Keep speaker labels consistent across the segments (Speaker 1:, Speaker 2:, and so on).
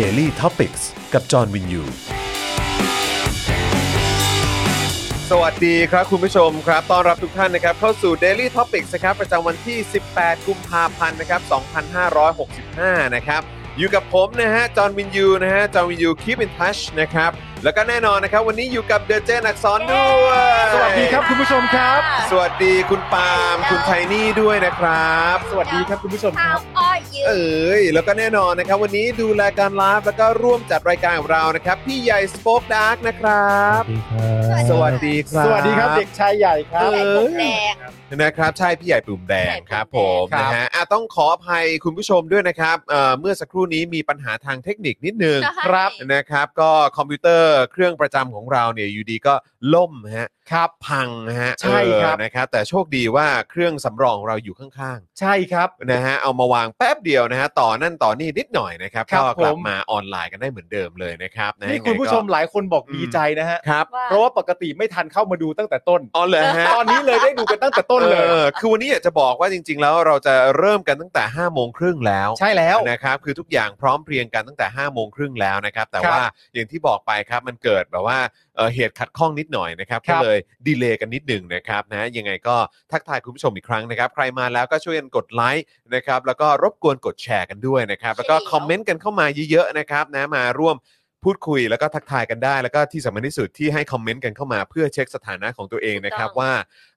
Speaker 1: Daily Topics กับจอห์นวินยู สวัสดีครับคุณผู้ชมครับ ต้อนรับทุกท่านนะครับ เข้าสู่ Daily Topics นะครับ ประจำวันที่ 18 กุมภาพันธ์นะครับ 2565 นะครับ อยู่กับผมนะฮะ จอห์นวินยูนะฮะ จอห์นวินยู keep in touch นะครับ แล้วก็แน่นอนนะครับ วันนี้อยู่กับเดอะเจนักสอนด้วย
Speaker 2: สวัสดีครับคุณผู้ชมครับ
Speaker 1: สวัสดีคุณปาล์มคุณไทนี่ด้วยนะครับ
Speaker 2: สวัสดีครับคุณผู้ชมค
Speaker 3: How
Speaker 2: รับ
Speaker 3: are you
Speaker 1: เอ้ยแล้วก็แน่นอนนะครับ วันนี้ดูแลการไลฟ์แล้วก็ร่วมจัดรายการของเรานะครับ พี่ใหญ่สป็อคดาร์กนะครับ สวัสดีครับ
Speaker 2: สวัสดีครับเด็กชายใหญ่ครับ
Speaker 3: ใส่ผมแดง
Speaker 1: นะครับใช่พี่ใหญ่ปุ่มแดงครับผม
Speaker 2: ครับ
Speaker 1: นะฮะอ่ะต้องขออภัยคุณผู้ชมด้วยนะครับเอ่อเมื่อสักครู่นี้มีปัญหาทางเทคนิคนิดนึง
Speaker 3: ใช่
Speaker 1: นะครับ ก็คอมพิวเตอร์เครื่องประจำของเราเนี่ยอยู่ดีก็ล่มฮะ
Speaker 2: ครับ
Speaker 1: พังฮะ
Speaker 2: ใช่ครับ
Speaker 1: เออนะครับแต่โชคดีว่าเครื่องสำรองของเราอยู่ข้างๆ
Speaker 2: ใช่ครับ
Speaker 1: นะฮะเอามาวางแป๊บเดียวนะฮะต่อนั่นต่อนี่นิดหน่อยนะครับ
Speaker 2: ครั
Speaker 1: ก็
Speaker 2: บ
Speaker 1: กลับ
Speaker 2: ผม
Speaker 1: มาออนไลน์กันได้เหมือนเดิมเลยนะครับะ
Speaker 2: นี่
Speaker 1: ยังไง
Speaker 2: คุณผู้ชมหลายคนบอกดีใจนะฮะ
Speaker 1: ก็ครับ
Speaker 3: ว่า
Speaker 2: เพราะว่าปกติไม่ทันเข้ามาดูตั้งแต่ต้น
Speaker 1: อ๋อเลยฮะ
Speaker 2: ตอนนี้เลยได้ดูกันตั้งแต่ต้นเลย
Speaker 1: ออคือวันนี้อยากจะบอกว่าจริง ๆ แล้วเราจะเริ่มกันตั้งแต่5้าโมงครึ่งแล้ว
Speaker 2: ใช่แล้ว
Speaker 1: นะครับคือทุกอย่างพร้อมเพรียงกันตั้งแต่5้าโมงครึ่งแล้วนะครับแต่
Speaker 2: ครับ
Speaker 1: ว่าอย่างที่บอกไปครับมันเกิดแบบว่าเอ่อเหตุขัดข้องนิดหน่อยนะครับ
Speaker 2: ค
Speaker 1: ก็
Speaker 2: รับ
Speaker 1: เลยดีเลย์กันนิดหนึ่งนะครับนะยังไงก็ทักทายคุณผู้ชมอีกครั้งนะครับ ใครมาแล้วก็ช่วยกันกดไลค์นะครับแล้วก็รบกวนกดแชร์กันด้วยนะครับ แล้วก็
Speaker 3: ใช่แล้ว
Speaker 1: คอมเมนต์กันเข้ามาเยอะๆนะครับนะมาร่วมพูดคุยแล้วก็ทักทายกันได้ แล้วก็ที่สำคัญที่สุดที่ให้คอมเมนต์กันเข้ามาเพื่อเช็คสถานะของตัวเองนะครับว่า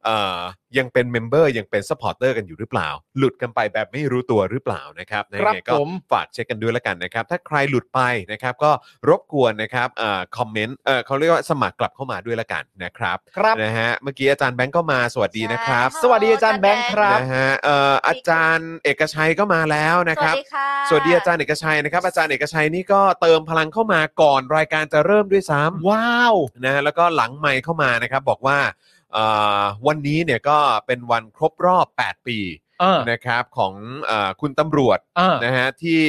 Speaker 1: เอ่อยังเป็นเมมเบอร์ยังเป็นซัพพอร์เตอร์กันอยู่หรือเปล่า หลุดกันไปแบบไม่รู้ตัวหรือเปล่านะครับนะ
Speaker 2: ค
Speaker 1: ยั
Speaker 2: รับ
Speaker 1: งไงก็
Speaker 2: ผม
Speaker 1: ฝากเช็คกันด้วยละกันนะครับ ถ้าใครหลุดไปนะครับก็รบกวนนะครับเอ่อคอมเมนต์เอ่อเขาเรียกว่าสมัครกลับเข้ามาด้วยละกันนะครับ
Speaker 2: ครับ
Speaker 1: นะฮะเมื่อกี้อาจารย์แบงก์ก็มาสวัสดีนะครับ
Speaker 2: สวัสดีอาจารย์แบงค์ครับ
Speaker 1: นะฮะเอ่ออาจารย์เอกชัยก็มาแล้ว
Speaker 3: ส
Speaker 1: นะค
Speaker 3: วั
Speaker 1: รั
Speaker 3: ส
Speaker 1: บ
Speaker 3: ดีค่ะ
Speaker 1: สวัสดีอาจารย์เอกชัยนะครับอาจารย์เอกชัยนี่ก็เติมพลังเข้ามาก่อนรายการจะเริ่มด้วยซ้
Speaker 2: ว้าว
Speaker 1: ำนะฮะแล้วก็หลังไมค์เข้ามานะครับบอกว่าเอ่อวันนี้เนี่ยก็เป็นวันครบรอบ 8 ปี
Speaker 2: เออ
Speaker 1: นะครับของเออคุณตำรวจ
Speaker 2: เออ
Speaker 1: นะฮะที่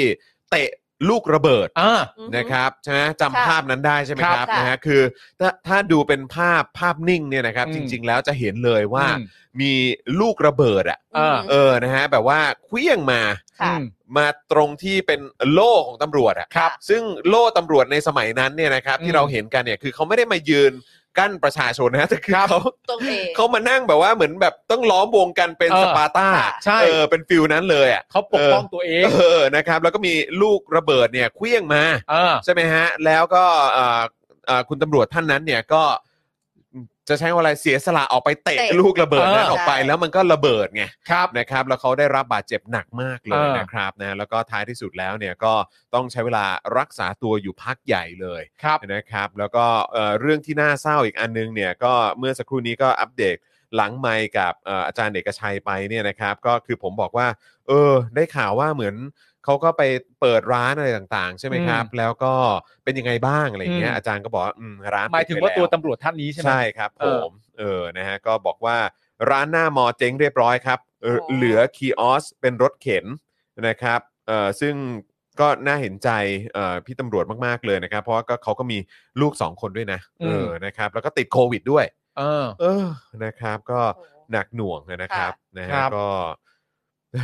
Speaker 1: เตะลูกระเบิด
Speaker 2: เออ
Speaker 3: อืม
Speaker 1: นะครับใช่ไหมจำ
Speaker 3: ค่ะ
Speaker 1: ภาพนั้นได้ใช่ไหมครับ
Speaker 3: ค่ะ
Speaker 1: นะฮะคือถ้าถ้าดูเป็นภาพภาพนิ่งเนี่ยนะครับ
Speaker 2: อื
Speaker 1: จ
Speaker 2: ม
Speaker 1: ริง ๆ แล้วจะเห็นเลยว่า
Speaker 2: อืม
Speaker 1: มีลูกระเบิดอะ
Speaker 2: เออ
Speaker 1: เออนะฮะแบบว่าเคลี้ยงมา
Speaker 3: ค่ะ
Speaker 2: อืม
Speaker 1: มาตรงที่เป็นโล่ของตำรวจอะ
Speaker 3: ครับ
Speaker 1: ซึ่งโล่ตำรวจในสมัยนั้นเนี่ยนะครับ
Speaker 2: อืม
Speaker 1: ที่เราเห็นกันเนี่ยคือเขาไม่ได้มายืนกั้นประชาชนนะ แต่คือเขา
Speaker 3: ตรงเอง
Speaker 1: เขามานั่งแบบว่าเหมือนแบบต้องล้อมวงกันเป็น
Speaker 2: เออ
Speaker 1: สปาร์ตา
Speaker 3: ค่ะ
Speaker 2: ใช่
Speaker 1: เออเป็นฟิลนั้นเลยอ่ะ
Speaker 2: เขาปก
Speaker 1: เออ
Speaker 2: ป้องตัวเอง
Speaker 1: เออนะครับแล้วก็มีลูกระเบิดเนี่ยเคลี้ยงมา
Speaker 2: เออ
Speaker 1: ใช่ไหมฮะแล้วก็เอ่อเอ่อคุณตำรวจท่านนั้นเนี่ยก็จะใช้ว่าอะไรเสียสละออกไปเตะ
Speaker 3: เตะ
Speaker 1: ลูกระเบิดนั้น
Speaker 2: เออ
Speaker 1: ออกไปแล้วมันก็ระเบิดไง
Speaker 2: ครับ
Speaker 1: นะครับแล้วเขาได้รับบาดเจ็บหนักมากเลย
Speaker 2: เออ
Speaker 1: นะครับนะแล้วก็ท้ายที่สุดแล้วเนี่ยก็ต้องใช้เวลารักษาตัวอยู่พักใหญ่เลย
Speaker 2: ครับ
Speaker 1: นะครับแล้วก็เอ่อเรื่องที่น่าเศร้าอีกอันนึงเนี่ยก็เมื่อสักครู่นี้ก็อัปเดตหลังไมค์กับเอ่ออาจารย์เอกชัยไปเนี่ยนะครับก็คือผมบอกว่าเออได้ข่าวว่าเหมือนเขาก็ไปเปิดร้านอะไรต่างๆ ใช่ไหมครับ แล้วก็เป็นยังไงบ้างอะไรอย่างเงี้ย
Speaker 2: อืม
Speaker 1: อาจารย์ก็บอกว่าอืมร้าน
Speaker 2: หมายถึงว่า
Speaker 1: ปิดไปแล้
Speaker 2: ตัวตำรวจท่านนี้ใช่ไหม
Speaker 1: ใช่ครับผ
Speaker 2: เออ
Speaker 1: มเออนะฮะก็บอกว่าร้านหน้ามอเจ๊งเรียบร้อยครับเออ
Speaker 3: โอ้
Speaker 1: เหลือคีออสเป็นรถเข็นนะครับเออซึ่ง ก็น่าเห็นใจเอ่อพี่ตำรวจมากๆเลยนะครับ เพราะว่าก็เขาก็มีลูกสองคนด้วยนะเออ
Speaker 2: ม
Speaker 1: นะครับ แล้วก็ติดโควิดด้วย
Speaker 2: เออ
Speaker 1: เออนะครับก็
Speaker 3: โอ้โห
Speaker 1: หนักหน่วงนะครับนะฮะ
Speaker 2: ครับ
Speaker 1: ก็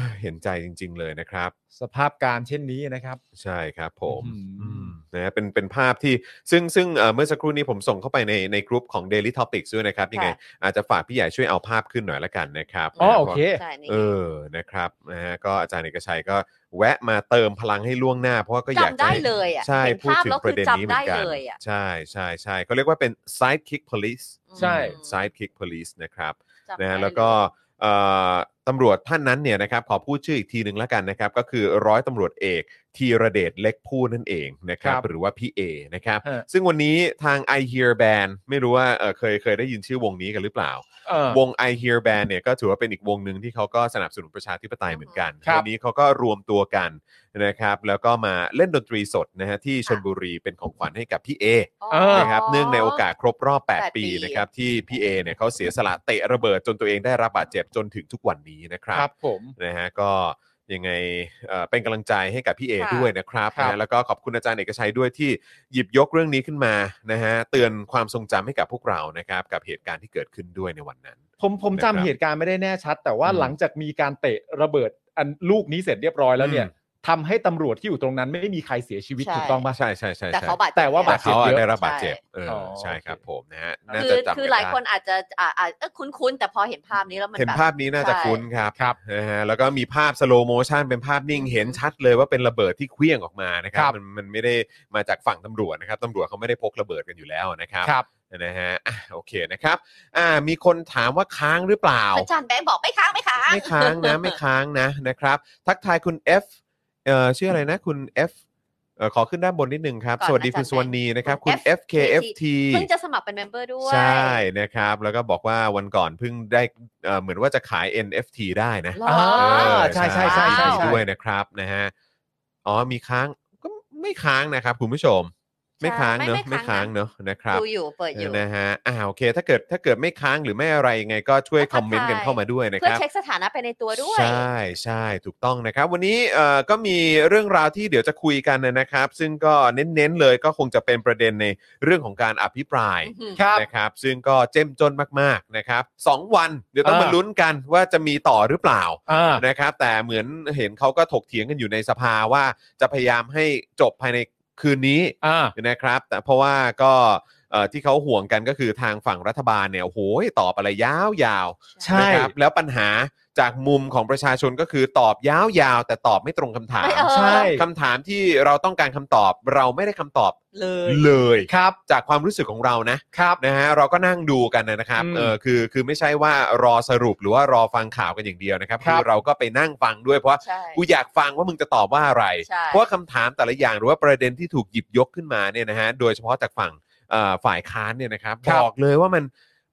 Speaker 1: เห็นใจจริง ๆ เลยนะครับ
Speaker 2: สภาพการเช่นนี้นะครับ
Speaker 1: ใช่ครับผม
Speaker 2: อืม
Speaker 1: อืมนะฮะเป็นเป็นภาพที่ซึ่งซึ่งเอ่อเมื่อสักครู่นี้ผมส่งเข้าไปในในกลุ่มของ Daily Topics ด้วยนะครับ ยังไง อาจจะฝากพี่ใหญ่ช่วยเอาภาพขึ้นหน่อยละกันนะครับ
Speaker 2: อ๋อ
Speaker 1: นะรับ
Speaker 2: โอเค
Speaker 3: ใช่นี่
Speaker 1: เออนะครับนะฮะก็อาจารย์เอกชัยก็แวะมาเติมพลังให้ล่วงหน้า เพราะว่าก็อยาก
Speaker 3: จำ
Speaker 1: จะ
Speaker 3: ได้
Speaker 1: ให้
Speaker 3: เลยอ่ะ
Speaker 1: ใช่
Speaker 3: เห็น
Speaker 1: พูด
Speaker 3: ภาพ
Speaker 1: ถึง
Speaker 3: แล้ว
Speaker 1: ป
Speaker 3: คื
Speaker 1: ระ
Speaker 3: อ
Speaker 1: เด็นนี้เห
Speaker 3: จำ
Speaker 1: มื
Speaker 3: ได้
Speaker 1: อนกัน
Speaker 3: เลยอ่ะ
Speaker 1: ใช่ใช่ใช่เขาเรียกว่าเป็น sidekick police
Speaker 2: ใช่
Speaker 3: อืม
Speaker 1: sidekick police นะครับ
Speaker 3: จำ
Speaker 1: นะฮะ
Speaker 3: ได้
Speaker 1: แล้วก็เอ่อตำรวจท่านนั้นเนี่ยนะครับขอพูดชื่ออีกทีหนึ่งแล้วกันนะครับ ก็คือร้อยตำรวจเอกธีระเดชเล็กผู้นั่นเองนะครับ
Speaker 2: ครับ
Speaker 1: หรือว่าพี่เอนะครับ
Speaker 2: ฮะ
Speaker 1: ซึ่งวันนี้ทาง I Hear Band ไม่รู้ว่าเอ่อเคยเคยได้ยินชื่อวงนี้กันหรือเปล่า
Speaker 2: เออ
Speaker 1: วง I Hear Band เนี่ยก็ถือว่าเป็นอีกวงหนึ่งที่เขาก็สนับสนุนประชาธิปไตยเหมือนกัน
Speaker 2: ครับ
Speaker 1: วันี้เขาก็รวมตัวกันนะครับ แล้วก็มาเล่นดนตรีสดนะฮะที่ชนบุรีเป็นของขวัญให้กับพี่เอ
Speaker 3: อ๋อ
Speaker 1: นะครับเนื่องในโอกาสครบรอบ
Speaker 3: แปด
Speaker 1: 8ปี
Speaker 3: ปี
Speaker 1: นะครับที่พี่เอเนี่ยเขาเสียสละเตะระเบิดจนตัวเองได้รับบาดเจ็บจนถึงทุกวันนี้นะครับ
Speaker 2: ครับผม
Speaker 1: นะฮะก็ยังไงเอ่อเป็นกำลังใจให้กับพี่เอ
Speaker 3: ค่ะ
Speaker 1: ด้วยนะครับ
Speaker 2: ครับ
Speaker 1: นะฮะแล้วก็ขอบคุณอาจารย์เอกชัยด้วยที่หยิบยกเรื่องนี้ขึ้นมานะฮะเตือนความทรงจำให้กับพวกเรานะครับกับเหตุการณ์ที่เกิดขึ้นด้วยในวันนั้น
Speaker 2: ผมผม
Speaker 1: นะครับ
Speaker 2: จำเหตุการณ์ไม่ได้แน่ชัด แต่ว่า
Speaker 1: อืม
Speaker 2: หลังจากมีการเตะระเบิดอันลูกนี้เสร็จเรียบร้อยแล้วเนี่ย
Speaker 1: อืม
Speaker 2: ทำให้ตำรวจที่อยู่ตรงนั้นไม่มีใครเสียชีวิต
Speaker 3: ใช่
Speaker 2: ถูกต้องปะ
Speaker 1: ใช่ใช่ใช่
Speaker 3: แต่
Speaker 1: ใช่
Speaker 3: เขาบาดเจ็บ
Speaker 2: แต่ว่า
Speaker 1: แต่
Speaker 2: บาดจ็บ
Speaker 1: เขาอะ
Speaker 2: เยอะ
Speaker 1: ได้รับบาดเจ็บเออ
Speaker 2: อ๋อ
Speaker 1: ใช่ครับผมนะฮะน่า
Speaker 3: คือ
Speaker 1: จะจำ
Speaker 3: คือ
Speaker 1: กัน
Speaker 3: หลาย
Speaker 1: ได้
Speaker 3: คนอาจจะอ่าอ่าเอ้ยคุ้นๆ แต่พอเห็นภาพนี้แล้วมัน
Speaker 1: เห็น
Speaker 3: แบบ
Speaker 1: ภาพนี้น่าจะ
Speaker 3: ใช่
Speaker 1: คุ้นครับ
Speaker 2: ครับ
Speaker 1: นะฮะแล้วก็มีภาพสโลโมชันเป็นภาพนิ่งเห็นชัดเลยว่าเป็นระเบิดที่เคลี้ยงออกมานะครั
Speaker 2: ครับ บ
Speaker 1: มันมันไม่ได้มาจากฝั่งตำรวจนะครับตำรวจเขาไม่ได้พกระเบิดกันอยู่แล้วนะครับ
Speaker 2: ครับ
Speaker 1: นะฮะอ่ะโอเคนะครับอ่ามีคนถามว่าค้างหรือเปล่า
Speaker 3: อาจารย์แบงค์บอกไม่ค้างไม่ค้าง
Speaker 1: ไม่ค้างนะ ไม่ค้างนะนะครับ ทักทายคุณ F เอ่อชื่ออะไรนะคุณ F เอ่อขอขึ้นด้านบนนิดนึงครับสวัสดีคุณสวนีนะครับคุณ FKFT
Speaker 3: เพิ่งจะสมัครเป็นเมมเบอร์ด้วย
Speaker 1: ใช่นะครับ แล้วก็บอกว่าวันก่อนเพิ่งได้เอ่อเหมือนว่าจะขาย NFT ได้นะ
Speaker 3: เหร
Speaker 2: อ่า
Speaker 1: เออ
Speaker 2: ใช่ใช่ใช่ใช่
Speaker 1: ยินดี
Speaker 2: ใช่
Speaker 1: ด้วยนะครับนะฮะอ๋อมีค้างก็ไม่ค้างนะครับ คุณผู้ชม ไม่ค้างเนอะ
Speaker 3: ใช่ไม่
Speaker 1: ไม่
Speaker 3: ค้า
Speaker 1: ค้าง ง
Speaker 3: นะ
Speaker 1: เนอะนะครับ
Speaker 3: ดูอยู่เปิดอยู่
Speaker 1: นะฮะอ่าโอเค ถ้าเกิดถ้าเกิดไม่ค้างหรือไม่อะไรยังไงก็ช่วยคอมเมนต์กันเข้ามาด้วยนะค
Speaker 3: เพื่อ
Speaker 1: รับ
Speaker 3: เช็คสถานะไปในตัวด้วย
Speaker 1: ใช่ใช่ถูกต้องนะครับ วันนี้เอ่อก็มีเรื่องราวที่เดี๋ยวจะคุยกันนะครับ ซึ่งก็เน้นๆเลยก็คงจะเป็นประเด็นในเรื่องของการอภิปราย
Speaker 3: อือหือ
Speaker 2: ครับ
Speaker 1: นะครับ ซึ่งก็เจ้มจนมากๆนะครับสองวันเดี๋ยวต้อง
Speaker 2: อ่าม
Speaker 1: มาลุ้นกันว่าจะมีต่อหรือเปล่า
Speaker 2: อ่า
Speaker 1: นะครับ แต่เหมือนเห็นเขาก็ถกเถียงกันอยู่ในสภาว่าจะพยายามให้จบภายในคืนนี้
Speaker 2: อ่า
Speaker 1: นะครับแต่เพราะว่าก็เอ่อที่เขาห่วงกันก็คือทางฝั่งรัฐบาลเนี่ยโอ้โหตอบอะไรยาวยาวๆ
Speaker 2: ใช่
Speaker 1: นะครับแล้วปัญหาจากมุมของประชาชนก็คือตอบยาวยาวๆแต่ตอบไม่ตรงคำถาม
Speaker 3: ไม่เออ
Speaker 2: ใช่
Speaker 1: คำถามที่เราต้องการคำตอบ เราไม่ได้คำตอบ
Speaker 3: เลย
Speaker 1: เลย
Speaker 2: ครับ
Speaker 1: จากความรู้สึกของเรานะครับ นะฮะเราก็นั่งดูกันนะครับ
Speaker 2: อืม
Speaker 1: เออคือคือไม่ใช่ว่ารอสรุปหรือว่ารอฟังข่าวกันอย่างเดียวนะครับ
Speaker 2: ครับ
Speaker 1: เราก็ไปนั่งฟังด้วยเพราะว่า
Speaker 3: ใช่
Speaker 1: กูอยากฟังว่ามึงจะตอบว่าอะไร
Speaker 3: ใช่
Speaker 1: เพราะว่าคำถามแต่ละอย่างหรือว่าประเด็นที่ถูกหยิบยกขึ้นมาเนี่ยนะฮะ โดยเฉพาะจากฝั่งเอ่อฝ่ายค้านเนี่ยนะครับ
Speaker 2: ครับ
Speaker 1: บอกเลยว่ามัน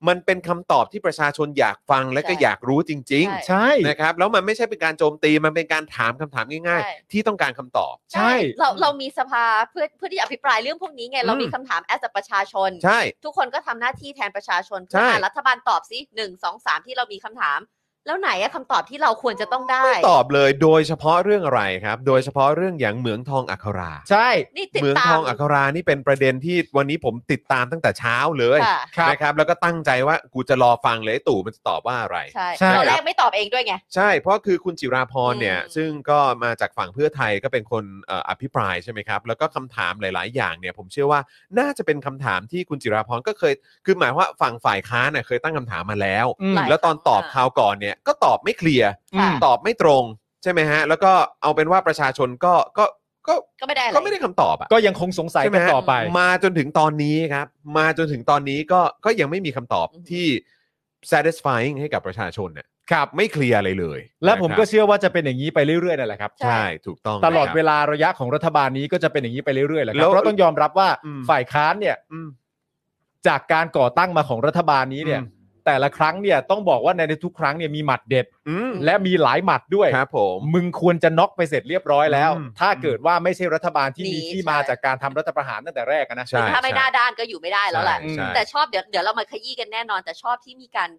Speaker 1: มันเป็นคำตอบที่ประชาชนอยากฟังและก็อยากรู้จริง
Speaker 2: ใช่
Speaker 1: ๆ นะครับ แล้วมันไม่ใช่เป็นการโจมตีมันเป็นการถามคำถามง่าย
Speaker 3: ใช่
Speaker 1: ๆ ที่ต้องการคำตอบ
Speaker 2: ใช่
Speaker 3: เราเรามีสภาเพื่อเพื่อที่จะอภิปรายเรื่องพวกนี้ไง เรามีคำถามแอสประชาชน
Speaker 1: ใช่
Speaker 3: ทุกคนก็ทำหน้าที่แทนประชาชน
Speaker 1: ใช่
Speaker 3: เพื่ออ่ะรัฐบาลตอบสิหนึ่งสองสามที่เรามีคำถาม แล้วไหนอะคำตอบที่เราควรจะต้องได้
Speaker 1: ตอบเลยโดยเฉพาะเรื่องอะไรครับ โดยเฉพาะเรื่องอย่างเหมืองทองอัครา
Speaker 2: ใช่
Speaker 3: นี่ติด
Speaker 1: เหมือง
Speaker 3: ตา
Speaker 1: ท
Speaker 3: ม
Speaker 1: องอัครานี่เป็นประเด็นที่วันนี้ผมติดตามตั้งแต่เช้าเลย
Speaker 3: ค่ะ
Speaker 2: ครับ
Speaker 1: นะครับแล้วก็ตั้งใจว่ากูจะรอฟังเลยไอ้ตู่มันจะตอบว่าอะไร
Speaker 3: ใช่
Speaker 2: ใช่
Speaker 3: ตอนแรกไม่ตอบเองด้วยไง
Speaker 1: ใช่ เพราะคือคุณจิราพรเนี่ย
Speaker 3: อืม
Speaker 1: ซึ่งก็มาจากฝั่งเพื่อไทยก็เป็นคนเอ่ออภิปรายใช่ไหมครับ แล้วก็คำถามหลาย ๆ อย่างเนี่ย ผมเชื่อว่าน่าจะเป็นคำถามที่คุณจิราพรก็เคย คือหมายว่าฝั่งฝ่ายค้านน่ะเคยตั้งคำถามมาแล้ว
Speaker 2: อืม
Speaker 3: หลาย
Speaker 1: แล้วตอนตอบคราวก่อนเนี่ยก็ตอบไม่เคลียร์
Speaker 3: ค่ะ
Speaker 1: ตอบไม่ตรงใช่ไหมฮะ แล้วก็เอาเป็นว่าประชาชนก็ก็ก็
Speaker 3: ก็ไม่ได้อะไร
Speaker 1: ก็ไม่ได้คำตอบอะ
Speaker 2: ก็ยังคงสงสัย
Speaker 1: ใช่ไหม
Speaker 2: กัน
Speaker 1: ฮะ
Speaker 2: ต่อไป
Speaker 1: มาจนถึงตอนนี้ครับ มาจนถึงตอนนี้ก็ก็ยังไม่มีคำตอบ
Speaker 3: อือฮึ
Speaker 1: ที่ satisfying ให้กับประชาชนเนี่ย
Speaker 2: ครับ
Speaker 1: ไม่เคลียร์อะไรเลย
Speaker 2: และผมก็
Speaker 1: นะครับ
Speaker 2: เชื่อว่าจะเป็นอย่างนี้ไปเรื่อยๆนั่นแหละครับ
Speaker 1: ใช่ถูกต้อง
Speaker 2: ตลอด
Speaker 1: ครับ
Speaker 2: เวลาระยะของรัฐบาลนี้ก็จะเป็นอย่างนี้ไปเรื่อยๆแหละค
Speaker 1: แล้
Speaker 2: รับ
Speaker 1: ว
Speaker 2: เพราะต้องยอมรับว่า
Speaker 1: อืม
Speaker 2: ฝ่ายค้านเนี่ย
Speaker 1: อืม
Speaker 2: จากการก่อตั้งมาของรัฐบาลนี้เนี่ย
Speaker 1: อืม
Speaker 2: แต่ละครั้งเนี่ยต้องบอกว่าในทุกครั้งเนี่ยมีหมัดเด็ด
Speaker 1: อืม
Speaker 2: และมีหลายหมัดด้วย
Speaker 1: ครับผม
Speaker 2: มึงควรจะน็อกไปเสร็จเรียบร้อยแล้ว
Speaker 1: อืม
Speaker 2: ถ้าเกิดว่าไม่ใช่รัฐบาลที่
Speaker 3: หนี
Speaker 2: มีที่มา
Speaker 3: ใช่
Speaker 2: จากการทำรัฐประหารตั้งแต่แรกอะนะ
Speaker 1: ใช่
Speaker 3: ถ้าไม่ห
Speaker 1: ใช่
Speaker 3: น้าด้านก็อยู่ไม่ได้แล้วแหละ
Speaker 1: ใช่ใช่
Speaker 3: แต่ชอบเดี๋ยวเดี๋ยวเรามาขยี้กันแน่นอน แต่ชอบที่มีการ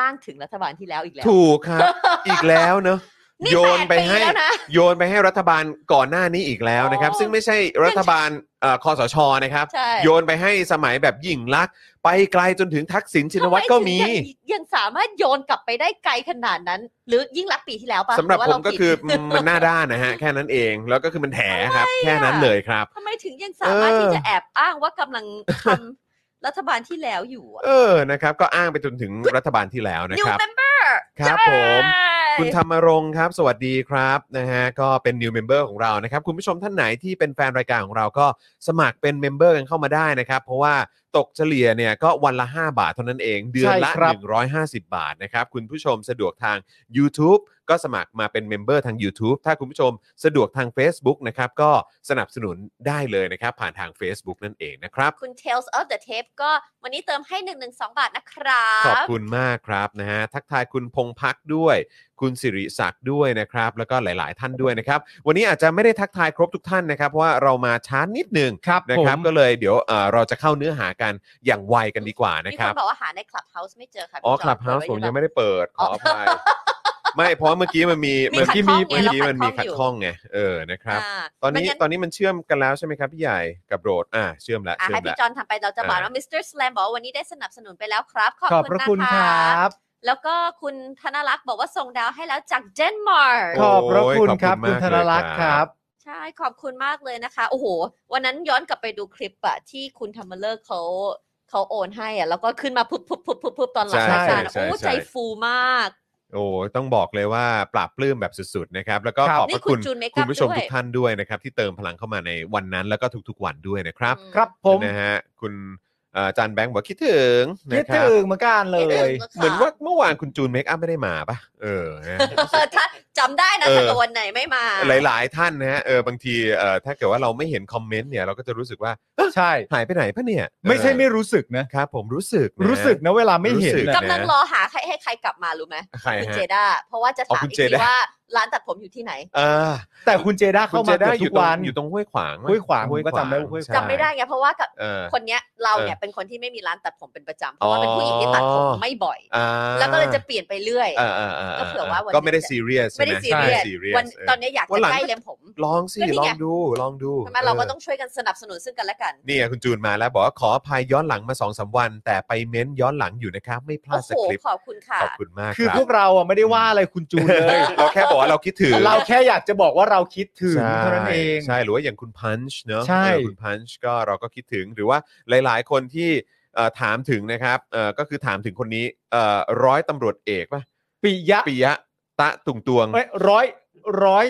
Speaker 3: อ้างถึงรัฐบาลที่แล้วอีกแล้ว
Speaker 1: ถูกครับ อีกแล้วเนอะ
Speaker 3: นี่
Speaker 1: โย
Speaker 3: แป
Speaker 1: น
Speaker 3: ด
Speaker 1: ไป
Speaker 3: ปี
Speaker 1: ให้
Speaker 3: แล้วนะ
Speaker 1: โยนไปให้รัฐบาลก่อนหน้านี้อีกแล้วนะครับ
Speaker 3: อ๋อ
Speaker 1: ซึ่งไม่ใช่รัฐบาลเอ่อคอสชนะครับ
Speaker 3: ใช่
Speaker 1: โยนไปให้สมัยแบบยิ่งลักษณ์ไปไกลจนถึงทักษิณชินวัตรก็มี
Speaker 3: ทำไถึงยังยังสามารถโยนกลับไปได้ไกลขนาดนั้น หรือยิ่งรักษณ์ปีที่แล้วปะ
Speaker 1: สำหรับ
Speaker 3: ว่า
Speaker 1: ผ
Speaker 3: เาม
Speaker 1: ก็
Speaker 3: ผิด
Speaker 1: คือ มันหน้าด้านนะฮะ แค่นั้นเองแล้วก็คือมันแถครับ แค่นั้นเลยครับ
Speaker 3: ทำไมถึงยังสามารถ
Speaker 1: เออ
Speaker 3: ที่จะแอบอ้างว่ากำลังทำ รัฐบาลที่แล้วอยู่อะ
Speaker 1: เออนะครับก็อ้างไปจนถึงรัฐบาลที่แล้วนะ
Speaker 3: New
Speaker 1: ครับ
Speaker 3: member
Speaker 1: ครับ
Speaker 3: ใช่
Speaker 1: ผม คุณธรรมรงค์ครับ สวัสดีครับนะฮะก็เป็น new member ของเรานะครับ คุณผู้ชมท่านไหนที่เป็นแฟนรายการของเราก็สมัครเป็น member กันเข้ามาได้นะครับ เพราะว่าตกเฉลี่ยเนี่ยก็วันละ 5 บาทเท่านั้นเอง เดือนละ
Speaker 2: ใช่ครับ
Speaker 1: 150 บาทนะครับ คุณผู้ชมสะดวกทาง YouTube ก็สมัครมาเป็น member ทาง YouTube ถ้าคุณผู้ชมสะดวกทาง Facebook นะครับ ก็สนับสนุนได้เลยนะครับ ผ่านทาง Facebook นั่นเองนะครับ
Speaker 3: คุณ Tales of the Tape ก็วันนี้เติมให้ 112 บาทนะครั
Speaker 1: ขอบบ คุณมากครับนะฮะทักทายคุณพงพักด้วย คุณสิริศักดิ์ด้วยนะครับ แล้วก็หลาย ๆ ท่านด้วยนะครับ วันนี้อาจจะไม่ได้ทักทายครบทุกท่านนะครับ เพราะว่าเรามาช้านิดหนึง
Speaker 2: ครับ
Speaker 1: นะ
Speaker 2: ผ
Speaker 1: ครับ
Speaker 2: ม
Speaker 1: ก็เลยเดี๋ยวเอ่อเราจะเข้าเนื้อหากันอย่างไวกันดีกว่านะ
Speaker 3: มี
Speaker 1: ค
Speaker 3: ค
Speaker 1: รั
Speaker 3: น
Speaker 1: บ
Speaker 3: บอกว่าหาใน Clubhouse ไม่เจอค่ะ
Speaker 1: อ๋อ
Speaker 3: พี่
Speaker 1: ค
Speaker 3: จ
Speaker 1: ลับเฮาส์
Speaker 3: ปิ
Speaker 1: ผมยัง
Speaker 3: ว้
Speaker 1: ไม่ได้เปิดขออภัยไม่เพราะเมื่อกี้มันมี
Speaker 3: มี
Speaker 1: เมื่อกี้มี
Speaker 3: ขัดข้องไง
Speaker 1: เมื่อกี้มันมี
Speaker 3: เราขัดข้องอยู่
Speaker 1: ขัดข้องไงเออนะครับ
Speaker 3: อ่า
Speaker 1: ตอนนี้
Speaker 3: ไม่งั้
Speaker 1: ตอนนี้มันเชื่อมกันแล้วใช่ไหมครับพี่ใหญ่กับโรดอ่าเชื่อมแล้ว
Speaker 3: อ่ะ
Speaker 1: เชื่อ
Speaker 3: ให้
Speaker 1: ม
Speaker 3: พี่
Speaker 1: แล้ว
Speaker 3: จอนทำไปเราจะบอก
Speaker 1: อ่า
Speaker 3: ว่า Mr. Slam บอกว่าวันนี้ได้สนับสนุนไปแล้วครับ ขอบ
Speaker 2: ขอบ
Speaker 3: คุณนะ
Speaker 2: พระคุณค
Speaker 3: คะ
Speaker 2: รับ
Speaker 3: แล้วก็คุณธนรักษ์บอกว่าส่งดาวให้แล้วจากเดนมาร์ก
Speaker 2: ขอบพระคุณครับ
Speaker 1: โอ้ยขอบคุณมาก
Speaker 2: คุณธนรัก
Speaker 1: เล
Speaker 2: ษ์
Speaker 1: ย
Speaker 2: ค
Speaker 1: ครั
Speaker 2: รับ บ
Speaker 3: ใช่ขอบคุณมากเลยนะคะ โอ้โห วันนั้นย้อนกลับไปดูคลิปอะที่คุณธรรมเลิกษ์เขาเขาโอนให้อะแล้วก็ขึ้นมาพุบพุบพุบพุบพุบตอนหลัง
Speaker 1: ใช่
Speaker 3: รายการอะ
Speaker 1: ใช่
Speaker 3: โอ้
Speaker 1: ใช่
Speaker 3: ใจฟูมาก
Speaker 1: โอ้ต้องบอกเลยว่าปราบปลื้มแบบสุดๆนะครับแล้วก็
Speaker 2: ครั
Speaker 1: ข
Speaker 2: บ
Speaker 1: อบพ
Speaker 3: นี่
Speaker 1: ระ
Speaker 3: คุ
Speaker 1: คุณ ณ
Speaker 3: จูนเมค
Speaker 1: คุ
Speaker 3: อั
Speaker 1: ณ
Speaker 3: พ
Speaker 1: ผู้ชม
Speaker 3: ด้ว
Speaker 1: ทุ
Speaker 3: ย
Speaker 1: กท่านด้วยนะครับ ที่เติมพลังเข้ามาในวันนั้นแล้วก็ทุกๆวันด้วยนะครับ
Speaker 3: อืม
Speaker 2: ครับผม
Speaker 1: นะฮะคุณเอ่ออาจารย์แบงค์บอกคิดถึง
Speaker 2: คิ
Speaker 1: นะ
Speaker 2: ด
Speaker 1: ครั
Speaker 2: ถึ
Speaker 1: บ
Speaker 2: งเหมือนกันเล
Speaker 3: คิดถึ
Speaker 2: ย
Speaker 3: งะ
Speaker 1: เหมือนว่าเมื่อวานคุณจูนเมคอัพไม่ได้มาปะเออนะ
Speaker 3: ถ้าจำได้นะ
Speaker 1: เออ
Speaker 3: ถ้าเกิดวันไหนไม่มา
Speaker 1: หลายๆท่านนะฮะเออบางทีเอ่อถ้าเกิดว่าเราไม่เห็นคอมเมนต์เนี่ยเราก็จะรู้สึกว่าเอ้อ
Speaker 2: ใช่
Speaker 1: หายไปไหนปะเนี่ย
Speaker 2: ไม่ใช่ไม่รู้สึกนะ
Speaker 1: ครับ ผมรู้สึกนะ
Speaker 2: รู้สึกนะเวลาไม่เห็น
Speaker 1: รู้สึ
Speaker 2: นะ
Speaker 3: กำลังรอหาใครให้ใครกลับมารู้ไหม
Speaker 1: ใคร
Speaker 3: คุณ
Speaker 1: ฮะ
Speaker 3: เจด้าเพราะว่าจะ
Speaker 1: อ๋อ
Speaker 3: ถาม
Speaker 1: คุณ
Speaker 3: อีก
Speaker 1: เจ
Speaker 3: ที
Speaker 1: ด้า
Speaker 3: ว่าร้านตัดผมอยู่ที่ไหน
Speaker 1: เออ
Speaker 2: แต่คุณเจด้า
Speaker 1: คุณ
Speaker 2: เข้า
Speaker 1: เจ
Speaker 2: มา
Speaker 1: ด้าอ
Speaker 2: เกือบ
Speaker 1: ยู่
Speaker 2: ทุก
Speaker 1: ตรง
Speaker 2: วัน
Speaker 1: อยู่ตรงห้วยขวางปะ
Speaker 2: ห้วยขวาง
Speaker 1: ห้วย
Speaker 2: ผมก็จำได้ว่าห้วยขวาง
Speaker 3: จำไม่ได้ไงเพราะว่ากับ
Speaker 1: เออ
Speaker 3: คนเนี้ยเรา
Speaker 1: เออ
Speaker 3: เนี่ยเป็นคนที่ไม่มีร้านตัดผมเป็นประจำเพราะว่าเป็นผู้หญิงที่ตัดผ
Speaker 1: อ๋
Speaker 3: ม
Speaker 1: อ
Speaker 3: ไม่บ่อย
Speaker 1: อ่า
Speaker 3: แล้วก็เลยจะเปลี่ยนไปเรื่อย
Speaker 1: เออเออเออ
Speaker 3: ก็เผื่อว่าวัน
Speaker 1: ก็ไม่ได้ซีเรียส
Speaker 3: ไม่ได้
Speaker 1: ใช่
Speaker 3: ซีเรีย
Speaker 1: ไม่ได้ซีเรียส
Speaker 3: สวัน
Speaker 1: เออ
Speaker 3: ตอนเนี้ยอยาก
Speaker 1: วัน
Speaker 3: จะ
Speaker 1: หลัง
Speaker 3: ใกล้เล็มผม
Speaker 1: ลองสิ
Speaker 3: ก็นี่
Speaker 1: ลอ
Speaker 3: ไง
Speaker 1: งดูลองดู
Speaker 3: ใช่ไหมเราก็
Speaker 1: ออ
Speaker 3: ต้องช่วยกันสนับสนุนซึ่งกันและกัน
Speaker 1: นี่ไงคุณจูนมาแล้วบอกว่าขออภัยย้อนหลังมาสองสามวัน แต่ไปเม้นย้อนหลังอยู่นะครับ ไม่พลา
Speaker 3: โอ้
Speaker 1: ดส
Speaker 3: โห
Speaker 1: คริปต์
Speaker 3: ขอบคุณค่ะ
Speaker 1: ขอบคุณมาก
Speaker 2: คือ
Speaker 1: รับ
Speaker 2: พวกเราอ่ะไม่ได้ว่าอะไรคุณจูนเลย
Speaker 1: เราแค่บอกว่าเราคิดถึง
Speaker 2: เราแค่อยากจะบอกว่าเราคิดถึง
Speaker 1: ใช่
Speaker 2: เท่านั้นเอง
Speaker 1: ใช่หรือว่าอย่างคุณพันช์เนอะ
Speaker 2: ใช่
Speaker 1: เออคุณพันช์ก็เราก็คิดถึงหรือว่าหลาย ๆ คนที่เอ่อถามถึงนะครับเอ่อก็คือถามถึงคนนี้เอ่อร้อยตำรวจเอกป่ะ
Speaker 2: ปิยะ
Speaker 1: ปิยะตะตุงตวง
Speaker 2: เอ้ยร้อยร้อย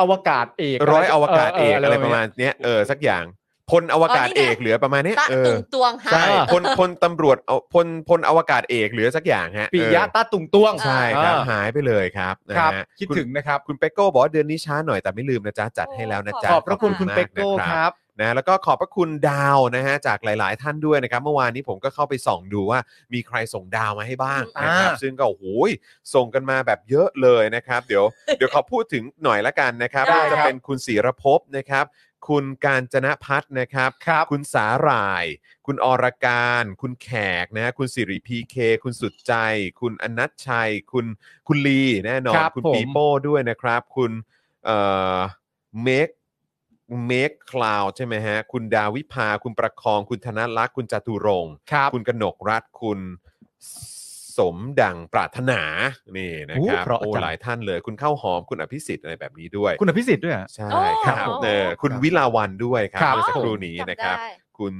Speaker 2: อวกาศเอก
Speaker 1: ร้อยอวกาศเอกอะไร
Speaker 2: แบ
Speaker 1: ประ
Speaker 2: บนี้
Speaker 1: มาณเนี้ยเออสักอย่างพลอวกาศ
Speaker 3: อ๋อนี่
Speaker 1: เอ
Speaker 3: ไง
Speaker 1: กเหลือประมาณเนี้ย
Speaker 3: ตะ
Speaker 1: เอ
Speaker 3: ตุ
Speaker 1: อง
Speaker 3: ตวงฮะ
Speaker 1: ใช่
Speaker 2: อ่า
Speaker 1: พลพลตำรวจเอาพลพลอวกาศเอกเหลือสักอย่างฮะ
Speaker 2: ปิยะ
Speaker 1: เออ
Speaker 2: ตาตุงตวง
Speaker 1: ใช่ครับ
Speaker 2: อ่า
Speaker 1: หายไปเลยครับนะครับ ฮะ
Speaker 2: คิด
Speaker 1: ณ
Speaker 2: ถึงนะครับ
Speaker 1: คุณเปกโก้บอกว่าเดือนนี้ช้าหน่อยแต่ไม่ลืมนะจ๊ะจัดให้แล้วนะจ๊ะ
Speaker 2: ขอบพระคุณคุณ
Speaker 1: มา
Speaker 2: เปกโก้
Speaker 1: นะ
Speaker 2: ครับ
Speaker 1: นะแล้วก็ขอบพระคุณดาวนะฮะจากหลาย ๆ ท่านด้วยนะครับ เมื่อวานนี้ผมก็เข้าไปส่องดูว่ามีใครส่งดาวมาให้บ้าง
Speaker 2: อืม
Speaker 1: นะครับ
Speaker 2: อ่า
Speaker 1: ซึ่งก็โอ้โหยส่งกันมาแบบเยอะเลยนะครับ เดี๋ยว เดี๋ยวขอพูดถึงหน่อยละกันนะครับ
Speaker 2: ได้
Speaker 1: ว่าจะ
Speaker 2: ครับ
Speaker 1: เป็นคุณศิรภพนะครับ คุณการจนพัฒน์นะครับ
Speaker 2: ครับ
Speaker 1: คุณสาหร่าย คุณอรการ คุณแขกนะ คุณสิริพีเค คุณสุดใจ คุณอนัทชัย คุณคุณลีแน่นอน
Speaker 2: ครับ
Speaker 1: คุณ
Speaker 2: ผม
Speaker 1: ปีโป้ด้วยนะครับ คุณเอ่อเมกเมกคลาวใช่ไหมฮะ คุณดาวิภา คุณประคอง คุณธนลักษณ์ คุณจตุรงค์
Speaker 2: ครับ
Speaker 1: คุณกนกรัฐ คุณสมดังปรารถนา นี่นะครับ
Speaker 2: โอ้เพราะ
Speaker 1: โอ้
Speaker 2: จัง
Speaker 1: หลายท่านเลย คุณข้าวหอม คุณอภิสิทธิ์อะไรแบบนี้ด้วย
Speaker 2: คุณอภิสิทธิ์ด้วย
Speaker 1: ใช่
Speaker 3: โอ้
Speaker 1: ครับเออคุณวิลาวันด้วยครับ
Speaker 2: ครับ
Speaker 1: เมื่อสักครู่
Speaker 2: ผม
Speaker 1: นี้
Speaker 3: จำ
Speaker 1: นะครับ
Speaker 3: ได้
Speaker 1: คุณ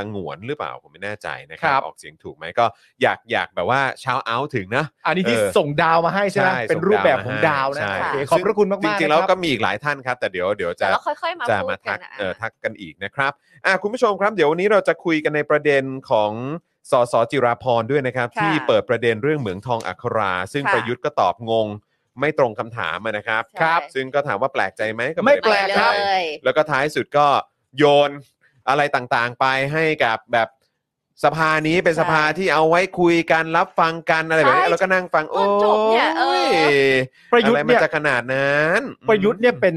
Speaker 1: สงวนหรือเปล่าผมไม่แน่ใจนะค
Speaker 2: ค
Speaker 1: รั
Speaker 2: รับ บ
Speaker 1: ออกเสียงถูกไหมก็อยากอยากแบบว่าเช้าเอาถึงนะ
Speaker 2: อันนี้ที่
Speaker 1: เออ
Speaker 2: ส่งดาวมาให้ใช่ไหม
Speaker 1: ใช่
Speaker 2: เป็น
Speaker 1: ส่ง
Speaker 2: รูปแบบของ
Speaker 1: ดา
Speaker 2: ดาว ว
Speaker 1: มาให้
Speaker 2: นะ
Speaker 1: ใช่
Speaker 2: โอเคขอบพระคุณมาก
Speaker 1: จ
Speaker 2: ๆ
Speaker 1: ริงๆ
Speaker 2: นะ
Speaker 1: แล้ว
Speaker 2: คบ
Speaker 1: ก็มีอีกหลายท่านครับ แต่เดี๋ยวเดี๋ยว
Speaker 3: แต่
Speaker 1: จะ
Speaker 3: เราค่อยๆมา
Speaker 1: จะ
Speaker 3: พู
Speaker 1: มา
Speaker 3: ด
Speaker 1: ทั
Speaker 3: กั
Speaker 1: ก
Speaker 3: นนะ
Speaker 1: เออทักกันอีกนะครับอ่ะคุณผู้ชมครับเดี๋ยววันนี้เราจะคุยกันในประเด็นของสสจิราพรด้วยนะครับ
Speaker 3: ค่ะ
Speaker 1: ที่เปิดประเด็นเรื่องเหมืองทองอัครา ซึ่ง
Speaker 3: ค่ะ
Speaker 1: ประยุทธ์ก็ตอบงงไม่ตรงคำถามอะนะครับ
Speaker 3: ใช่
Speaker 2: ครับ
Speaker 1: ซึ่งก็ถามว่าแปลกใจไหมก็ด้
Speaker 2: ไม่แปลกครับ
Speaker 1: ใจ
Speaker 3: เลย
Speaker 1: แล้วก็ท้ายสุดก็โยนอะไรต่างๆไปให้กับแบบสภานี้เป็น
Speaker 3: ใช่
Speaker 1: สภาที่เอาไว้คุยกันรับฟังกันอะไรแบบนี้
Speaker 3: ใช่
Speaker 1: แล้วก็นั่งฟัง
Speaker 3: ก็
Speaker 1: โอ้
Speaker 3: จบเนี่ยเออ
Speaker 1: ย
Speaker 2: ประยุท
Speaker 1: อะไร
Speaker 2: ธ์
Speaker 1: มัน
Speaker 2: เนี่ย
Speaker 1: จะขนาดนั้น
Speaker 2: ประยุทธ์เนี่ยเป็น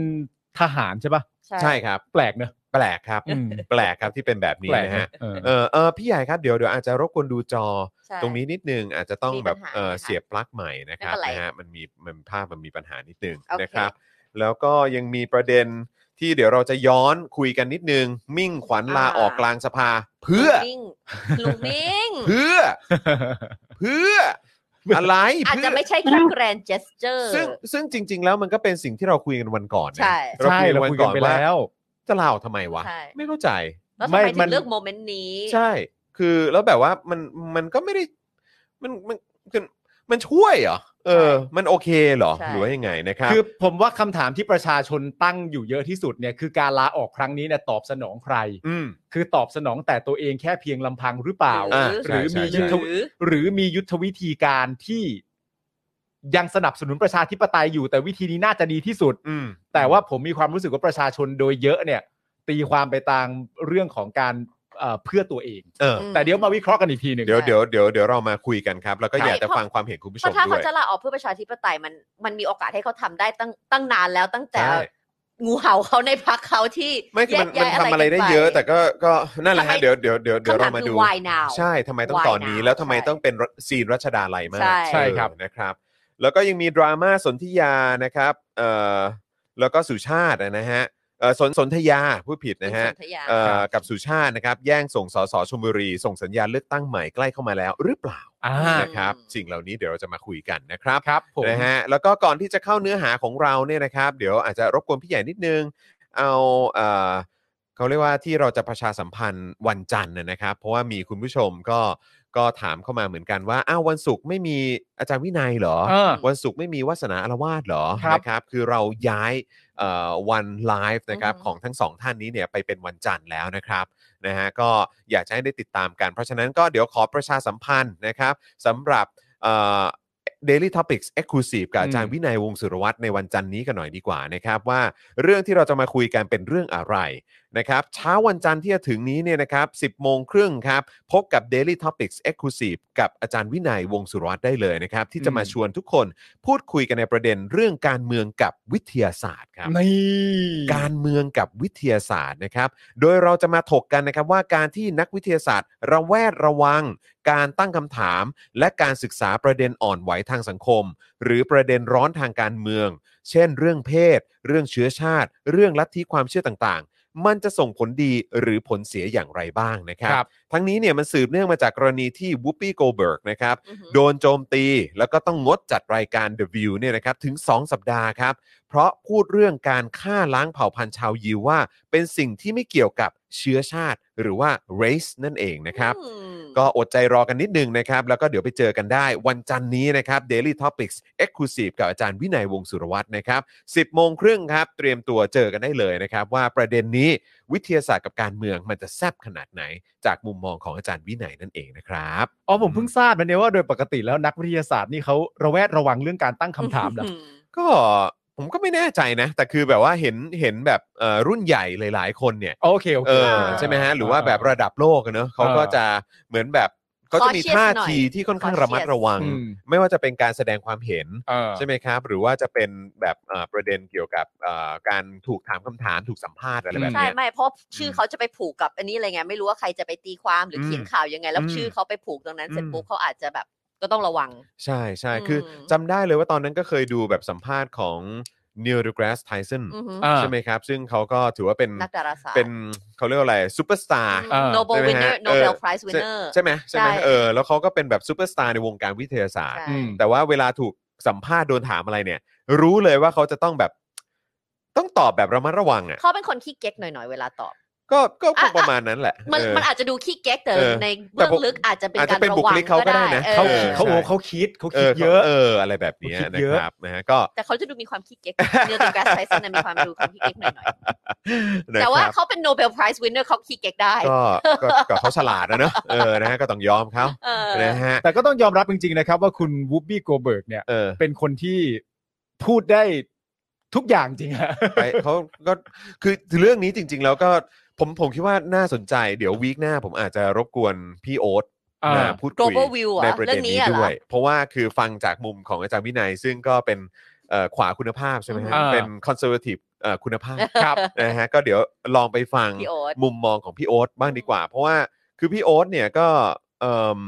Speaker 2: ทหารใช่ปะ
Speaker 1: ใช่ครับ
Speaker 2: แปลกเนอะ
Speaker 1: แป ปลกครับ
Speaker 2: อืม
Speaker 1: แปลกครับที่เป็นแบบนี้
Speaker 2: แปลก
Speaker 1: นะฮะ
Speaker 2: เออ
Speaker 1: เออเออพี่ใหญ่ครับเดี๋ยวเดี๋ยวอาจจะรบกวนดูจอ
Speaker 3: ใช่
Speaker 1: ตรงนี้นิดนึงอาจจะต้อง
Speaker 3: มีปัญหา
Speaker 1: แบบเออ
Speaker 3: นะคะ
Speaker 1: เสียบปลั๊กใหม่นะครับ
Speaker 3: ไม่เป็นไร
Speaker 1: นะฮะมันมีมันภาพมันมีปัญหานิดนึง
Speaker 3: โอเค
Speaker 1: นะครับ แล้วก็ยังมีประเด็นที่เดี๋ยวเราจะย้อนคุยกันนิดนึง มิ่งขวัญลาออกกลางสภา เพื่อ
Speaker 3: ลุงมิ่งลุงมิ่ง
Speaker 1: เพื่อเพื่ออะไร
Speaker 3: อาจ
Speaker 1: เพื่
Speaker 3: จะ
Speaker 1: อ
Speaker 3: ไม่ใช่แค่แกรนเจสเจอร์
Speaker 1: ซึ่งซึ่งจริง ๆ แล้วมันก็เป็นสิ่งที่เราคุยกันวันก่อนนะ
Speaker 3: ใช่
Speaker 1: เรา
Speaker 2: ใช่
Speaker 1: คุยกันวั
Speaker 2: เราคุ
Speaker 1: น
Speaker 2: ย
Speaker 1: ก่อ
Speaker 2: กั
Speaker 1: น
Speaker 2: นไป
Speaker 1: ว่า
Speaker 2: แล้ว
Speaker 1: จะลาออกทำไมวะ
Speaker 3: ใช่
Speaker 1: ไม่เข้าใจ
Speaker 3: แล้วทำ
Speaker 2: ไม่
Speaker 3: ไมถึ
Speaker 2: มั
Speaker 3: ง
Speaker 2: น
Speaker 3: เลือกโมเมนต์นี้
Speaker 1: ใช่ คือแล้วแบบว่ามันมันก็ไม่ได้มันมันคือมันช่วยเหรอเออ มันโอเคเหรอ
Speaker 3: ใช่
Speaker 1: หรือว่ายังไงนะครับ
Speaker 2: คือผมว่าคำถามที่ประชาชนตั้งอยู่เยอะที่สุดเนี่ยคือการลาออกครั้งนี้เนี่ยตอบสนองใคร
Speaker 1: อืม
Speaker 2: คือตอบสนองแต่ตัวเองแค่เพียงลำพังหรือเปล่า
Speaker 1: อ่า
Speaker 2: หรือมี
Speaker 1: ใช่
Speaker 2: ยุท
Speaker 1: ใช่
Speaker 2: ธวิหรือมียุทธวิธีการที่ยังสนับสนุนประชาธิปไตยอยู่แต่วิธีนี้น่าจะดีที่สุด
Speaker 1: อืม
Speaker 2: แต่ว่าผมมีความรู้สึกว่าประชาชนโดยเยอะเนี่ย ตีความไปตามเรื่องของการเอ่อเพื่อตัวเอง
Speaker 1: เออ
Speaker 3: ม
Speaker 2: แต่เดี๋ยวมาวิเคราะห์กันอีกทีหนึ่ง
Speaker 1: เดี๋ยวเดี๋ยวเดี๋ยวเดี๋ยวเรามาคุยกันครับ แล้วก็
Speaker 3: ใช่
Speaker 1: อยากจะฟังความเห็นคุณผู้ช
Speaker 3: เพราะ
Speaker 1: ม
Speaker 3: ถ้า
Speaker 1: ด้
Speaker 3: เขา
Speaker 1: วย
Speaker 3: จะลาออกเพื่อประชาธิปไตยมันมันมีโอกาสให้เขาทำได้ตั้งตั้งนานแล้วตั้งแต่
Speaker 1: ใช่
Speaker 3: งูเห่าเขาในพักเขาที่
Speaker 1: ไม่คือมัน
Speaker 3: แย
Speaker 1: มั
Speaker 3: ก
Speaker 1: น
Speaker 3: ย้าย
Speaker 1: ทำอะไร
Speaker 3: กัน
Speaker 1: ได้
Speaker 3: ป
Speaker 1: เยอะ แต่ก็ก็นั่นแหละฮะ
Speaker 3: ทำไม
Speaker 1: เดี๋ยวเดี๋ยวเดี๋ยวเดี๋ยว
Speaker 3: คำถา
Speaker 1: เรา
Speaker 3: ม
Speaker 1: มา
Speaker 3: คือ
Speaker 1: ดู
Speaker 3: why now
Speaker 1: ใช่ทำไมต้อง
Speaker 3: Why
Speaker 1: ตอนนี้
Speaker 3: now
Speaker 1: แล้วทำไม
Speaker 3: ใช่
Speaker 1: ต้องเป็นซีนรัชดาไลยมาก
Speaker 3: ใช่
Speaker 2: ใช่ครับ
Speaker 1: นะครับ แล้วก็ยังมีดราม่าสนธิยานะครับเอ่อแล้วก็สุชาตินะฮะเอ่อสนสนธยาผู้ผิดนะฮะ
Speaker 3: คุณสนธยา
Speaker 1: เอ่อกับสุชาตินะครับ แย่งส่งสสชลบุรี ส่งสัญญาณเลือกตั้งใหม่ใกล้เข้ามาแล้ว หรือเปล่า
Speaker 2: อ่า
Speaker 1: นะครับสิ่งเหล่านี้เดี๋ยวเราจะมาคุยกันนะครับ
Speaker 2: ครับผม
Speaker 1: นะฮะแล้วก็ก่อนที่จะเข้าเนื้อหาของเราเนี่ยนะครับ เดี๋ยวอาจจะรบกวนพี่ใหญ่นิดนึง เอาเอ่อเขาเรียกว่าที่เราจะประชาสัมพันธ์วันจันทร์นะนะครับ เพราะว่ามีคุณผู้ชมก็ก็ถามเข้ามาเหมือนกันว่าอ้าววันศุกร์ไม่มีอาจารย์วินัยเหรอ
Speaker 2: เออ
Speaker 1: วันศุกร์ไม่มีวาสนาอารวาสเหรอ
Speaker 2: ครับ
Speaker 1: นะครับ คือเราย้ายเอ่อวันไลฟ์นะครับ
Speaker 3: อือฮึ
Speaker 1: ของทั้งสองท่านนี้เนี่ยไปเป็นวันจันทร์แล้วนะครับนะฮะก็อยากจะให้ได้ติดตามกัน เพราะฉะนั้นก็เดี๋ยวขอประชาสัมพันธ์นะครับสำหรับเอ่อ Daily Topics Exclusive กับอาจารย์
Speaker 2: อืม
Speaker 1: วินัยวงศ์สุรวัตรในวันจันทร์นี้กันหน่อยดีกว่านะครับว่าเรื่องที่เราจะมาคุยกันเป็นเรื่องอะไรนะครับเช้าวันจันทร์ที่จะถึงนี้เนี่ยนะครับ10โมงครึ่งครับพบกับ Daily Topics Exclusive กับอาจารย์วินัยวงศ์สุรวัตรได้เลยนะครับที่จะมาชวนทุกคน พูดคุยกันในประเด็นเรื่องการเมืองกับวิทยาศาสตร์ครับ
Speaker 2: นี่
Speaker 1: การเมืองกับวิทยาศาสตร์นะครับ โดยเราจะมาถกกันนะครับว่าการที่นักวิทยาศาสตร์ ระแวดระวัง การตั้งคำถาม และการศึกษาประเด็นอ่อนไหวทางสังคม หรือประเด็นร้อนทางการเมือง เช่น เรื่องเพศ เรื่องเชื้อชาติ เรื่องลัทธิความเชื่อต่างๆ มันจะส่งผลดีหรือผลเสียอย่างไรบ้างนะครั
Speaker 2: ค
Speaker 1: บ
Speaker 2: รับ
Speaker 1: ทั้งนี้เนี่ยมันสืบเนื่องมาจากกรณีที่วูปปี้โกเบิร์กนะครับ
Speaker 3: อือหือ
Speaker 1: โดนโจมตีแล้วก็ต้องงดจัดรายการ The View เนี่ยนะครับถึง 2 สัปดาห์ครับ เพราะพูดเรื่องการฆ่าล้างเผ่าพันธุ์ชาวยิวว่า เป็นสิ่งที่ไม่เกี่ยวกับเชื้อชาติหรือว่า race นั่นเองนะครับ
Speaker 3: อืม
Speaker 1: ก็อดใจรอกันนิดนึงนะครับ แล้วก็เดี๋ยวไปเจอกันได้วันจันทร์นี้นะครับ Daily Topics Exclusive กับอาจารย์วินัยวงศ์สุรวัตรนะครับ 10 โมงครึ่งครับ เตรียมตัวเจอกันได้เลยนะครับ ว่าประเด็นนี้วิทยาศาสตร์กับการเมืองมันจะแซบขนาดไหน จากมุมมองของอาจารย์วินัยนั่นเองนะครับ
Speaker 2: อ๋อผมเพิ่งทราบนะเนี่ยว่าโดยปกติแล้วนักวิทยาศาสตร์นี่เขาระแวดระวังเรื่องการตั้งคำถามเหรอ
Speaker 1: ก็ผมก็ไม่แน่ใจนะ แต่คือแบบว่าเห็นเห็นแบบเอ่อรุ่นใหญ่หลายๆ คนเนี่ย
Speaker 2: โอเคโอเค
Speaker 1: เออ
Speaker 3: อ่า
Speaker 1: ใช่ไหมฮะหรือว่าแบบระดับโลกอะเนอะเขาก็จะเหมือนแบบเขาจะมี
Speaker 3: Cautious
Speaker 1: ท่า
Speaker 3: หน่อย
Speaker 1: ทีที่ค่อนข้างระมัด
Speaker 3: Cautious
Speaker 1: ระวัง
Speaker 2: อืม
Speaker 1: ไม่ว่าจะเป็นการแสดงความเห็น
Speaker 2: เออ
Speaker 1: ใช่ไหมครับ หรือว่าจะเป็นแบบเอ่อประเด็นเกี่ยวกับเอ่อการถูกถามคำถามถูกสัมภาษณ์อะไรแบบ
Speaker 3: ใช่
Speaker 1: เนี้ย
Speaker 3: ไม่เพราะชื่อเขาจะไปผูกกับอันนี้อะไรไงไม่รู้ว่าใครจะไปตีความหรืออ
Speaker 1: ม
Speaker 3: เขียนข่าวยังไง แล้ว
Speaker 1: อืม
Speaker 3: ชื่อเขาไปผูกตรงนั้นเสร็จ
Speaker 1: อืม
Speaker 3: ปุ๊บเขาอาจจะแบบก็ต้องระวัง
Speaker 1: ใช่ใช่คืออ
Speaker 3: ม
Speaker 1: จำได้เลยว่าตอนนั้นก็เคยดูแบบสัมภาษณ์ของ Neil deGrasse Tyson
Speaker 3: อือหือ
Speaker 2: อ่า
Speaker 1: ใช่ไหมครับ ซึ่งเขาก็ถือว่าเป็น
Speaker 3: นักดาราศาสตร์
Speaker 1: เป็นเขาเรียกว่าอะไรซูเปอร์สตาร์
Speaker 2: อ่า
Speaker 3: โนเบล
Speaker 1: ใช่ไหม
Speaker 3: วินเนอ
Speaker 1: ฮะ
Speaker 3: ร์โน
Speaker 1: เออ
Speaker 3: เบลไพรส์วินเนอร์
Speaker 1: ใช่ไหมใช่ไหม
Speaker 3: ใช่
Speaker 1: เออแล้วเขาก็เป็นแบบซูเปอร์สตาร์ในวงการวิทยาศาสตร์
Speaker 2: อืม
Speaker 1: แต่ว่าเวลาถูกสัมภาษณ์โดนถามอะไรเนี่ย รู้เลยว่าเขาจะต้องแบบ ต้องตอบแบบระมัดระวังอ่ะ
Speaker 3: เขาเป็นคนขี้เก๊กหน่อยๆเวลาตอบ
Speaker 1: ก็ก็คง
Speaker 3: อ่ะอ่ะ
Speaker 1: ประมาณนั้นแหละ
Speaker 3: มัน
Speaker 1: เออ
Speaker 3: มันอาจจะดูขี้เก๊กแต่
Speaker 1: เออ
Speaker 3: ในเบื้องลึกอาจจะเป็น
Speaker 1: อาจ
Speaker 3: กา
Speaker 1: จะ
Speaker 3: ร
Speaker 1: เป็น
Speaker 3: ระ
Speaker 1: บุค
Speaker 3: วัง
Speaker 1: ลิกเขาก็
Speaker 3: ก็
Speaker 1: ได้
Speaker 3: ได้
Speaker 1: นะ
Speaker 3: ออ
Speaker 2: เขา
Speaker 1: เออ
Speaker 2: เขาบอกว่าเขาคิดเขา
Speaker 1: เอ
Speaker 2: คิ
Speaker 1: อ
Speaker 2: ดเยอะ
Speaker 1: เออ อะไรแบบเนี้ย
Speaker 2: คิด
Speaker 1: นะ
Speaker 2: เย
Speaker 1: ค
Speaker 2: อะ
Speaker 1: รับนะฮะก็
Speaker 3: แต่เขาจะดูมีความขี้เก๊กเนื้อตัวแกรสไซส์มีความดูความขี้เก๊กหน่อยๆ
Speaker 1: นะ
Speaker 3: แต่ว่า
Speaker 1: ครับ
Speaker 3: เขาเป็นโนเบลไพรส์วินเนอร์เขาขี้เก๊กได้
Speaker 1: ก็ก็ก็เขาฉลาดนะเนอะเออนะฮะก็ต้องยอมเขา
Speaker 3: เออ
Speaker 1: นะฮะ
Speaker 2: แต่ก็ต้องยอมรับจริงๆนะครับว่าคุณวูบบี้โกเบิร์กเนี่ย
Speaker 1: เออ
Speaker 2: เป็นคนที่พูดได้ทุกอย่างจริงฮะ
Speaker 1: ไปเขาก็คือเรื่องนี้จริง ๆ แล้วก็ผมผมคิดว่าน่าสนใจเดี๋ยววีคหน้า ผมอาจจะรบกวนพี่โอ๊ต มาพูดคุย
Speaker 3: Global View เหรอ
Speaker 1: ในประเด็นนี้
Speaker 3: เรื่องนี้อะเหรอ
Speaker 1: ด้วย เพราะว่าคือฟังจากมุมของอาจารย์วินัย ซึ่งก็เป็นเอ่อขวาคุณภาพใช่ไหมฮะ
Speaker 2: อ่า
Speaker 1: เป็น conservative เอ่อคุณภาพ
Speaker 2: ครับ
Speaker 1: นะฮะก็เดี๋ยวลองไปฟัง
Speaker 3: พี่โอ๊ต
Speaker 1: มุมมองของพี่โอ๊ตบ้างดีกว่า เพราะว่าคือพี่โอ๊ตเนี่ยก็เอม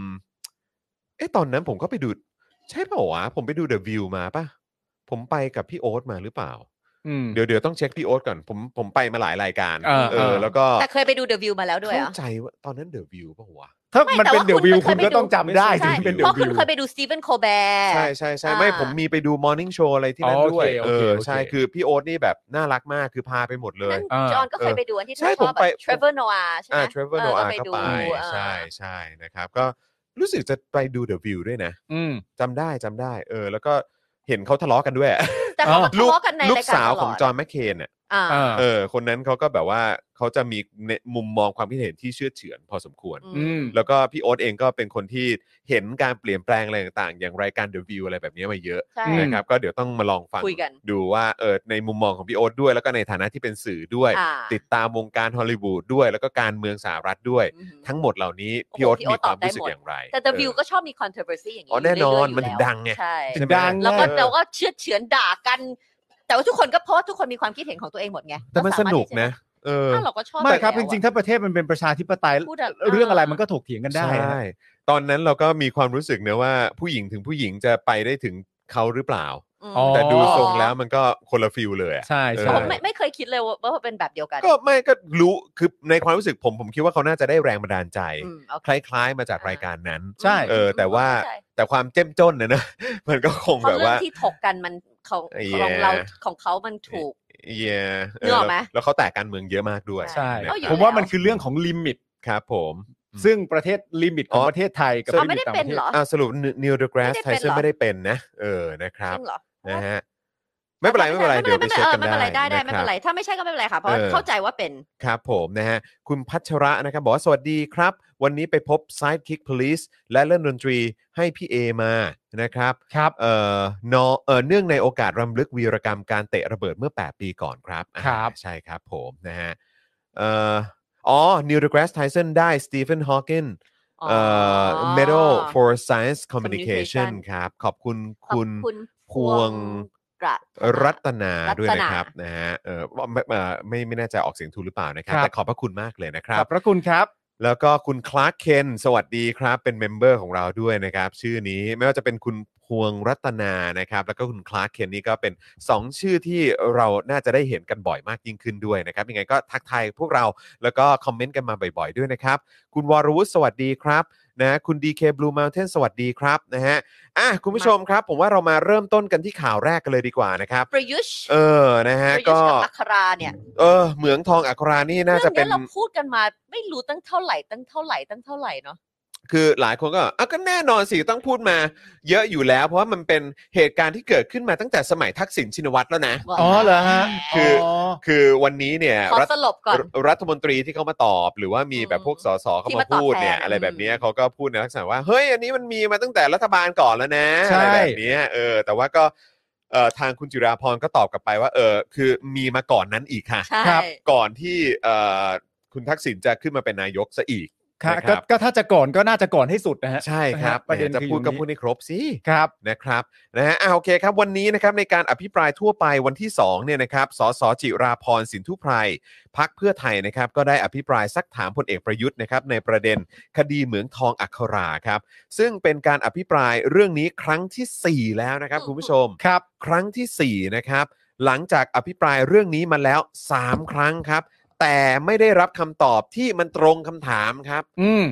Speaker 1: เอะตอนนั้นผมก็ไปดู ใช่เปล่าวะผมไปดู The View มาปะผมไปกับพี่โอ๊ตมาหรือเปล่า
Speaker 2: อืม
Speaker 1: เดี๋ยวเดี๋ยวต้องเช็คพี่โอ๊ตก่อนผมผมไปมาหลายรายการ
Speaker 2: เออเออ
Speaker 1: แล้วก็
Speaker 3: แต่เคยไปดู The View มาแล้วด้วยเหรอ
Speaker 1: เข้าใจว่าตอนนั้น The View ปะวะ
Speaker 2: ถ้ามันเป็น
Speaker 3: ไม่แต่ว่า
Speaker 2: เดี๋ยววิว
Speaker 3: คุ
Speaker 2: คุณ ณ
Speaker 3: เคยไปดู
Speaker 2: ก็ต้องจำได้
Speaker 1: ใช่
Speaker 2: ถึงเป็นเดี๋
Speaker 3: เพ
Speaker 2: ย
Speaker 3: ราะคุ
Speaker 2: ววิ
Speaker 3: ณ
Speaker 2: ว
Speaker 3: เคยไปดูสตีเฟนโคแบร์
Speaker 1: ใช่ใช่ใช่
Speaker 3: อ่า
Speaker 1: ไม่ผมมีไปดู Morning Show อะไรที่นั่น
Speaker 2: อ๋อโอเค
Speaker 1: ด้วย
Speaker 2: โอเค
Speaker 1: เออ
Speaker 2: โอเค
Speaker 1: ใช่คือพี่โอ๊ตนี่แบบน่ารักมากคือพาไปหมดเลย
Speaker 3: นั่น
Speaker 2: เออ
Speaker 3: จอห์นก็เคยไปดูอันที่เธ
Speaker 1: ใช่
Speaker 3: อช
Speaker 1: ผม
Speaker 3: อบ
Speaker 1: ไป
Speaker 3: แบบเทรเวอร์โนอาใช่ไหม
Speaker 1: อ่าเทรเวอร์โนอาก็ไป
Speaker 3: เออ
Speaker 1: ใช่
Speaker 3: ก็
Speaker 1: ใช่นะครับ ก็รู้สึกจะไปดู The View ด้วยนะ
Speaker 2: อืม
Speaker 1: จำได้จำได้ เออ แล้วก็เห็นเขาทะเลาะกัน ด้วยอะ
Speaker 3: ดูแต่เขามา
Speaker 1: ลูก
Speaker 3: ทะเลาะกันใน
Speaker 1: ลู
Speaker 3: ราก ยการ
Speaker 1: สาว
Speaker 3: ต
Speaker 1: ข
Speaker 3: ล
Speaker 1: อง
Speaker 3: อด
Speaker 1: จอห์นแมคเคนอ่ะ
Speaker 3: อ่า
Speaker 2: อ่า
Speaker 1: เออ คนนั้นเขาก็แบบว่าเขาจะมีในมุมมองความคิดเห็นที่เชื่อเฉือนพอสมควร
Speaker 3: อืม
Speaker 2: ม
Speaker 1: แล้วก็พี่โอ๊ตเองก็เป็นคนที่เห็นการเปลี่ยนแปลงอะไรต่างๆ อย่างรายการ The View อะไรแบบนี้มาเยอะ
Speaker 3: ใช่
Speaker 2: อืม
Speaker 1: นะครับ ก็เดี๋ยวต้องมาลองฟัง
Speaker 3: คุยกัน
Speaker 1: ดูว่าเออในมุมมองของพี่โอ๊ตด้วย แล้วก็ในฐานะที่เป็นสื่อด้วย
Speaker 3: อ่า
Speaker 1: ติดตามวงการฮอลลีวูดด้วย แล้วก็การเมืองสหรัฐด้วย
Speaker 3: อือหือ
Speaker 1: ทั้งหมดเหล่านี้พี่โอ๊ต
Speaker 3: โอ้โหพี่
Speaker 1: มีควา
Speaker 3: โอ๊ตตอบ
Speaker 1: มรู้สึก
Speaker 3: ได้
Speaker 1: อ
Speaker 3: หมด
Speaker 1: ย่างไร
Speaker 3: แต่ The
Speaker 1: เออ
Speaker 3: View ก็ชอบมี controversy อย่างนี้
Speaker 1: อ๋อแน่นอน
Speaker 3: ยู่เรื่ยๆยู่
Speaker 1: มันถึง
Speaker 3: แล้ว
Speaker 1: ดังไง
Speaker 3: ใช่
Speaker 2: ถึงดัง
Speaker 3: แล้วก็
Speaker 1: เออ
Speaker 3: เราก็เชือดเฉือนด่ากัน แต่ว่าทุกคนก็เพราะว่าทุกคนมีความคิดเห็นของตัวเองหมดไง
Speaker 1: แต่มันส
Speaker 3: ก็าารถ
Speaker 1: นุก
Speaker 3: ที่จ
Speaker 1: นะ เออ
Speaker 3: อ้าวเราก็ชอบ
Speaker 2: ไม่ครับ
Speaker 3: อยู่แล้ว
Speaker 2: จริงๆ ถ้าประเทศมันเป็นประชาธิปไตย
Speaker 3: อะพูดะ
Speaker 2: เรื่องอะไรมันก็ถกเถียงกันได้
Speaker 1: ใช่
Speaker 2: นะ
Speaker 1: ตอนนั้นเราก็มีความรู้สึกนะว่าผู้หญิงถึงผู้หญิงจะไปได้ถึงเขาหรือเปล่า
Speaker 3: ม
Speaker 2: อ๋อ
Speaker 1: แต่ดูทรงแล้วมันก็คนละฟิลเลยอะ
Speaker 2: ใช่
Speaker 1: เออ
Speaker 2: ใช่
Speaker 3: ผมไม่ไม่เคยคิดเลยว่าว่าเป็นแบบเดียวกัน
Speaker 1: ก็ไม่ก็รู้คือในความรู้สึกผมผมคิดว่าเขาน่าจะได้แรงบันดาลใจ
Speaker 3: อืมโอ
Speaker 1: ค
Speaker 3: เค
Speaker 1: ล้าย ๆ มาจากรายการนั้น
Speaker 2: ใช่
Speaker 1: เออแต่ว่า
Speaker 3: เข้ใจ
Speaker 1: แต่ความเจ้มจนนะนะ มันก็คง
Speaker 3: เพ
Speaker 1: แบ
Speaker 3: ราะ
Speaker 1: บ
Speaker 3: เรื่อง
Speaker 1: ว่า
Speaker 3: ที่ถกกันมันของ
Speaker 1: เออ
Speaker 3: ของเราของเขามันถูก
Speaker 1: เย่
Speaker 3: นึกออกไหม
Speaker 1: แล้วเขาแตกการเมืองเยอะมากด้วย
Speaker 2: ใช่
Speaker 1: นะครับ
Speaker 3: เอาอยู่
Speaker 2: ผมว่า
Speaker 3: แล้ว
Speaker 2: มันคือเรื่องของลิมิต
Speaker 1: ครับผม
Speaker 2: ซึ่งประเทศลิมิตขอ
Speaker 1: อ๋
Speaker 2: ง
Speaker 1: อ
Speaker 2: ประเทศไทยกับ
Speaker 3: เอา
Speaker 2: ลิ
Speaker 3: ไม่
Speaker 2: มิ
Speaker 3: ได้
Speaker 2: ตต่าง
Speaker 3: เป็
Speaker 2: ป
Speaker 3: น
Speaker 2: ระเทศ
Speaker 3: เหรอ
Speaker 1: อ่าสรุปนิวเดอะกราสไท
Speaker 3: ไม่ได้เป็น
Speaker 1: เซอร์ไม่ได้เป็
Speaker 3: เหรอ
Speaker 1: นนะ เออนะครับ
Speaker 3: จริงเหรอ
Speaker 1: นะฮะไม่เป็นไรไม่เป็นไรเดี๋ยวไปเช็คกัน
Speaker 3: ไม่เป็นไรได้ได้ไม่
Speaker 1: ะค
Speaker 3: เป็
Speaker 1: รับ
Speaker 3: นไรถ้าไม่ใช่ก็ไม่เป็นไรค่ะเพราะ
Speaker 1: เออ
Speaker 3: เข้าใจว่าเป็น
Speaker 1: ครับผมนะฮะคุณพัชระนะครับ บอกว่า สวัสดีครับ วันนี้ไปพบ Sidekick Police และเล่นดนตรีให้พี่เอมานะครับ
Speaker 2: ครับ
Speaker 1: เอ่อนอเอ่อเนื่องในโอกาสรำลึกวีรกรรมการเตะระเบิดเมื่อ 8 ปีก่อนครับอ่า
Speaker 2: ครับ
Speaker 1: ใช่ครับผมนะฮะเอ่ออ๋อ Neil deGrasse Tyson ได้สตีเฟนฮอว์กินเอ่อ Medal for Science Communication
Speaker 3: Communication
Speaker 1: ครับ ขอบคุณ
Speaker 3: ขอบ
Speaker 1: คุณ
Speaker 3: คุณ
Speaker 1: พวง
Speaker 3: กระ
Speaker 1: รัตนาด้วย
Speaker 3: รัต
Speaker 1: นะ
Speaker 3: นา
Speaker 1: ครับนะฮะเออไม่เอ่อไม่ไม่แน่ใจออกเสียงถูกหรือเปล่านะครับ
Speaker 2: ครับ
Speaker 1: แต่ขอบพระคุณมากเลยนะครั
Speaker 2: ขอบ บพระคุณครับ
Speaker 1: แล้วก็คุณคลาร์กเคนสวัสดีครับ เป็นเมมเบอร์ของเราด้วยนะครับ ชื่อนี้ไม่ว่าจะเป็นคุณพวงรัตนานะครับ แล้วก็คุณคลาร์กเคนนี่ก็เป็น 2 ชื่อที่เราน่าจะได้เห็นกันบ่อยมากยิ่งขึ้นด้วยนะครับ ยังไงก็ทักทายพวกเราแล้วก็คอมเมนต์กันมาบ่อยๆด้วยนะครับ คุณวรวุฒิสวัสดีครับนะคุณ DK Blue Mountain สวัสดีครับนะฮะอ่ะคุณผู้ชมครับ ผมว่าเรามาเริ่มต้นกันที่ข่าวแรกกันเลยดีกว่านะครับ
Speaker 3: ประยุทธ์
Speaker 1: เออนะ
Speaker 3: ป
Speaker 1: ฮะ
Speaker 3: ระยุท
Speaker 1: ก็
Speaker 3: ธ์กับอัคราเนี่ย
Speaker 1: เออเหมืองทองอัครานี่น่าจะเป็น
Speaker 3: รื่องยเราพูดกันมาไม่รู้ตั้งเท่าไหร่ตั้งเท่าไหร่ตั้งเท่าไหร่เนาะ
Speaker 1: คือหลายคนก็อ่ะก็แน่นอนสิต้องพูดมาเยอะอยู่แล้ว เพราะว่ามันเป็นเหตุการณ์ที่เกิดขึ้นมาตั้งแต่สมัยทักษิณชินวัตรแล้วนะ
Speaker 2: อ๋อเหรอฮะ
Speaker 1: คือ คือวันนี้เนี่ย
Speaker 3: ขอ
Speaker 1: รัฐ
Speaker 3: สลบก่อน
Speaker 1: รัฐมนตรีที่เขามาตอบ หรือว่ามีแบบพวกสสเข้า
Speaker 3: ที่
Speaker 1: มา
Speaker 3: มาตอบ
Speaker 1: พูดเนี่ย
Speaker 3: แทน
Speaker 1: อะไรแบบเนี้ย
Speaker 3: อืม
Speaker 1: เขาก็พูดในลักษณะว่าเฮ้ยอันนี้มันมีมาตั้งแต่รัฐบาลก่อนแล้วนะ
Speaker 2: ใช่
Speaker 1: อะไรแบบเนี้ยเออแต่ว่าก็เอ่อทางคุณจิราพรก็ตอบกลับไปว่าเออคือมีมาก่อนนั้นอีกค่ะ
Speaker 3: ใช่
Speaker 2: ครับ
Speaker 1: ก่อนที่เอ่อคุณทักษิณจะขึ้นมาเป็นนายกซะอีก
Speaker 2: ครับ
Speaker 1: นะครับ
Speaker 2: ก็ก็ถ้าจะก่อนก็น่าจะก่อนให้สุดนะฮะ
Speaker 1: ใช่ครับ
Speaker 2: ประเด็น
Speaker 1: แหมจะ
Speaker 2: คือ
Speaker 1: พูด
Speaker 2: อ
Speaker 1: ก็
Speaker 2: ยู่นี่
Speaker 1: พูดให้ครบสิ
Speaker 2: ครับ
Speaker 1: นะครับนะฮะอ่าโอเคครับ วันนี้นะครับในการอภิปรายทั่วไปวันที่2เนี่ยนะครับสสจิราพรสินทุไพรพักเพื่อไทยนะครับก็ได้อภิปรายซักถามพลเอกประยุทธ์นะครับในประเด็นคดีเหมืองทองอัคราครับซึ่งเป็นการอภิปรายเรื่องนี้ครั้งทีสี่4 แล้วนะครับคุณผู้ชม
Speaker 2: ครับ
Speaker 1: ครั้งทีสี่4นะครับหลังจากอภิปรายเรื่องนี้มาแล้ว 3 ครั้งครับ แต่ไม่ได้รับคำตอบที่มันตรงคำถามครับ
Speaker 2: อืม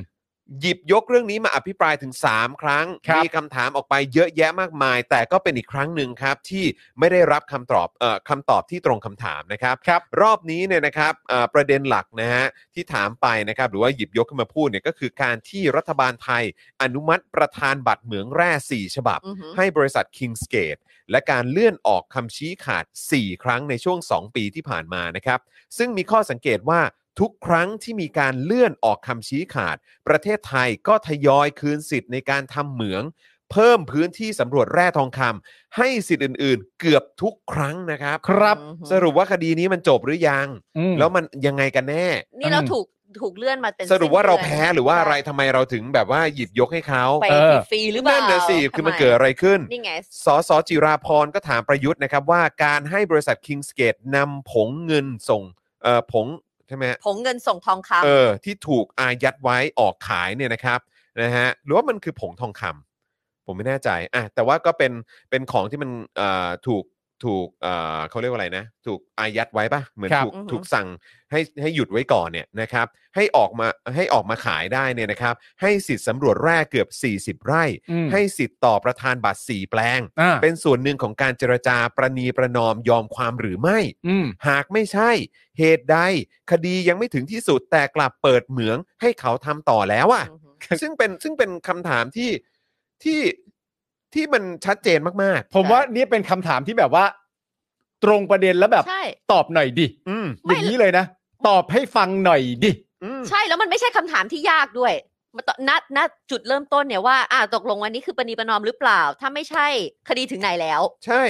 Speaker 1: หยิบยกเรื่องนี้มาอภิปรายถึง 3 ครั้ง
Speaker 2: ครับ
Speaker 1: มีคำถามออกไปเยอะแยะมากมาย แต่ก็เป็นอีกครั้งหนึ่งครับ ที่ไม่ได้รับคำตอบเอ่อคำตอบที่ตรงคำถามนะครับ
Speaker 2: ครับ
Speaker 1: รอบนี้เนี่ยนะครับเอ่อประเด็นหลักนะฮะที่ถามไปนะครับหรือว่าหยิบยกขึ้นมาพูดเนี่ยก็คือการที่รัฐบาลไทย อนุมัติประธานบัตรเหมืองแร่ 4 ฉบับ
Speaker 3: อือหือ
Speaker 1: ให้บริษัท Kingsgate และการเลื่อนออกคำชี้ขาด 4 ครั้งในช่วง 2 ปีที่ผ่านมานะครับ ซึ่งมีข้อสังเกตว่าทุกครั้งที่มีการเลื่อนออกคำชี้ขาด ประเทศไทยก็ทยอยคืนสิทธิ์ในการทำเหมือง เพิ่มพื้นที่สำรวจแร่ทองคำให้สิทธิ์อื่น ๆ เกือบทุกครั้งนะครับ
Speaker 2: ครับ
Speaker 3: อือหือ
Speaker 1: สรุปว่าคดีนี้มันจบหรือยัง
Speaker 2: อืม
Speaker 1: แล้วมันยังไงกันแน่
Speaker 3: นี่เรา
Speaker 2: อืม
Speaker 3: ถูก ถูกเลื่อนมาเป็น
Speaker 1: สรุปว่าเรา
Speaker 3: นดือน
Speaker 1: แพ้หรือว่าอะไรทำไมเราถึงแบบว่าหยิบยกให้เขา
Speaker 3: ไป
Speaker 2: เออ
Speaker 3: ฟรีๆหรือเปล่า
Speaker 1: นั่นนะสิคือมันเกิดอะไรขึ้น
Speaker 3: นี่ไง
Speaker 1: สสจิราพรก็ถามประยุทธ์นะครับ ว่าการให้บริษัท Kingsgate นำผงเงินส่งเอ่อผงใช่ไหมฮะ
Speaker 3: ผงเงินส่งทองคำ
Speaker 1: เออที่ถูกอายัดไว้ออกขายเนี่ยนะครับนะฮะหรือว่ามันคือผงทองคำผมไม่แน่ใจอ่ะแต่ว่าก็เป็นเป็นของที่มันเอ่อถูกถูกเอ่อเขาเรียกว่าอะไรนะ ถูกอายัดไว้ปะเหมือน
Speaker 2: ครับ
Speaker 1: ถูกถูกสั่งให้ให้หยุดไว้ก่อนเนี่ยนะครับให้ออกมาให้ออกมาขายได้เนี่ยนะครับ ให้สิทธิ์สำรวจแร่เกือบ 40 ไร่
Speaker 2: อืม
Speaker 1: ให้สิทธิ์ต่อประธานบัตร4แปลง
Speaker 2: อ่า
Speaker 1: เป็นส่วนหนึ่งของการเจรจาประนีประนอมยอมความหรือไม่
Speaker 2: อืม
Speaker 1: หากไม่ใช่ เหตุใด คดียังไม่ถึงที่สุดแต่กลับเปิดเหมืองให้เขาทำต่อแล้วอะ
Speaker 3: อือหือ
Speaker 1: ซึ่งเป็นซึ่งเป็นคำถามที่ที่ที่มันชัดเจนมาก
Speaker 2: ผมว่านี่เป็นคำถามที่แบบว่า ตรงประเด็นแล้วแบบ
Speaker 3: ใช่
Speaker 2: ตอบหน่อยดิ
Speaker 1: ๆ อืม
Speaker 3: ไม่
Speaker 2: อย่างนี้เลยนะ ตอบให้ฟังหน่อยดิ
Speaker 1: อืม
Speaker 3: ใช่แล้วมันไม่ใช่คำถามที่ยากด้วยมาตณณจุดเริ่มต้นเนี่ยว่าอ่าตกลงวันนี้คือปณีประนอมหรือเปล่า ถ้าไม่ใช่คดีถึงไหนแล้ว
Speaker 1: ใช่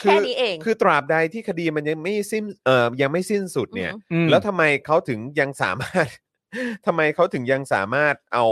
Speaker 3: แค่นี้เอง
Speaker 1: คือตราบใดที่คดีมันยังไม่สิ้นเอ่อยังไม่สิ้นสุดเนี่ย
Speaker 3: อืม
Speaker 2: อืม
Speaker 1: แล้วทำไมเขาถึงยังสามารถ ทำไมเขาถึงยังสามารถเอา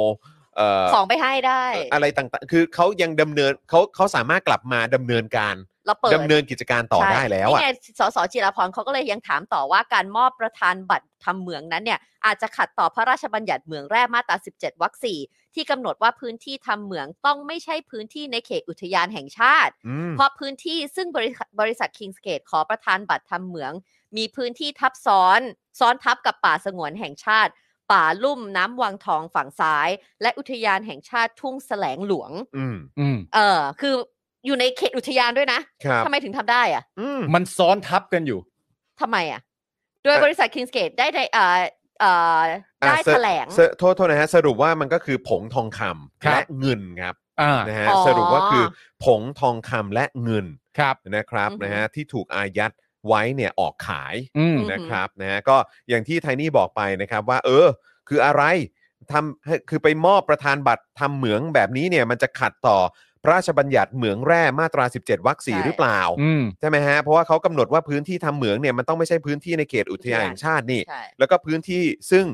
Speaker 1: เอ่อ
Speaker 3: ของไปให้ได้
Speaker 1: เอ่ออะไรต่างๆ คือเขายังดำเนินเขาเขาสามารถกลับมาดำเนินการ
Speaker 3: เราเปิด
Speaker 1: ดำเนินกิจการต่อได้แล้ว
Speaker 3: ใช่
Speaker 1: อ่ะ
Speaker 3: นี่ไงสสจิรพรเขาก็เลยยังถามต่อว่าการมอบประธานบัตรทำเหมืองนั้นเนี่ย อาจจะขัดต่อพระราชบัญญัติเหมืองแร่มาตรา 17 วรรค4ที่กำหนดว่าพื้นที่ทำเหมืองต้องไม่ใช่พื้นที่ในเขตอุทยานแห่งชาติ
Speaker 1: อืม
Speaker 3: เพราะพื้นที่ซึ่งบริษัทบริษัทคิงสเกตขอประทานบัตรทำเหมือง มีพื้นที่ทับซ้อน ซ้อนทับกับป่าสงวนแห่งชาติ ป่าลุ่มน้ำวังทองฝั่งซ้าย และอุทยานแห่งชาติทุ่งแสลงหลวง
Speaker 1: อืม
Speaker 2: อืม
Speaker 3: เออคืออยู่ในเขตอุทยานด้วยนะครับ ทำไมถึงทำได้อะ
Speaker 1: อืม
Speaker 2: มันซ้อนทับกันอยู่
Speaker 3: ทำไมอะโดยบริษัทคิงสเกตได้ได้เอ่อเอ่อ
Speaker 1: อ่ะ
Speaker 3: ได้
Speaker 1: สรุ
Speaker 3: แถลง
Speaker 1: สรุโทษโทษนะฮะสรุปว่ามันก็คือผงทองคำ
Speaker 2: ครับ
Speaker 1: และเงินครับ
Speaker 2: อ่า
Speaker 1: นะฮะ
Speaker 3: อ๋อ
Speaker 1: สรุปว่าคือผงทองคำและเงิน
Speaker 2: ครับ
Speaker 1: นะครับ
Speaker 3: อือฮึ
Speaker 1: นะฮะที่ถูกอายัดไว้เนี่ยออกขาย
Speaker 2: อืม
Speaker 3: ม
Speaker 1: นะครับนะฮะก็อย่างที่ไทนี่บอกไปนะครับว่า เออ คืออะไรทำให้คือไปมอบประธานบัตรทำเหมืองแบบนี้เนี่ยมันจะขัดต่อพระราชบัญญัติเหมืองแร่มาตรา 17วรรคสี่
Speaker 3: ใช่
Speaker 1: หรือเปล่า
Speaker 2: อืม
Speaker 1: ใช่ไหมฮะ เพราะว่าเขากำหนดว่าพื้นที่ทำเหมืองเนี่ยมันต้องไม่ใช่พื้นที่ในเขตอุทยานแห่งชาตินี่
Speaker 3: ใช่
Speaker 1: แล้วก็พื้นที่ซึ่ง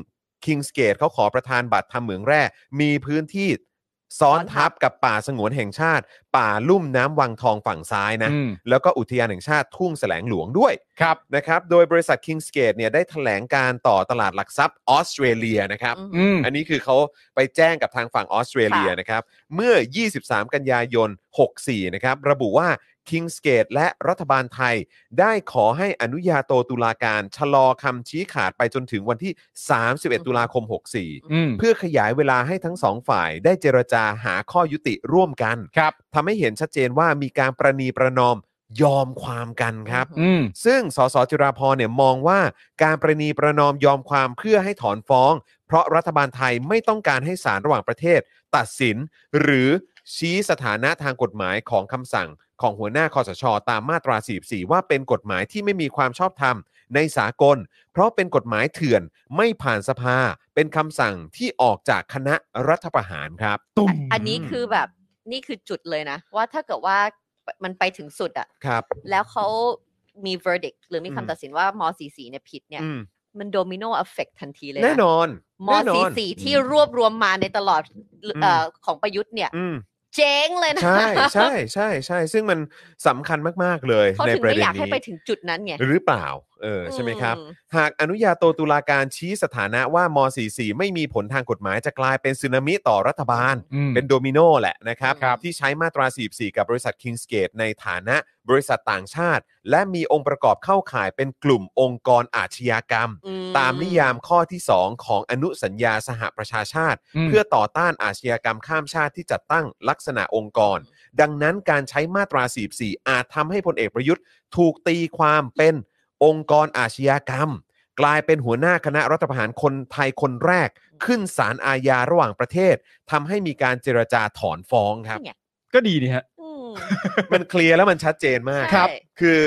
Speaker 1: Kings Gate เขาขอประธานบัตรทำเหมืองแร่ มีพื้นที่ซ้อนทับกับป่าสงวนแห่งชาติ ป่าลุ่มน้ำวังทองฝั่งซ้ายนะ
Speaker 2: อืม
Speaker 1: แล้วก็อุทยานแห่งชาติทุ่งแสลงหลวงด้วย
Speaker 2: ครับ
Speaker 1: นะครับ โดยบริษัท Kings Gate เนี่ยได้แถลงการต่อตลาดหลักทรัพย์ออสเตรเลียนะครับ
Speaker 3: อืม
Speaker 2: อืม
Speaker 1: อันนี้คือเขาไปแจ้งกับทางฝั่งออสเตรเลีย
Speaker 3: ค่ะ
Speaker 1: นะครับ เมื่อ 23 กันยายน 64 นะครับ ระบุว่า Kingsgate และรัฐบาลไทย ได้ขอให้อนุญาโตตุลาการชะลอคำชี้ขาดไปจนถึงวันที่ 31 ตุลาคม 64
Speaker 2: อืม
Speaker 1: เพื่อขยายเวลาให้ทั้งสองฝ่ายได้เจรจาหาข้อยุติร่วมกัน
Speaker 2: ครับ
Speaker 1: ทำให้เห็นชัดเจนว่ามีการประนีประนอมยอมความกันครับ
Speaker 2: อืม
Speaker 1: ซึ่งสสจิราพรเนี่ยมองว่าการประนีประนอมยอมความเพื่อให้ถอนฟ้อง เพราะรัฐบาลไทยไม่ต้องการให้ศาลระหว่างประเทศ ตัดสิน หรือชี้สถานะทางกฎหมายของคำสั่งของหัวหน้าคอสช ตามมาตรา 44 ว่าเป็นกฎหมายที่ไม่มีความชอบธรรมในสากล เพราะเป็นกฎหมายเถื่อนไม่ผ่านสภา เป็นคำสั่งที่ออกจากคณะรัฐประหารครับ
Speaker 2: ตุ่ม
Speaker 3: อันนี้คือแบบนี่คือจุดเลยนะ ว่าถ้าเกิดว่ามันไปถึงสุดอะ
Speaker 1: ครับ
Speaker 3: แล้วเขามี verdict หรือมี
Speaker 1: อืม
Speaker 3: คำตัดสินว่ามสีสีเนี่ยผิดเนี่ย
Speaker 1: อืม
Speaker 3: มันโดมิโนเอฟเฟกทันทีเลยะ
Speaker 1: แน่นอน
Speaker 3: ม
Speaker 1: แน่นอ
Speaker 3: สี
Speaker 1: น
Speaker 3: สีที่รวบรวมมาในตลอดเอ่ออของประยุทธ์เนี่ย
Speaker 1: อืม
Speaker 3: เจ๊งเลยนะ
Speaker 1: ใช่ใช่ใช่ใช่ซึ่งมันสำคัญมาก ๆ เลย
Speaker 3: เขา
Speaker 1: ใน
Speaker 3: ถึง
Speaker 1: ประ
Speaker 3: ไม่
Speaker 1: เด็น
Speaker 3: อยากให้
Speaker 1: นี้
Speaker 3: ไปถึงจุดนั้นไง
Speaker 1: หรือเปล่าเออใช่ไหมครับ
Speaker 3: อื
Speaker 1: หากอนุญาโตตุลาการชี้สถานะว่าม .44 ไม่มีผลทางกฎหมายจะกลายเป็นสึนามิต่อรัฐบาล เป็นโดมิโนแหละนะครับ
Speaker 2: ครับ
Speaker 1: ที่ใช้มาตรา 44 กับบริษัท Kingsgate ในฐานะบริษัทต่างชาติ และมีองค์ประกอบเข้าข่ายเป็นกลุ่มองค์กรอาชญากรรม
Speaker 3: อื
Speaker 1: ตามนิยามข้อที่ 2 ของอนุสัญญาสหประชาชาติ เพื่อต่อต้านอาชญากรรมข้ามชาติที่จัดตั้งลักษณะองค์กร ดังนั้นการใช้มาตรา 44 อาจทำให้พลเอกประยุทธ์ ถูกตีความเป็นองค์กรอาชญากรรม กลายเป็นหัวหน้าคณะรัฐประหารคนไทยคนแรก ขึ้นศาลอาญาระหว่างประเทศทำให้มีการเจรจาถอนฟ้องครับ
Speaker 3: นี่ไง
Speaker 2: ก็ดีนี่ฮะ
Speaker 3: อืม
Speaker 1: มันเคลียร์แล้วมันชัดเจนมาก
Speaker 3: ครับ
Speaker 1: คือ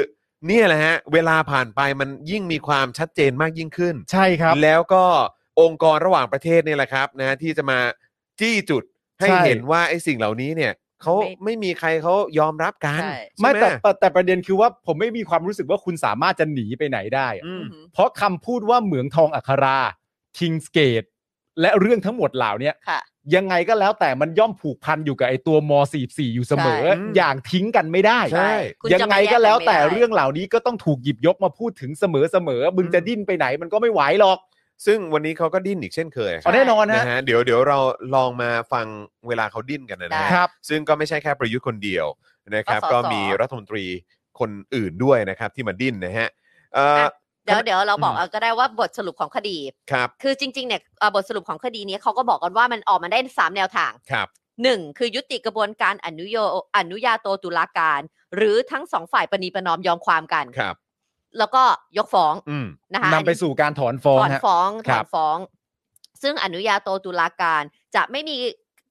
Speaker 1: เนี่ยแหละฮะเวลาผ่านไปมันยิ่งมีความชัดเจนมากยิ่งขึ้น
Speaker 2: ใช่ครับ
Speaker 1: แล้วก็องค์กรระหว่างประเทศเนี่ยแหละครับนะที่จะมาจี้จุดให้
Speaker 2: ใช่
Speaker 1: เห็นว่าไอ้สิ่งเหล่านี้เนี่ยเขา
Speaker 3: ไม่
Speaker 1: ไม่มีใครเขายอมรับกัน
Speaker 3: ใช่
Speaker 2: ไม่
Speaker 1: ใช่ห
Speaker 2: แต่แต่แต่ประเด็นคือว่าผมไม่มีความรู้สึกว่าคุณสามารถจะหนีไปไหนได้อะ
Speaker 1: อืม
Speaker 3: อืม
Speaker 2: เพราะคำพูดว่าเหมืองทองอัครา คิงสเกตและเรื่องทั้งหมดเหล่าเนี้ย
Speaker 3: ค่ะ
Speaker 2: ยังไงก็แล้วแต่มันย่อมผูกพันอยู่กับไอ้ตัวม .44 อยู่เสมอ
Speaker 1: ใช่
Speaker 2: อย่างทิ้งกันไม่ได้
Speaker 1: ใช่
Speaker 3: คุณ
Speaker 2: ยัง
Speaker 3: จะ
Speaker 2: ไง
Speaker 3: มา
Speaker 2: ก็แล้วแต่
Speaker 3: ยนไม่ได้
Speaker 2: เรื่องเหล่านี้ก็ต้องถูกหยิบยกมาพูดถึงเสมอเสมอๆมึงจะดิ้นไปไหนมันก็ไม่ไหวหรอก
Speaker 1: ซึ่งวันนี้เขาก็ดิ้นอีกเช่นเคยครั
Speaker 2: เอา
Speaker 1: บ
Speaker 2: แน่นอนนะ
Speaker 1: นะฮะเดี๋ยวเดี๋ยวเราลองมาฟังเวลาเขาดิ้นกันนะ
Speaker 3: ได้
Speaker 1: ฮะ
Speaker 2: ครับ
Speaker 1: ซึ่งก็ไม่ใช่แค่ประยุทธ์คนเดียวนะครับ
Speaker 3: ก็สส
Speaker 1: ก็มีรัฐมนตรีคนอื่นด้วยนะครับที่มาดิ้นนะฮะเอ่อ
Speaker 3: เดี๋ยวเดี๋ยวเราบอก
Speaker 1: อืม
Speaker 3: เอาก็ได้ว่าบทสรุปของคดี
Speaker 1: ครับ
Speaker 3: คือจริงๆเนี่ยเอ่อบทสรุปของคดีนี้เขาก็บอกกันว่ามันออกมาได้สามแนวทาง
Speaker 1: ครับ
Speaker 3: หนึ่งคือยุติกระบวนการอนุโยอนุญาโตตุลาการ หรือทั้งสองฝ่ายประนีประนอมยอมความกัน
Speaker 1: ครับ
Speaker 3: แล้วก็ยกฟ้อง
Speaker 1: อืม
Speaker 3: นะคะ
Speaker 2: นำ
Speaker 3: อัน
Speaker 2: ไป
Speaker 3: นี้
Speaker 2: สู่การถอนฟ้อง
Speaker 3: ถอน
Speaker 2: ฮะ
Speaker 3: ฟ้อง
Speaker 2: ค
Speaker 3: ถ
Speaker 2: รั
Speaker 3: อบ นฟ้อง ซึ่งอนุญาโตตุลาการจะไม่มี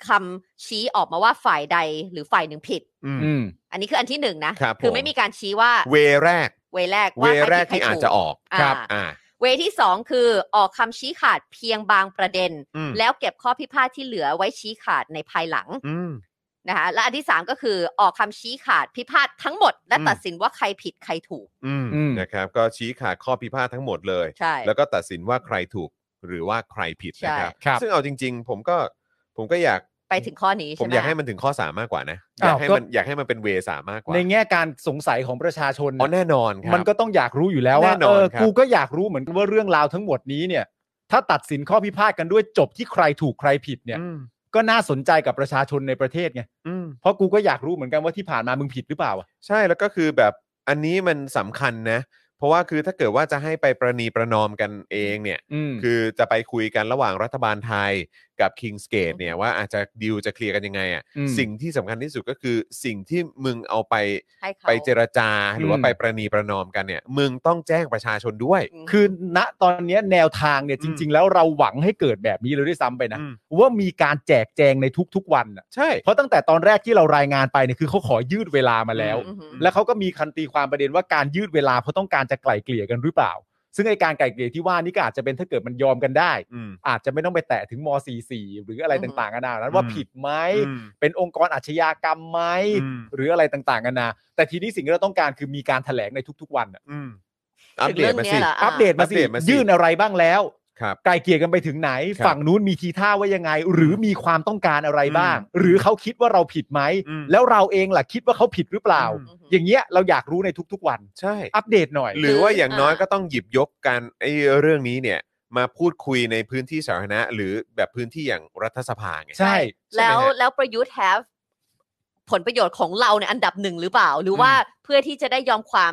Speaker 3: คำชี้ออกมาว่าฝ่ายใดหรือฝ่ายหนึ่งผิด
Speaker 1: อืม
Speaker 2: อืม
Speaker 3: อันนี้คืออันที่หนึ่งนะครับ อ
Speaker 1: ผม
Speaker 3: ไม่มีการชี้ว่า
Speaker 1: เวแรก
Speaker 3: เวแรก
Speaker 1: เว
Speaker 3: ว่าใคร
Speaker 1: แร
Speaker 3: ผิ
Speaker 1: ก
Speaker 3: ดใคร
Speaker 1: ที่อาจ
Speaker 3: ถูก
Speaker 1: จะออก
Speaker 3: อ่า
Speaker 1: อ่า
Speaker 3: เวที่สองคือออกคำชี้ขาดเพียงบางประเด็น
Speaker 1: อืม
Speaker 3: แล้วเก็บข้อพิพาทที่เหลือไว้ชี้ขาดในภายหลัง
Speaker 1: อืม
Speaker 3: นะคะและอันที่ 3 ก็คือออกคำชี้ขาดพิพาททั้งหมด และ
Speaker 1: อืม
Speaker 3: ตัดสินว่าใครผิดใครถูก
Speaker 1: อืม
Speaker 2: อืม
Speaker 1: นะครับ ก็ชี้ขาดข้อพิพาททั้งหมดเลย
Speaker 3: ใช่
Speaker 1: แล้วก็ตัดสินว่าใครถูกหรือว่าใครผิดนะครับ
Speaker 2: ใช่ครับ
Speaker 1: ซึ่งเอาจริง ๆ ผมก็ผมก็อยาก
Speaker 3: ไปถึงข้อนี้
Speaker 1: ผ
Speaker 3: ใช่
Speaker 1: ม
Speaker 3: ไหม
Speaker 1: อยากให้มันถึงข้อสามมากกว่านะ
Speaker 2: อ้าว
Speaker 1: อาก
Speaker 2: ย
Speaker 1: ให้มัน
Speaker 2: ก็
Speaker 1: อยากให้มันเป็นเวสามมากกว่า
Speaker 2: ในแง่การสงสัยของประชาชน
Speaker 1: อ๋อ
Speaker 2: น่ะ
Speaker 1: แน่นอนครับ
Speaker 2: มันก็ต้องอยากรู้อยู่แล้วว่า
Speaker 1: แน่นอน
Speaker 2: เออ
Speaker 1: ครับ
Speaker 2: กูก็อยากรู้เหมือนกันว่าเรื่องราวทั้งหมดนี้เนี่ย ถ้าตัดสินข้อพิพาทกันด้วยจบที่ใครถูกใครผิดเนี่ย
Speaker 1: อืม
Speaker 2: ก็น่าสนใจกับประชาชนในประเทศไง
Speaker 1: อืม
Speaker 2: เพราะกูก็อยากรู้เหมือนกันว่าที่ผ่านมามึงผิดหรือเปล่าอ่ะ
Speaker 1: ใช่แล้วก็คือแบบอันนี้มันสำคัญนะ เพราะว่าคือถ้าเกิดว่าจะให้ไปประนีประนอมกันเองเนี่ย
Speaker 2: อืม
Speaker 1: คือจะไปคุยกันระหว่างรัฐบาลไทยกับ King's Gate เนี่ยว่าอาจจะดิวจะเคลียร์กันยังไงอะ่ะ
Speaker 2: อืม
Speaker 1: สิ่งที่สำคัญที่สุดก็คือสิ่งที่มึงเอาไป
Speaker 3: ให้เขา
Speaker 1: ไปเจรจาหรือว่า
Speaker 2: อืม
Speaker 1: ไปประนีประนอมกันเนี่ย มึงต้องแจ้งประชาชนด้วย
Speaker 3: ม
Speaker 2: คือณตอนเนี้ยแนวทางเนี่ย
Speaker 1: อื
Speaker 2: จ
Speaker 1: ม
Speaker 2: ริง ๆ แล้วเราหวังให้เกิดแบบนี้เลยด้วยซ้ำไปนะ
Speaker 1: อืม
Speaker 2: ว่ามีการแจกแจงในทุกๆวันน่ะ
Speaker 1: ใช่
Speaker 2: เพราะตั้งแต่ตอนแรกที่เรารายงานไปเนี่ยคือเขาขอยืดเวลามาแล้ว
Speaker 3: อือหือ
Speaker 2: แล้วเขาก็มีคันตีความประเด็นว่าการยืดเวลาเพราะต้องการจะไกล่เกลี่ยกันหรือเปล่า ซึ่งไอการไกล่เกลี่ยที่ว่านี่ก็อาจจะเป็นถ้าเกิดมันยอมกันได้
Speaker 1: อืม
Speaker 2: อาจจะไม่ต้องไปแตะถึงม .44 หรืออะไรต่างๆกันานานั้นว่า
Speaker 1: อืม
Speaker 2: ผิดไหม
Speaker 1: อืม
Speaker 2: เป็นองค์กรอาชญากรรมไหม
Speaker 1: อืม
Speaker 2: หรืออะไรต่างๆกันานาแต่ทีนี้สิ่งที่เราต้องการคือมีการแถลงในทุกๆ วันน่ะ
Speaker 1: อืมอัปเด
Speaker 3: ถึงรื่
Speaker 1: ต
Speaker 3: ง
Speaker 1: มาสิ
Speaker 3: นี้ยหรอะ
Speaker 2: อัปเดตมาสิ
Speaker 1: อัปเดตมาสิ
Speaker 2: ยื่นอะไรบ้างแล้ว
Speaker 1: ครับ
Speaker 2: ไกลเกลี่ยกันไปถึงไหน
Speaker 1: ครับ
Speaker 2: ฝั่งนู้นมีทีท่าว่ายังไง หรือมีความต้องการอะไรบ้าง หรือเขาคิดว่าเราผิดไหม
Speaker 1: อืม
Speaker 2: แล้วเราเองล่ะคิดว่าเขาผิดหรือเปล่า
Speaker 1: อืม
Speaker 2: อย่างเงี้ยเราอยากรู้ในทุกๆวัน
Speaker 1: ใช่
Speaker 2: อัปเดตหน่อย
Speaker 1: หรือว่าอย่างน้อย
Speaker 3: อ่า
Speaker 1: ก็ต้องหยิบยกการไอ้เรื่องนี้เนี่ย มาพูดคุยในพื้นที่สาธารณะ หรือแบบพื้นที่อย่างรัฐสภาไง
Speaker 2: ใช่
Speaker 3: แล้ว
Speaker 1: ใช่ไหมฮะ
Speaker 3: แล้วประยุทธ์ have ผลประโยชน์ของเราเนี่ยอันดับหนึ่งหรือเปล่า หรืออ
Speaker 1: ม
Speaker 3: ว่าเพื่อที่จะได้ยอมความ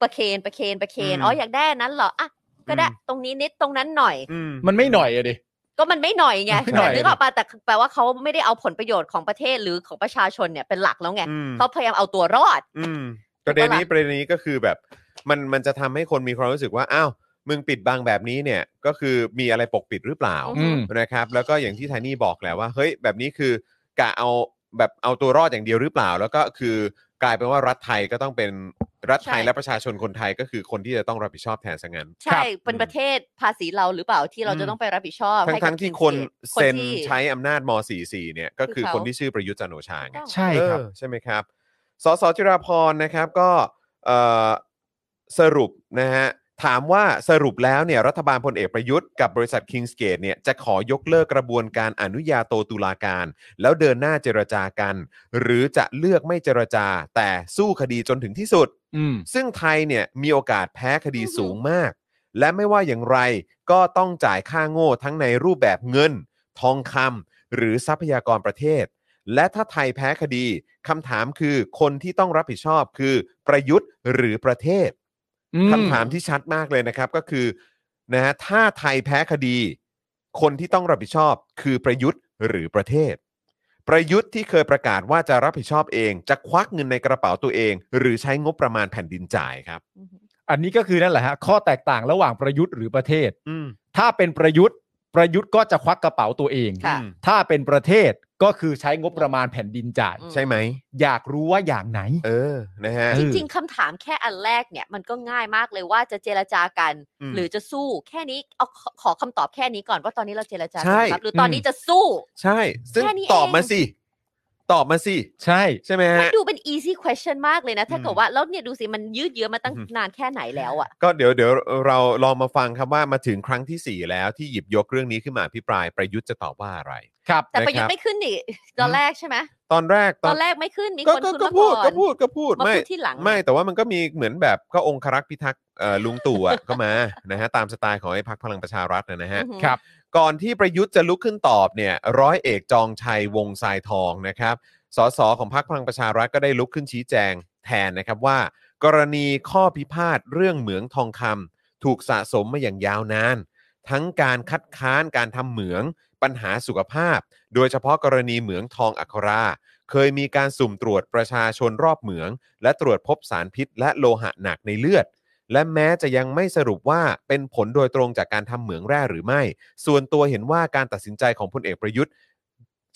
Speaker 3: ประเคนประเคนประเคน
Speaker 1: อืม
Speaker 3: อ๋ออยากได้อันนั้นเหรออ่ะก็ได้
Speaker 1: อืม
Speaker 3: ตรงนี้นิดตรงนั้นหน่อย
Speaker 1: อืม
Speaker 2: มันไม่หน่อยอะดิ
Speaker 3: ก็มันไม่หน่อยไง
Speaker 2: ไม่หน่อย
Speaker 3: แต่นึกออกปะแต่แปลว่าเขาไม่ได้เอาผลประโยชน์ของประเทศหรือของประชาชนเนี่ยเป็นหลักแล้วไง
Speaker 1: อืม
Speaker 3: เขาพยายามเอาตัวรอด
Speaker 1: อืมป
Speaker 3: ถู
Speaker 1: ระ
Speaker 3: กปะล่ะ
Speaker 1: เด็นนี้ประเด็นนี้ก็คือแบบมันมันจะทำให้คนมีความรู้สึกว่าอ้าวมึงปิดบังแบบนี้เนี่ยก็คือมีอะไรปกปิดหรือเปล่า
Speaker 2: อืม
Speaker 1: นะครับ แล้วก็อย่างที่ไทนี่บอกแหละว่าเฮ้ยแบบนี้คือกะเอาแบบเอาตัวรอดอย่างเดียวหรือเปล่า แล้วก็คือกลายเป็นว่ารัฐไทยก็ต้องเป็นรัฐไทย
Speaker 3: ใช่
Speaker 1: และประชาชนคนไทยก็คือคนที่จะต้องรับผิดชอบแทนซะงั้น
Speaker 3: ใช่ เป็นประเทศภาษีเราหรือเปล่าที่เรา
Speaker 1: อืม
Speaker 3: จะต้องไปรับผิดชอบ
Speaker 1: ทั้ง
Speaker 3: ให้กับ
Speaker 1: ทั้งที่คน
Speaker 3: ค
Speaker 1: เซ็น
Speaker 3: ที่
Speaker 1: ใช้อำนาจม .44 เนี่ยก็คือค
Speaker 3: คือเขา
Speaker 1: นที่ชื่อประยุทธ์จันทร์โอชาไง
Speaker 2: ใช่ครับ
Speaker 1: เออใช่ไหมครับ สสจิราพรนะครับก็เอ่อสรุปนะฮะถามว่าสรุปแล้วเนี่ยรัฐบาลพลเอกประยุทธ์กับบริษัท Kings Gate เนี่ยจะขอยกเลิกกระบวนการอนุญาโตตุลาการ แล้วเดินหน้าเจรจากัน หรือจะเลือกไม่เจรจา แต่สู้คดีจนถึงที่สุด
Speaker 2: อืม
Speaker 1: ซึ่งไทยเนี่ยมีโอกาสแพ้คดีสูงมาก และไม่ว่าอย่างไรก็ต้องจ่ายค่าโง่ทั้งในรูปแบบเงิน ทองคำหรือทรัพยากรประเทศ และถ้าไทยแพ้คดีคำถามคือคนที่ต้องรับผิดชอบคือประยุทธ์หรือประเทศ
Speaker 2: อืม
Speaker 1: คำถามที่ชัดมากเลยนะครับก็คือนะฮะถ้าไทยแพ้คดี คนที่ต้องรับผิดชอบคือประยุทธ์หรือประเทศ ประยุทธ์ที่เคยประกาศว่าจะรับผิดชอบเอง จะควักเงินในกระเป๋าตัวเอง หรือใช้งบประมาณแผ่นดินจ่ายครับ
Speaker 3: อือหือ
Speaker 2: อันนี้ก็คือนั่นแหละฮะข้อแตกต่างระหว่างประยุทธ์หรือประเทศ
Speaker 1: อืม
Speaker 2: ถ้าเป็นประยุทธ์ ประยุทธ์ก็จะควักกระเป๋าตัวเอง
Speaker 3: ค่ะ
Speaker 1: อืม
Speaker 2: ถ้าเป็นประเทศก็คือใช้งบประมาณแผ่นดินจ่าย
Speaker 3: อืม
Speaker 1: ใช่ไหม
Speaker 2: อยากรู้ว่าอย่างไหน
Speaker 1: เออ นะฮะ
Speaker 2: เอ
Speaker 3: จ
Speaker 2: อ
Speaker 3: ริง ๆคำถามแค่อันแรกเนี่ยมันก็ง่ายมากเลยว่าจะเจรจากัน
Speaker 1: อืม
Speaker 3: หรือจะสู้แค่นี้เอาขอขอคำตอบแค่นี้ก่อนว่าตอนนี้เราเจรจา
Speaker 1: ใช่
Speaker 3: กันครับหรือตอนนี้จะสู้
Speaker 1: ใช่ ซึ่ง
Speaker 3: แค่นี้
Speaker 1: ตอบมา
Speaker 3: เอง
Speaker 1: สิ ตอบมาสิ
Speaker 2: ใช่
Speaker 1: ใช่ไหม
Speaker 3: มัน
Speaker 1: ฮะ
Speaker 3: ดูเป็น easy question มากเลยนะ ถ้า
Speaker 2: อืม
Speaker 3: เกิดว่าแล้วเนี่ยดูสิมันยืดเยื้อมาตั้ง
Speaker 1: อืม
Speaker 3: นานแค่ไหนแล้วอ่ะ
Speaker 1: ก็เดี๋ยวเดี๋ยวเราลองมาฟังครับว่ามาถึงครั้งที่ 4 แล้วที่หยิบยกเรื่องนี้ขึ้นมาพิปรายประยุทธ์จะตอบว่าอะไร
Speaker 2: ครับ
Speaker 3: แต่ประ
Speaker 1: นะค
Speaker 3: ยุท
Speaker 1: รับ
Speaker 3: ธ์ไม่ขึ้นนี่ตอนแรกใช่ไหม
Speaker 1: ตอนแรก
Speaker 3: ตอนแรกไม่ขึ้นมี
Speaker 1: ก็
Speaker 3: คน
Speaker 1: ก็
Speaker 3: ขึ้น
Speaker 1: ก็
Speaker 3: มา
Speaker 1: พู
Speaker 3: ก่
Speaker 1: ด
Speaker 3: อน
Speaker 1: ก็พูดก็พูด
Speaker 3: มา
Speaker 1: ไม่
Speaker 3: พูดที่หลัง
Speaker 1: ไม่แต่ว่ามันก็มีเหมือนแบบก็องครักษ์พิทักษ์เอ่อลุงตู่อะ ก็มานะฮะตามสไตล์ของไอ้พักพลังประชารัฐนะนะฮะ
Speaker 3: อือหือ
Speaker 2: ครับ
Speaker 1: ก่อนที่ประยุทธ์จะลุกขึ้นตอบเนี่ยร้อยเอกจองชัยวงศ์ทรายทองนะครับสสของพักพลังประชารัฐก็ได้ลุกขึ้นชี้แจงแทนนะครับว่า กรณีข้อพิพาทเรื่องเหมืองทองคำถูกสะสมมาอย่างยาวนาน ทั้งการคัดค้านการทำเหมืองปัญหาสุขภาพ โดยเฉพาะกรณีเหมืองทองอัครา เคยมีการสุ่มตรวจประชาชนรอบเหมือง และตรวจพบสารพิษ และโลหะหนักในเลือด และแม้จะยังไม่สรุปว่าเป็นผลโดยตรงจากการทำเหมืองแร่หรือไม่ ส่วนตัวเห็นว่าการตัดสินใจของพลเอกประยุทธ์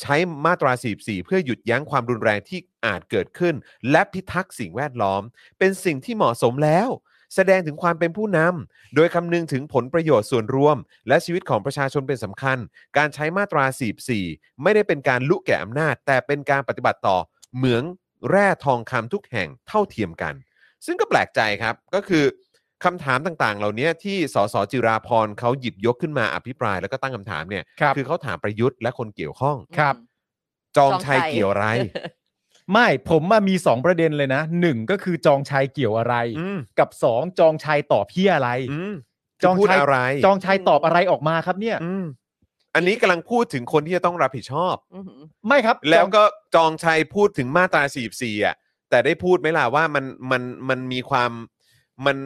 Speaker 1: ใช้มาตรา 44 เพื่อหยุดยั้งความรุนแรงที่อาจเกิดขึ้น และพิทักษ์สิ่งแวดล้อม เป็นสิ่งที่เหมาะสมแล้ว แสดงถึงความเป็นผู้นำ โดยคำนึงถึงผลประโยชน์ส่วนรวม และชีวิตของประชาชนเป็นสำคัญ การใช้มาตรา 44 ไม่ได้เป็นการลุกแก่อำนาจ แต่เป็นการปฏิบัติต่อเหมืองแร่ทองคำทุกแห่งเท่าเทียมกัน ซึ่งก็แปลกใจครับ ก็คือคำถามต่างๆ เหล่านี้ที่สสจิราพรเขาหยิบยกขึ้นมาอภิปรายแล้วก็ตั้งคำถามเนี่ย
Speaker 2: ครับ
Speaker 1: อเขาถามประยุทธ์และคนเกี่ยวข้อง
Speaker 2: ครับ
Speaker 1: จอง
Speaker 3: จอง
Speaker 1: ชั
Speaker 3: ชั
Speaker 1: ย
Speaker 3: ย
Speaker 1: เกี่ยวอะไร
Speaker 2: ไม่ผมมามีสองประเด็นเลยนะหนึ่งก็คือจองชัยเกี่ยวอะไร
Speaker 1: อืม
Speaker 2: กับสองจองชัยตอบเพี้ยอะไร
Speaker 1: อืม
Speaker 2: จอง
Speaker 1: พูด
Speaker 2: ชัย
Speaker 1: อะไร
Speaker 2: จองชัยตอบอะไรออกมาครับเนี่ย
Speaker 1: อืมอันนี้กำลังพูดถึงคนที่จะต้องรับผิดชอบ
Speaker 3: อือหือ
Speaker 2: ไม่ครับ
Speaker 1: แล้ว
Speaker 2: จอง
Speaker 1: ก็จองชัยพูดถึงมาตรา 44 อ่ะ แต่ได้พูดไหมล่ะว่ามันมันมันมีความมัน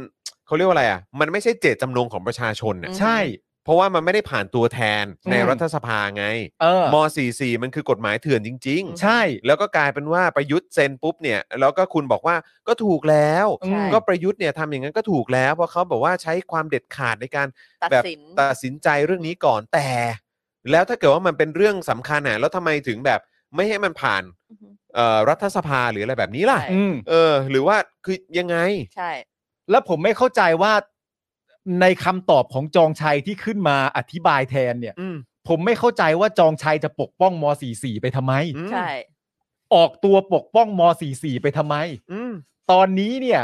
Speaker 1: เขาเรียกว่าอะไรอ่ะ มันไม่ใช่เจตจำนงของประชาชนเนี่ย
Speaker 2: ใช่
Speaker 1: เพราะว่ามันไม่ได้ผ่านตัวแทนใน
Speaker 2: อืม
Speaker 1: รัฐสภาไง
Speaker 2: เออ
Speaker 1: ม 44 มันคือกฎหมายเถื่อนจริง
Speaker 2: ใช่
Speaker 1: ๆ แล้วก็กลายเป็นว่าประยุทธ์เซ็นปุ๊บเนี่ย แล้วก็คุณบอกว่าก็ถูกแล้ว
Speaker 2: อืม
Speaker 1: ก็ประยุทธ์เนี่ยทำอย่างนั้นก็ถูกแล้ว เพราะเขาบอกว่าใช้ความเด็ดขาดในการ
Speaker 3: ตัด
Speaker 1: แบบ
Speaker 3: สิน
Speaker 1: ตัดสินใจเรื่องนี้ก่อนแต่ แล้วถ้าเกิดว่ามันเป็นเรื่องสำคัญอ่ะแล้วทำไมถึงแบบไม่ให้มันผ่าน
Speaker 3: อือฮึ
Speaker 1: เอ่อรัฐสภาหรืออะไรแบบนี้ล่ะ
Speaker 3: ใช่
Speaker 2: อืม
Speaker 1: เออ หรือว่าคือยังไง
Speaker 3: ใช่
Speaker 2: แล้วผมไม่เข้าใจว่าในคำตอบของจองชัยที่ขึ้นมาอธิบายแทนเนี่ย
Speaker 1: อืม
Speaker 2: ผมไม่เข้าใจว่าจองชัยจะปกป้องม .44 ไปทำไม
Speaker 1: อืม
Speaker 3: ใช่
Speaker 2: ออกตัวปกป้องม .44 ไปทำไม
Speaker 1: อืม
Speaker 2: ตอนนี้เนี่ย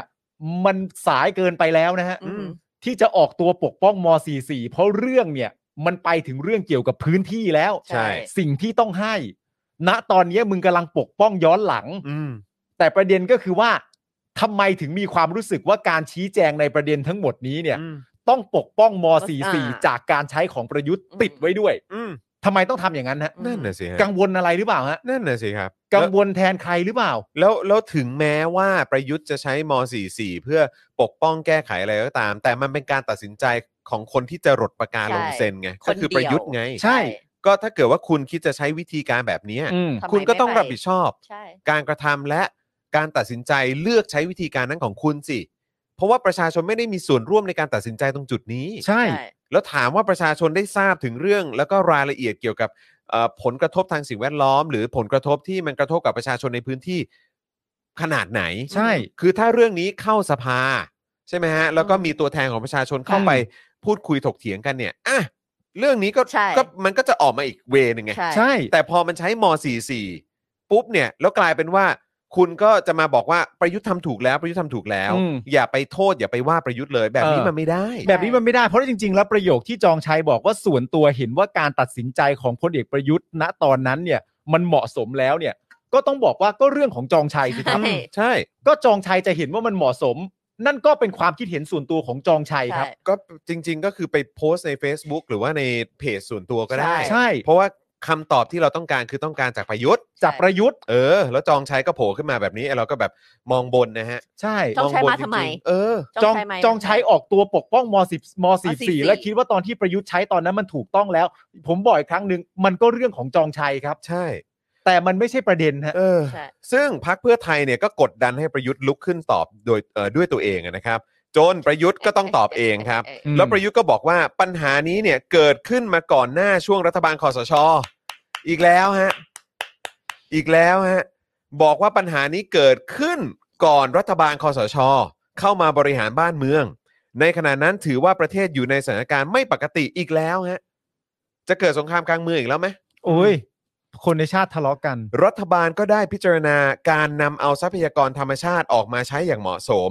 Speaker 2: มันสายเกินไปแล้วนะฮะ
Speaker 3: อืม
Speaker 2: ที่จะออกตัวปกป้องม .44 เพราะเรื่องเนี่ย มันไปถึงเรื่องเกี่ยวกับพื้นที่แล้ว
Speaker 1: ใช่
Speaker 2: สิ่งที่ต้องให้ ณตอนนี้มึงกำลังปกป้องย้อนหลัง
Speaker 1: อืม
Speaker 2: แต่ประเด็นก็คือว่าทำไมถึงมีความรู้สึกว่าการชี้แจงในประเด็นทั้งหมดนี้เนี่ย
Speaker 1: อืม
Speaker 2: ต้องปกป้องม
Speaker 3: อ่า
Speaker 2: .44 จากการใช้ของประยุทธ์ติดไว้ด้วย
Speaker 1: อืม
Speaker 2: ทำไมต้องทำอย่างนั้นฮะ
Speaker 3: อืม
Speaker 1: นั่นน่ะสิฮะ
Speaker 2: กังวลอะไรหรือเปล่าฮะ
Speaker 1: นั่นน่ะสิครับ
Speaker 2: กัง
Speaker 1: แล้ว
Speaker 2: วลแทนใครหรือเปล่า
Speaker 1: แล้วแล้วถึงแม้ว่าประยุทธ์จะใช้ม .44 เพื่อปกป้องแก้ไขอะไรก็ตาม แต่มันเป็นการตัดสินใจของคนที่จะรดปากกาลงเซ็นไงก็คือประยุทธ์ไง
Speaker 2: ใช่
Speaker 1: ก็ถ้าเกิดว่าคุณคิดจะใช้วิธีการแบบเนี้ย
Speaker 2: อืม
Speaker 3: ทำไม
Speaker 1: คุณก็ต้อง
Speaker 3: ไม่ไป
Speaker 1: รับผิดชอบ
Speaker 3: ใช่
Speaker 1: การกระทำและการตัดสินใจเลือกใช้วิธีการนั้นของคุณสิ เพราะว่าประชาชนไม่ได้มีส่วนร่วมในการตัดสินใจตรงจุดนี้
Speaker 2: ใช่
Speaker 3: ใช่
Speaker 1: แล้วถามว่าประชาชนได้ทราบถึงเรื่อง แล้วก็รายละเอียดเกี่ยวกับเอ่อผลกระทบทางสิ่งแวดล้อม หรือผลกระทบที่มันกระทบกับประชาชนในพื้นที่ขนาดไหน
Speaker 2: ใช่
Speaker 1: คือถ้าเรื่องนี้เข้าสภา ใช่ไหมฮะ แล้วก็มีตัวแทนของประชาชนเข้าไปพูดคุยถกเถียงกันเนี่ยอ่ะเรื่องนี้ก็
Speaker 3: ใช่
Speaker 1: ก็มันก็จะออกมาอีกเวนึงไง
Speaker 3: ใช่
Speaker 2: ใช่
Speaker 1: แต่พอมันใช้ม 44 ปุ๊บเนี่ย แล้วกลายเป็นว่า คุณก็จะมาบอกว่าประยุทธ์ทำถูกแล้วประยุทธ์ทำถูกแล้ว
Speaker 2: อืม
Speaker 1: อย่าไปโทษ อย่าไปว่าประยุทธ์เลยแบบนี้
Speaker 2: เออ
Speaker 1: มันไม่ได้
Speaker 2: แบบนี้มันไม่ได้เพราะจริง ๆ แล้วประโยคที่จองชัยบอกว่าส่วนตัวเห็นว่าการตัดสินใจของพลเอกประยุทธ์ ณตอนนั้นเนี่ย มันเหมาะสมแล้วเนี่ย ก็ต้องบอกว่าก็เรื่องของจองชัยสิครับ
Speaker 3: ใช่
Speaker 1: ใช่
Speaker 2: ก็จองชัยจะเห็นว่ามันเหมาะสม นั่นก็เป็นความคิดเห็นส่วนตัวของจองชัยครับ
Speaker 1: ก็จริง ๆ ก็คือไปโพสต์ใน Facebook หรือว่าในเพจส่วนตัวก็ได้
Speaker 2: ใช่
Speaker 1: เพราะว่าคำตอบที่เราต้องการคือต้องการจากประยุทธ์
Speaker 2: จากประยุทธ์
Speaker 1: เออ แล้วจองชัยก็โผล่ขึ้นมาแบบนี้ไอ้เราก็แบบมองบนนะฮะ
Speaker 2: ใช่
Speaker 3: จองชัย
Speaker 1: บน
Speaker 3: มาทำไม
Speaker 1: จริงๆเออ
Speaker 3: ใช่
Speaker 2: จอง
Speaker 3: ไหม
Speaker 2: จองใช้ออกตัวปกป้องม10ม
Speaker 3: 44
Speaker 2: 44และคิดว่าตอนที่ประยุทธ์ใช้ตอนนั้นมันถูกต้องแล้ว ผมบ่อยครั้งหนึ่งมันก็เรื่องของจองชัยครับ
Speaker 1: ใช่
Speaker 2: แต่มันไม่ใช่ประเด็นฮะ
Speaker 1: เออ
Speaker 3: ใช่
Speaker 1: ซึ่งพักเพื่อไทยเนี่ยก็กดดันให้ประยุทธ์ลุกขึ้นตอบโดยเอ่อด้วยตัวเองอะนะครับจนประยุทธ์ก็ต้องตอบเองครับ
Speaker 3: เ
Speaker 2: อืม
Speaker 1: แล้วประยุทธ์ก็บอกว่าปัญหานี้เนี่ยเกิดขึ้นมาก่อนหน้าช่วงรัฐบาลคอสช อีกแล้วฮะ อีกแล้วฮะ บอกว่าปัญหานี้เกิดขึ้นก่อนรัฐบาลคอสช เข้ามาบริหารบ้านเมือง ในขณะนั้นถือว่าประเทศอยู่ในสถานการณ์ไม่ปกติอีกแล้วฮะ จะเกิดสงครามกลางเมืองอีกแล้วไหม
Speaker 2: โอ้ย คนในชาติทะเลาะกัน
Speaker 1: รัฐบาลก็ได้พิจารณาการนำเอาทรัพยากรธรรมชาติออกมาใช้อย่างเหมาะสม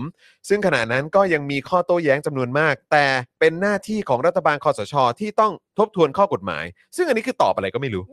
Speaker 1: ซึ่งขณะนั้นก็ยังมีข้อโต้แย้งจำนวนมาก แต่เป็นหน้าที่ของรัฐบาลคอสช ที่ต้องทบทวนข้อกฎหมาย ซึ่งอันนี้คือตอบอะไรก็ไม่รู้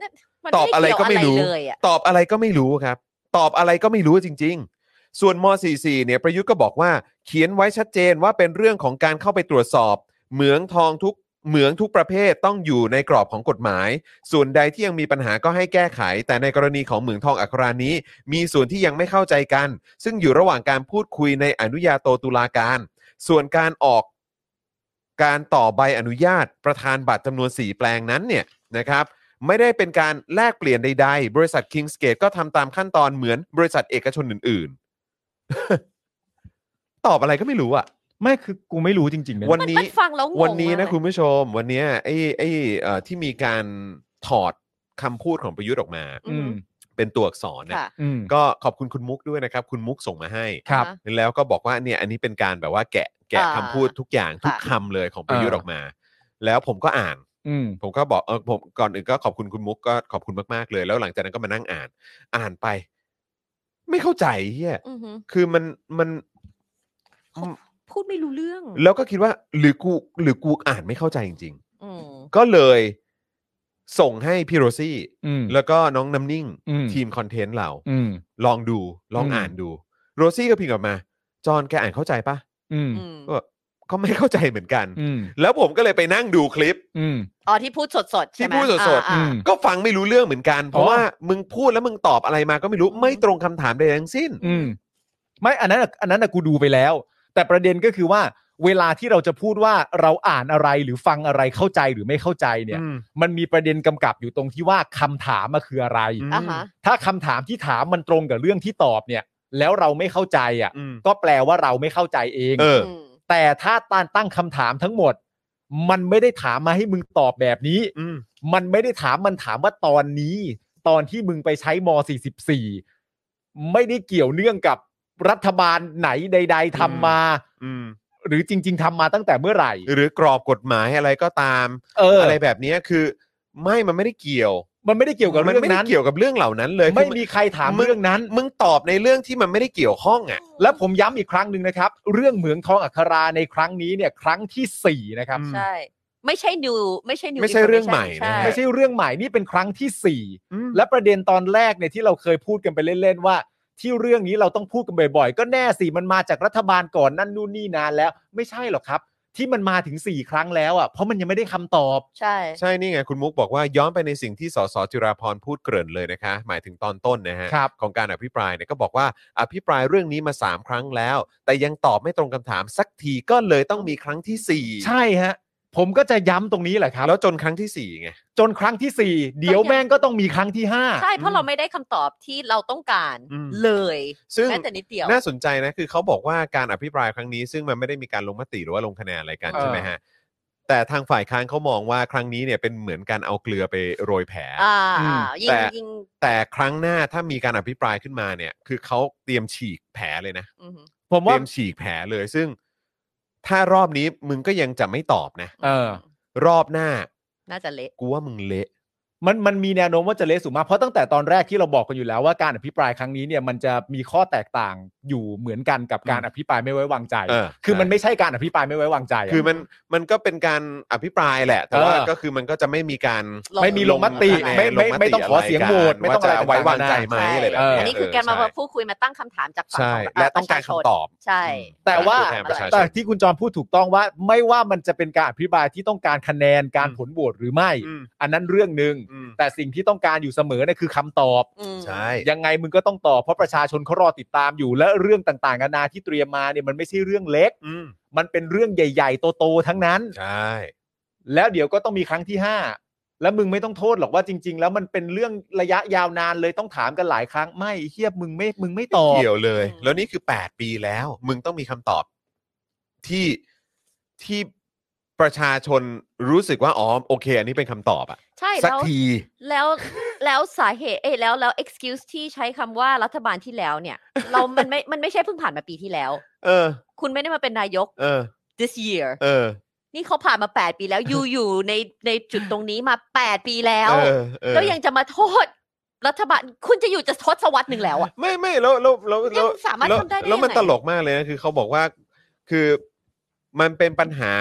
Speaker 3: มัน
Speaker 1: ตอบอะไร
Speaker 3: เยว
Speaker 1: ก็ไม่รู้
Speaker 3: เลยอ่ะ
Speaker 1: ตอบอะไรก็ไม่รู้ครับ ตอบอะไรก็ไม่รู้จริง ๆ ส่วนม .44 เนี่ยประยุทธ์ก็บอกว่าเขียนไว้ชัดเจนว่าเป็นเรื่องของการเข้าไปตรวจสอบ เหมืองทองทุกเหมืองทุกประเภทต้องอยู่ในกรอบของกฎหมาย ส่วนใดที่ยังมีปัญหาก็ให้แก้ไข แต่ในกรณีของเหมืองทองอัครานี้ มีส่วนที่ยังไม่เข้าใจกัน ซึ่งอยู่ระหว่างการพูดคุยในอนุญาโตตุลาการ ส่วนการออกการต่อใบอนุญาตประธานบัตรจำนวน 4 แปลงนั้นเนี่ยนะครับ ไม่ได้เป็นการแลกเปลี่ยนใดๆ บริษัท Kingsgate ก็ทำตามขั้นตอนเหมือนบริษัทเอกชนอื่นๆ ตอบอะไรก็ไม่รู้อะ
Speaker 2: ไม่คือกูไม่รู้จริงๆนะ
Speaker 1: วัน
Speaker 3: มัน
Speaker 1: นี้
Speaker 3: มันฟังแล้วงง
Speaker 1: วันนี้
Speaker 3: มา
Speaker 1: นะ
Speaker 3: ก
Speaker 1: คุณผู้ชม วันเนี้ยไอ้ไอ้เอ่อที่มีการถอดคำพูดของประยุทธ์ออกมา
Speaker 2: อืม
Speaker 1: เป็นตัวอักษรนะ
Speaker 3: ค่ะ
Speaker 2: อืม
Speaker 1: ก็ขอบคุณคุณมุกด้วยนะครับ คุณมุกส่งมาให้
Speaker 2: ครับ
Speaker 3: นะ
Speaker 1: แล้วก็บอกว่าเนี่ยอันนี้เป็นการแบบว่าแกะแกะ
Speaker 3: อ่า
Speaker 1: คำพูดทุกอย่างทุก
Speaker 3: ค่ะ
Speaker 1: คำเลยของประยุทธ์
Speaker 2: อ่า
Speaker 1: ออกมา แล้วผมก็อ่าน
Speaker 2: อืม
Speaker 1: ผมก็บอกเออผมก่อนอื่นก็ขอบคุณคุณมุกก็ขอบคุณมากๆเลย แล้วหลังจากนั้นก็มานั่งอ่าน อ่านไป ไม่เข้าใจเฮีย
Speaker 3: อือหือ
Speaker 1: คือมันมัน
Speaker 3: พูดไม่รู้เรื่อง
Speaker 1: แล้วก็คิดว่า หรือกูหรือกูอ่านไม่เข้าใจจริง
Speaker 3: อืม
Speaker 1: ๆ ก็เลย ส่งให้พี่โรซี่
Speaker 2: อืม
Speaker 1: แล้วก็น้องน้ำนิ่ง
Speaker 2: อืม
Speaker 1: ทีมคอนเทนต์เรา
Speaker 2: อืม
Speaker 1: ลองดูลอง
Speaker 2: อืม
Speaker 1: อ่านดู โรซี่ก็พิมพ์กลับมา จอห์นแกอ่านเข้าใจปะ
Speaker 2: อืม
Speaker 3: อืม
Speaker 1: ก็บอกก็ไม่เข้าใจเหมือนกัน
Speaker 2: อืม
Speaker 1: แล้วผมก็เลยไปนั่งดูคลิป
Speaker 2: อืม
Speaker 3: อ๋อที่พูดสดสดๆใช่ไหม
Speaker 1: ที่พูดสดๆ
Speaker 3: อ่า
Speaker 2: อืม
Speaker 3: ๆ
Speaker 1: ก็ฟังไม่รู้เรื่องเหมือนกัน เพราะ
Speaker 2: อ๋อ
Speaker 1: ว่ามึงพูดแล้วมึงตอบอะไรมาก็ไม่รู้
Speaker 3: อืม
Speaker 1: ไม่ตรงคำถามใดทั้งสิ้น
Speaker 2: อืมไม่อันนั้นอะอันนั้นอะกูดูไปแล้ว แต่ประเด็นก็คือว่า เวลาที่เราจะพูดว่าเราอ่านอะไรหรือฟังอะไรเข้าใจหรือไม่เข้าใจเนี่ย
Speaker 1: อืม
Speaker 2: มันมีประเด็นกำกับอยู่ตรงที่ว่าคำถามมาคืออะไร
Speaker 1: อืม
Speaker 3: อ่าฮะ
Speaker 2: ถ้าคำถามที่ถามมันตรงกับเรื่องที่ตอบเนี่ย แล้วเราไม่เข้าใจอ่ะ
Speaker 1: อืม
Speaker 2: ก็แปลว่าเราไม่เข้าใจเอง
Speaker 1: เออ
Speaker 3: ม
Speaker 2: แต่ถ้าตานตั้งคำถามทั้งหมด มันไม่ได้ถามมาให้มึงตอบแบบนี้
Speaker 1: อืม
Speaker 2: มันไม่ได้ถามมันถามว่าตอนนี้ ตอนที่มึงไปใช้ม 44 ไม่ได้เกี่ยวเนื่องกับรัฐบาลไหนใด ๆทำมา
Speaker 1: อืม
Speaker 2: หรือจริง ๆทำมาตั้งแต่เมื่อไหร่
Speaker 1: หรือกรอบกฎหมายอะไรก็ตาม
Speaker 2: เออ
Speaker 1: อะไรแบบเนี้ยคือ ไม่มันไม่ได้เกี่ยว
Speaker 2: มันไม่ได้เกี่ยวกับ
Speaker 1: มั
Speaker 2: เรื่อง
Speaker 1: ไม่ได้
Speaker 2: นั้น
Speaker 1: เกี่ยวกับเรื่องเหล่านั้นเลย
Speaker 2: ไม่
Speaker 1: คือ
Speaker 2: มีใครถามเรื่องนั้น
Speaker 1: มึงตอบในเรื่องที่มันไม่ได้เกี่ยวข้องอ่ะ
Speaker 2: และผมย้ำอีกครั้งหนึ่งนะครับ เรื่องเหมืองทองอัคราในครั้งนี้เนี่ยครั้งที่สี่นะครับ
Speaker 1: อืม
Speaker 3: ใช่ ไม่ใช่ new ไม่ใช่ new
Speaker 1: ไม่ใช่เรื่องใหม่
Speaker 3: information ใช่
Speaker 1: นะฮะ
Speaker 2: ไม่ใช่เรื่องใหม่นี่เป็นครั้งที่สี่
Speaker 1: อืม
Speaker 2: และประเด็นตอนแรกเนี่ยที่เราเคยพูดกันไปเล่น ๆ ว่า ที่เรื่องนี้เราต้องพูดกันบ่อย ๆ ก็แน่สิมันมาจากรัฐบาลก่อนนั่นนู่นนี่นานแล้ว ไม่ใช่หรอกครับ ที่มันมาถึง 4 ครั้งแล้วอ่ะเพราะมันยังไม่ได้คำตอบ
Speaker 3: ใช่
Speaker 1: ใช่นี่ไงคุณมุกบอกว่าย้อนไปในสิ่งที่สสจิราพรพูดเกริ่นเลยนะคะ หมายถึงตอนต้นนะฮะ
Speaker 2: ครับ
Speaker 1: ของการอภิปรายเนี่ยก็บอกว่าอภิปรายเรื่องนี้มา 3 ครั้งแล้ว แต่ยังตอบไม่ตรงคำถามสักทีก็เลยต้องมีครั้งที่สี่
Speaker 2: ใช่ฮะ ผมก็จะย้ำตรงนี้แหละครับ
Speaker 1: แล้วจนครั้งที่สี่ไง
Speaker 2: จนครั้งที่ 4 เดี๋ยวแม่งก็ต้องมีครั้งที่
Speaker 3: ใช่ เพราะเราไม่ได้คำตอบที่เราต้องการ
Speaker 1: อืม
Speaker 3: เลย
Speaker 1: ซึ่ง
Speaker 3: แม้แต่นิดเดียว
Speaker 1: น่าสนใจนะ คือเขาบอกว่าการอภิปรายครั้งนี้ ซึ่งมันไม่ได้มีการลงมติหรือว่าลงคะแนนอะไรกัน
Speaker 2: เออ
Speaker 1: ใช่ไหมฮะ แต่ทางฝ่ายค้านเขามองว่าครั้งนี้เนี่ยเป็นเหมือนการเอาเกลือไปโรยแผล
Speaker 3: อ่า
Speaker 2: อืม
Speaker 3: ยิ
Speaker 1: แต่
Speaker 3: งยิง
Speaker 1: แต่ครั้งหน้าถ้ามีการอภิปรายขึ้นมาเนี่ย คือเขาเตรียมฉีกแผลเลยนะ
Speaker 3: อือหือ
Speaker 2: 5 ผม
Speaker 1: เต
Speaker 2: ว่า
Speaker 1: รียมฉีกแผลเลย ซึ่งถ้ารอบนี้มึงก็ยังจะไม่ตอบนะ
Speaker 2: เออ
Speaker 1: รอบหน้า
Speaker 3: น่าจะเละ
Speaker 1: กูว่ามึงเละ
Speaker 2: มันมันมีแนวโน้มว่าจะเละสูงมากเพราะตั้งแต่ตอนแรกที่เราบอกกันอยู่แล้วว่าการอภิปรายครั้งนี้เนี่ยมันจะมีข้อแตกต่างอยู่เหมือนกันกับการอภิปรายไม่ไว้วางใจ
Speaker 1: เออ
Speaker 2: คือ
Speaker 1: ใช่
Speaker 2: มันไม่ใช่การอภิปรายไม่ไว้วางใจอะ
Speaker 1: คือมันมันก็เป็นการอภิปรายแหละ แต่ว่า
Speaker 2: เออ
Speaker 1: ก็คือมันก็จะไม่มีการ
Speaker 3: ลง
Speaker 2: ไม่มีลงมติ
Speaker 3: คะแนน
Speaker 2: ไม่ไม่ไม่ต้องขอเสียงโหวตไม่ต้องอะไร
Speaker 1: ว่าจะไว้วางใจไหม
Speaker 3: ใช่
Speaker 1: อะไรแบบเนี้ย
Speaker 3: อันนี้คือแกมา
Speaker 1: เออใช่
Speaker 3: พูดคุยมาตั้งคำถามจากฝั่ง
Speaker 1: ใช่
Speaker 3: ของ
Speaker 1: และต้องการ
Speaker 3: ปะชชน
Speaker 1: คำตอบ
Speaker 3: ใช่
Speaker 2: แต่ว่า
Speaker 1: ตัวแทนประชาชน
Speaker 2: แต่ที่คุณจรพูดถูกต้องว่า ไม่ว่ามันจะเป็นการอภิปรายที่ต้องการคะแนนการผลโหวตหรือไม่
Speaker 1: อืม
Speaker 2: อันนั้นเรื่องหนึ่ง
Speaker 1: อืม
Speaker 2: แต่สิ่งที่ต้องการอยู่เสมอเนี่ยคือคำตอบ
Speaker 3: อืม
Speaker 1: ใช่
Speaker 2: ยังไงมึงก็ต้องตอบเพราะประชาชนเขารอติดตามอยู่และเรื่องต่างๆนานาที่เตรียมมาเนี่ยมันไม่ใช่เรื่องเล็ก
Speaker 1: อืม
Speaker 2: มันเป็นเรื่องใหญ่ ๆ โตๆทั้งนั้น
Speaker 1: ใช่
Speaker 2: แล้วเดี๋ยวก็ต้องมีครั้งที่ห้าแล้วมึงไม่ต้องโทษหรอกว่าจริง ๆ แล้วมันเป็นเรื่องระยะยาวนานเลยต้องถามกันหลายครั้งไม่เฮียมึงไม่มึงไม่ตอบ
Speaker 1: เกี่ยวเลย แล้วนี่คือ 8 ปีแล้ว มึงต้องมีคำตอบที่ที่ประชาชนรู้สึกว่า อ๋อ โอเค อันนี้เป็นคำตอบอะ
Speaker 3: ใช่
Speaker 1: สัก
Speaker 3: แล้ว
Speaker 1: ที
Speaker 3: แล้วแล้วสาเหตุเอ้ยแล้วแล้ว excuse ที่ใช้คำว่ารัฐบาลที่แล้วเนี่ย เรามันไม่มันไม่ใช่เพิ่งผ่านมาปีที่แล้ว
Speaker 1: เออ
Speaker 3: คุณไม่ได้มาเป็นนายก
Speaker 1: เออ
Speaker 3: this year
Speaker 1: เออ
Speaker 3: นี่เขาผ่านมา 8ปีแล้ว อยู่อยู่ในในจุดตรงนี้มา 8 ปีแล้ว
Speaker 1: เออเออ
Speaker 3: แล้วยังจะมาโทษ รัฐบาลคุณจะอยู่จะทศวรรษหนึ่งแล้วอ่ะ
Speaker 1: ไม่ไม่แล้วแล้วแล้วแล้ว
Speaker 3: ยังสามารถ
Speaker 1: แล้ว
Speaker 3: ทำได้ได้
Speaker 1: แล้วมัน
Speaker 3: ยังไง
Speaker 1: ตลกมากเลยนะคือเขาบอกว่าคือมันเป็นปัญหา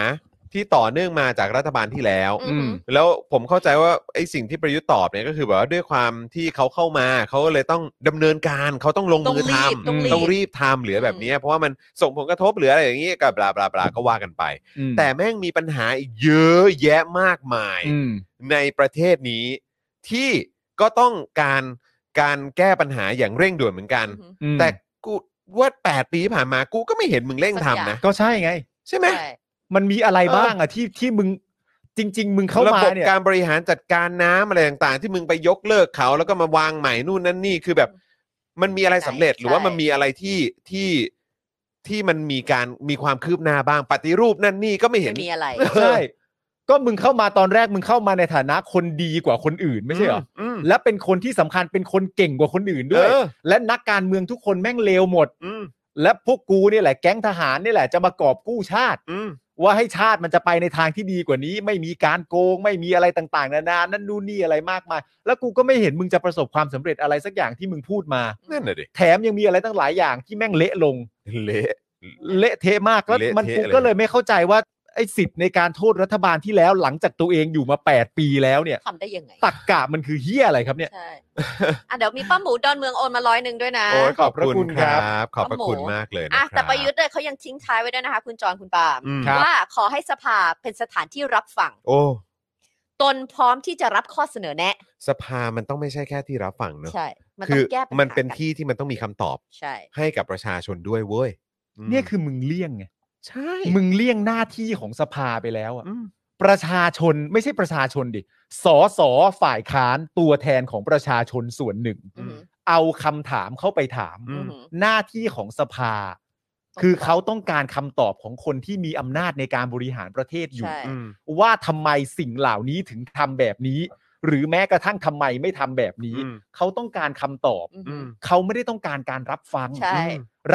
Speaker 1: ที่ต่อเนื่องมาจากรัฐบาลที่แล้ว
Speaker 3: อืม
Speaker 1: แล้วผมเข้าใจว่าไอ้สิ่งที่ประยุทธ์ตอบเนี่ยก็คือแบบว่าด้วยความที่เขาเข้ามาเขาก็เลยต้องดำเนินการเขาต้องลงมือทำ
Speaker 3: ต้องรีบต้องรีบ
Speaker 1: ต้องรีบทำหรือแบบเนี้ยเพราะว่ามันส่งผลกระทบหรืออะไรอย่างเงี้ยกับบลาบลาบลาก็ว่ากันไป
Speaker 2: อืม
Speaker 1: แต่แม่งมีปัญหาอีกเยอะแยะมากมาย
Speaker 2: อืม
Speaker 1: ในประเทศนี้ที่ก็ต้องการการแก้ปัญหาอย่างเร่งด่วนเหมือนกัน
Speaker 3: อืม
Speaker 2: อืม
Speaker 1: แต่กูว่า8ปีที่ผ่านมากูก็ไม่เห็นมึงเร่ง
Speaker 3: สักอย่าง
Speaker 1: ทำนะ
Speaker 2: ก็ใช่ไง
Speaker 1: ใช่ไหม
Speaker 3: ใช่
Speaker 2: มันมีอะไร
Speaker 1: เออ
Speaker 2: บ้างอะที่ที่มึงจริง ๆ มึงเข้า
Speaker 1: ระ
Speaker 2: มา
Speaker 1: บบ
Speaker 2: เนี่ย
Speaker 1: การบริหารจัดการน้ำอะไรต่างๆ ที่มึงไปยกเลิกเขาแล้วก็มาวางใหม่นู่นนั่นนี่คือแบบ มันมีอะไรสำเร็จหรือว่ามันมีอะไรที่ที่ที่มันมีการมีความคืบหน้าบ้างปฏิรูปนั่นนี่ก็ไม่เห็
Speaker 3: ไม่
Speaker 1: น
Speaker 3: มีอะไร
Speaker 1: เออ
Speaker 2: ใช่ ก็มึงเข้ามาตอนแรกมึงเข้ามาในฐานะคนดีกว่าคนอื่นไม่ใช่เหรอ
Speaker 1: ม
Speaker 2: และเป็นคนที่สำคัญเป็นคนเก่งกว่าคนอื่นด้วย
Speaker 1: เออ
Speaker 2: และนักการเมืองทุกคนแม่งเลวหมด
Speaker 1: อืม
Speaker 2: และพวกกูเนี่ยแหละแก๊งทหารเนี่ยแหละจะมากอบกู้ชาติ
Speaker 1: อืม
Speaker 2: ว่าให้ชาติมันจะไปในทางที่ดีกว่านี้ ไม่มีการโกง ไม่มีอะไรต่างๆ นานานั่นนู่นนี่อะไรมากมาย แล้วกูก็ไม่เห็นมึงจะประสบความสำเร็จอะไรสักอย่างที่มึงพูดมา
Speaker 1: นั่นน่ะดิ
Speaker 2: แถมยังมีอะไรตั้งหลายอย่างที่แม่งเละลง
Speaker 1: เละ
Speaker 2: เละเทะมากแล้ว
Speaker 1: เละ
Speaker 2: มัน
Speaker 1: เทะ
Speaker 2: กู
Speaker 1: เลย
Speaker 2: ก็เลยไม่เข้าใจว่าไอ้สิทธิ์ในการโทษรัฐบาลที่แล้วหลังจากตัวเองอยู่มา 8 ปีแล้วเนี่ย
Speaker 3: ทำได้ยังไง
Speaker 2: ตักกะมันคือเฮี้ยอะไรครับเนี่ย
Speaker 3: ใช่ อ่ะเดี๋ยวมีป้าหมูดอนเมืองโอนมาร้อยหนึ่งด้วยนะ
Speaker 1: โอ้ยขอบ
Speaker 2: ขอบพระคุ
Speaker 1: คุณ
Speaker 2: ณ
Speaker 1: ค
Speaker 2: ครั
Speaker 1: รับ บ ขอบพระคุณ
Speaker 3: โอ้โห
Speaker 1: มากเลยนะค
Speaker 3: อ่ะ
Speaker 1: รับ
Speaker 3: แต่ประยุทธ์เนี่ยเขายังทิ้งท้ายไว้ด้วยนะคะ คุณจรคุณปาล์ม
Speaker 1: อืม
Speaker 3: ว่าขอให้สภาเป็นสถานที่รับฟัง
Speaker 1: โอ้
Speaker 3: ตนพร้อมที่จะรับข้อเสนอแนะ
Speaker 1: สภามันต้องไม่ใช่แค่ที่รับฟังเนอะ
Speaker 3: ใช่ มัน
Speaker 1: คื
Speaker 3: ต้อ
Speaker 1: อง
Speaker 3: แก้ปัญหา
Speaker 1: มันเป็น
Speaker 3: กั
Speaker 1: ที่ที่มันต้องมีคำตอบ
Speaker 3: ใช่
Speaker 1: ให้กับประชาชนด้วยเว้ยม
Speaker 2: เนี่ยคือมึงเลี่ยงไง
Speaker 1: ใช่
Speaker 2: มึงเลี่ยงหน้าที่ของสภาไปแล้วอะ
Speaker 1: อืม
Speaker 2: ประชาชนไม่ใช่ประชาชนดิสอสอฝ่ายค้านตัวแทนของประชาชนส่วนหนึ่ง
Speaker 3: อือหือ
Speaker 2: เอาคำถามเข้าไปถาม
Speaker 1: อืม
Speaker 3: อืม
Speaker 2: หน้าที่ของสภา คือเขาต้องการคำตอบของคนที่มีอำนาจในการบริหารประเทศอยู่
Speaker 3: ใช่
Speaker 1: อืม
Speaker 2: ว่าทำไมสิ่งเหล่านี้ถึงทำแบบนี้ หรือแม้กระทั่งทำไมไม่ทำแบบนี้
Speaker 1: อืม
Speaker 2: เขาต้องการคำตอบ
Speaker 3: อือ
Speaker 1: อื
Speaker 3: หือ
Speaker 1: ม
Speaker 2: เขาไม่ได้ต้องการการรับฟัง
Speaker 3: ใช่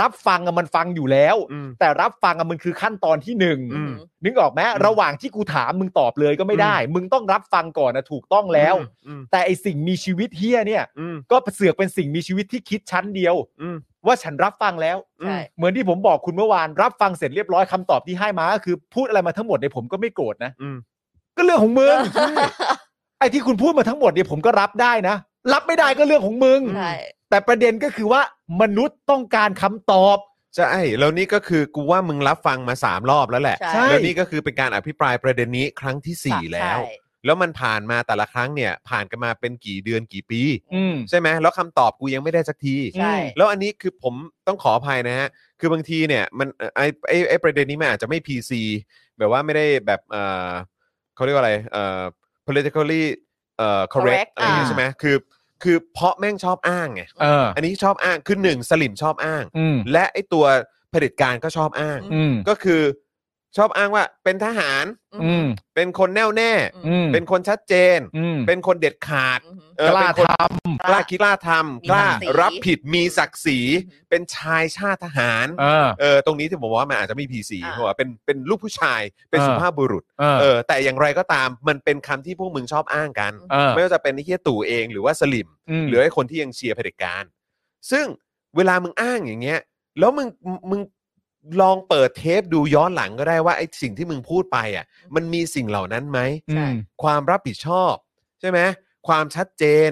Speaker 2: รับฟังอะมันฟังอยู่แล้ว
Speaker 1: อืม
Speaker 2: แต่รับฟังอะมันคือขั้นตอนที่หนึ่ง
Speaker 1: อืม
Speaker 2: นึกออกไหมระหว่างที่กูถามมึงตอบเลยก็ไม่ได้ มึงต้องรับฟังก่อนนะถูกต้องแล้ว
Speaker 1: อืม
Speaker 2: แต่ไอสิ่งมีชีวิตเฮียเนี่ย
Speaker 1: อืม
Speaker 2: ก็เสือกเป็นสิ่งมีชีวิตที่คิดชั้นเดียว
Speaker 1: อืม
Speaker 2: ว่าฉันรับฟังแล้ว
Speaker 3: ใช่
Speaker 2: เหมือนที่ผมบอกคุณเมื่อวานรับฟังเสร็จเรียบร้อยคำตอบที่ให้มาก็คือพูดอะไรมาทั้งหมดเนี่ยผมก็ไม่โกรธนะ
Speaker 1: อืม
Speaker 2: ก็เรื่องของมึงไอ้ที่คุณพูดมาทั้งหมดเนี่ยผมก็รับได้นะ รับไม่ได้ก็เรื่องของมึง
Speaker 3: ใช่
Speaker 2: แต่ประเด็นก็คือว่ามนุษย์ต้องการคำตอบ
Speaker 1: ใช่ แล้วนี่ก็คือกูว่ามึงรับฟังมาสามรอบแล้วแหละ
Speaker 3: ใช่
Speaker 1: แล้วนี่ก็คือเป็นการอภิปรายประเด็นนี้ครั้งที่สี่แล้ว
Speaker 3: ใช่
Speaker 1: แล้วมันผ่านมาแต่ละครั้งเนี่ย ผ่านกันมาเป็นกี่เดือนกี่ปี
Speaker 2: อืม
Speaker 1: ใช่ไหมแล้วคำตอบกูยังไม่ได้สักที
Speaker 3: ใช่
Speaker 1: แล้วอันนี้คือผมต้องขออภัยนะฮะ คือบางทีเนี่ยมันเอ่อไอไอไอประเด็นนี้มันอาจจะไม่ PC แบบว่าไม่ได้แบบเออเขาเรียกว่าอะไรเอ่อ politically เอ่อ correct
Speaker 3: Correct
Speaker 1: อะไรอย่างเงี้ย
Speaker 2: อ่า
Speaker 1: ใช่ไหมคือคือเพราะแม่งชอบอ้างไง
Speaker 2: เออ
Speaker 1: อันนี้ชอบอ้าง คือหนึ่งสลิมชอบอ้าง
Speaker 2: อืม
Speaker 1: และไอตัวเผด็จการก็ชอบอ้าง
Speaker 2: อืม
Speaker 1: ก็คือชอบอ้างว่าเป็นทหาร
Speaker 2: อืม
Speaker 1: เป็นคนแน่วแน่
Speaker 2: อืม
Speaker 1: เป็นคนชัดเจน
Speaker 2: อืม
Speaker 1: เป็นคนเด็ดขาด
Speaker 3: อือหือ
Speaker 1: เออก
Speaker 2: ล้า
Speaker 1: เป็นคน
Speaker 2: ท
Speaker 1: กล้าคิดกล้าท
Speaker 3: มี
Speaker 1: ำกล้า
Speaker 3: ศักดิ์ศรี
Speaker 1: รับผิดมีศักดิ์ศรีเป็นชายชาติทหาร
Speaker 2: ำเออ
Speaker 1: เออตรงนี้ที่ผมบอกว่ามันอาจจะไม่พีซี
Speaker 3: อ่า
Speaker 1: เพราะว่าเป็นเป็นลูกผู้ชายเป็น
Speaker 2: อ่า
Speaker 1: สุภาพบุรุษ
Speaker 2: เออ
Speaker 1: เออแต่อย่างไรก็ตามมันเป็นคำที่พวกมึงชอบอ้างกัน
Speaker 2: เออ
Speaker 1: ไม่ว่าจะเป็นไอ้เฮียตู่เองหรือว่าสลิม
Speaker 2: ม
Speaker 1: หรือไอ้คนที่ยังเชียร์เผด็จการ ซึ่งเวลามึงอ้างอย่างเงี้ย แล้วมึงมึงลองเปิดเทปดูย้อนหลังก็ได้ว่าไอ้สิ่งที่มึงพูดไปอ่ะมันมีสิ่งเหล่านั้นไหม
Speaker 2: อืม
Speaker 1: ความรับผิดชอบ ใช่ไหมความชัดเจน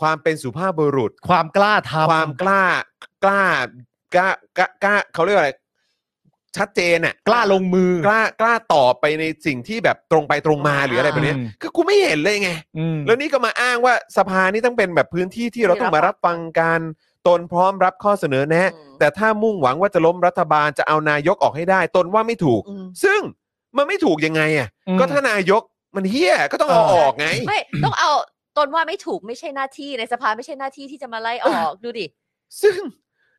Speaker 1: ความเป็นสุภาพบุรุษ
Speaker 2: ความกล้าทำ
Speaker 1: ความกล้ากล้ากล้ากล้ากล้าเขาเรียกว่าอะไร ชัดเจนอ่ะ
Speaker 2: กล้าลงมือ
Speaker 1: กล้ากล้าตอบไปในสิ่งที่แบบตรงไปตรงมาหรืออะไรแบบเนี้ย
Speaker 2: อืม
Speaker 1: คือกูไม่เห็นเลยไง
Speaker 2: อืม
Speaker 1: แล้วนี่ก็มาอ้างว่าสภานี่ต้องเป็นแบบพื้นที่ที่เราต้องมารับฟังการตนพร้อมรับข้อเสนอแนะ
Speaker 3: อืม
Speaker 1: แต่ถ้ามุ่งหวังว่าจะล้มรัฐบาลจะเอานายกออกให้ได้ ตนว่าไม่ถูก
Speaker 3: อืม
Speaker 1: ซึ่งมันไม่ถูกยังไงอ่ะ
Speaker 2: อืม
Speaker 1: ก็ถ้านายกมันเฮี้ยก็ต้องเอาออกไง
Speaker 3: ไม่ ต้องเอาตนว่าไม่ถูกไม่ใช่หน้าที่ในสภาไม่ใช่หน้าที่ที่จะมาไล่ออกดูดิ
Speaker 1: ซึ่ง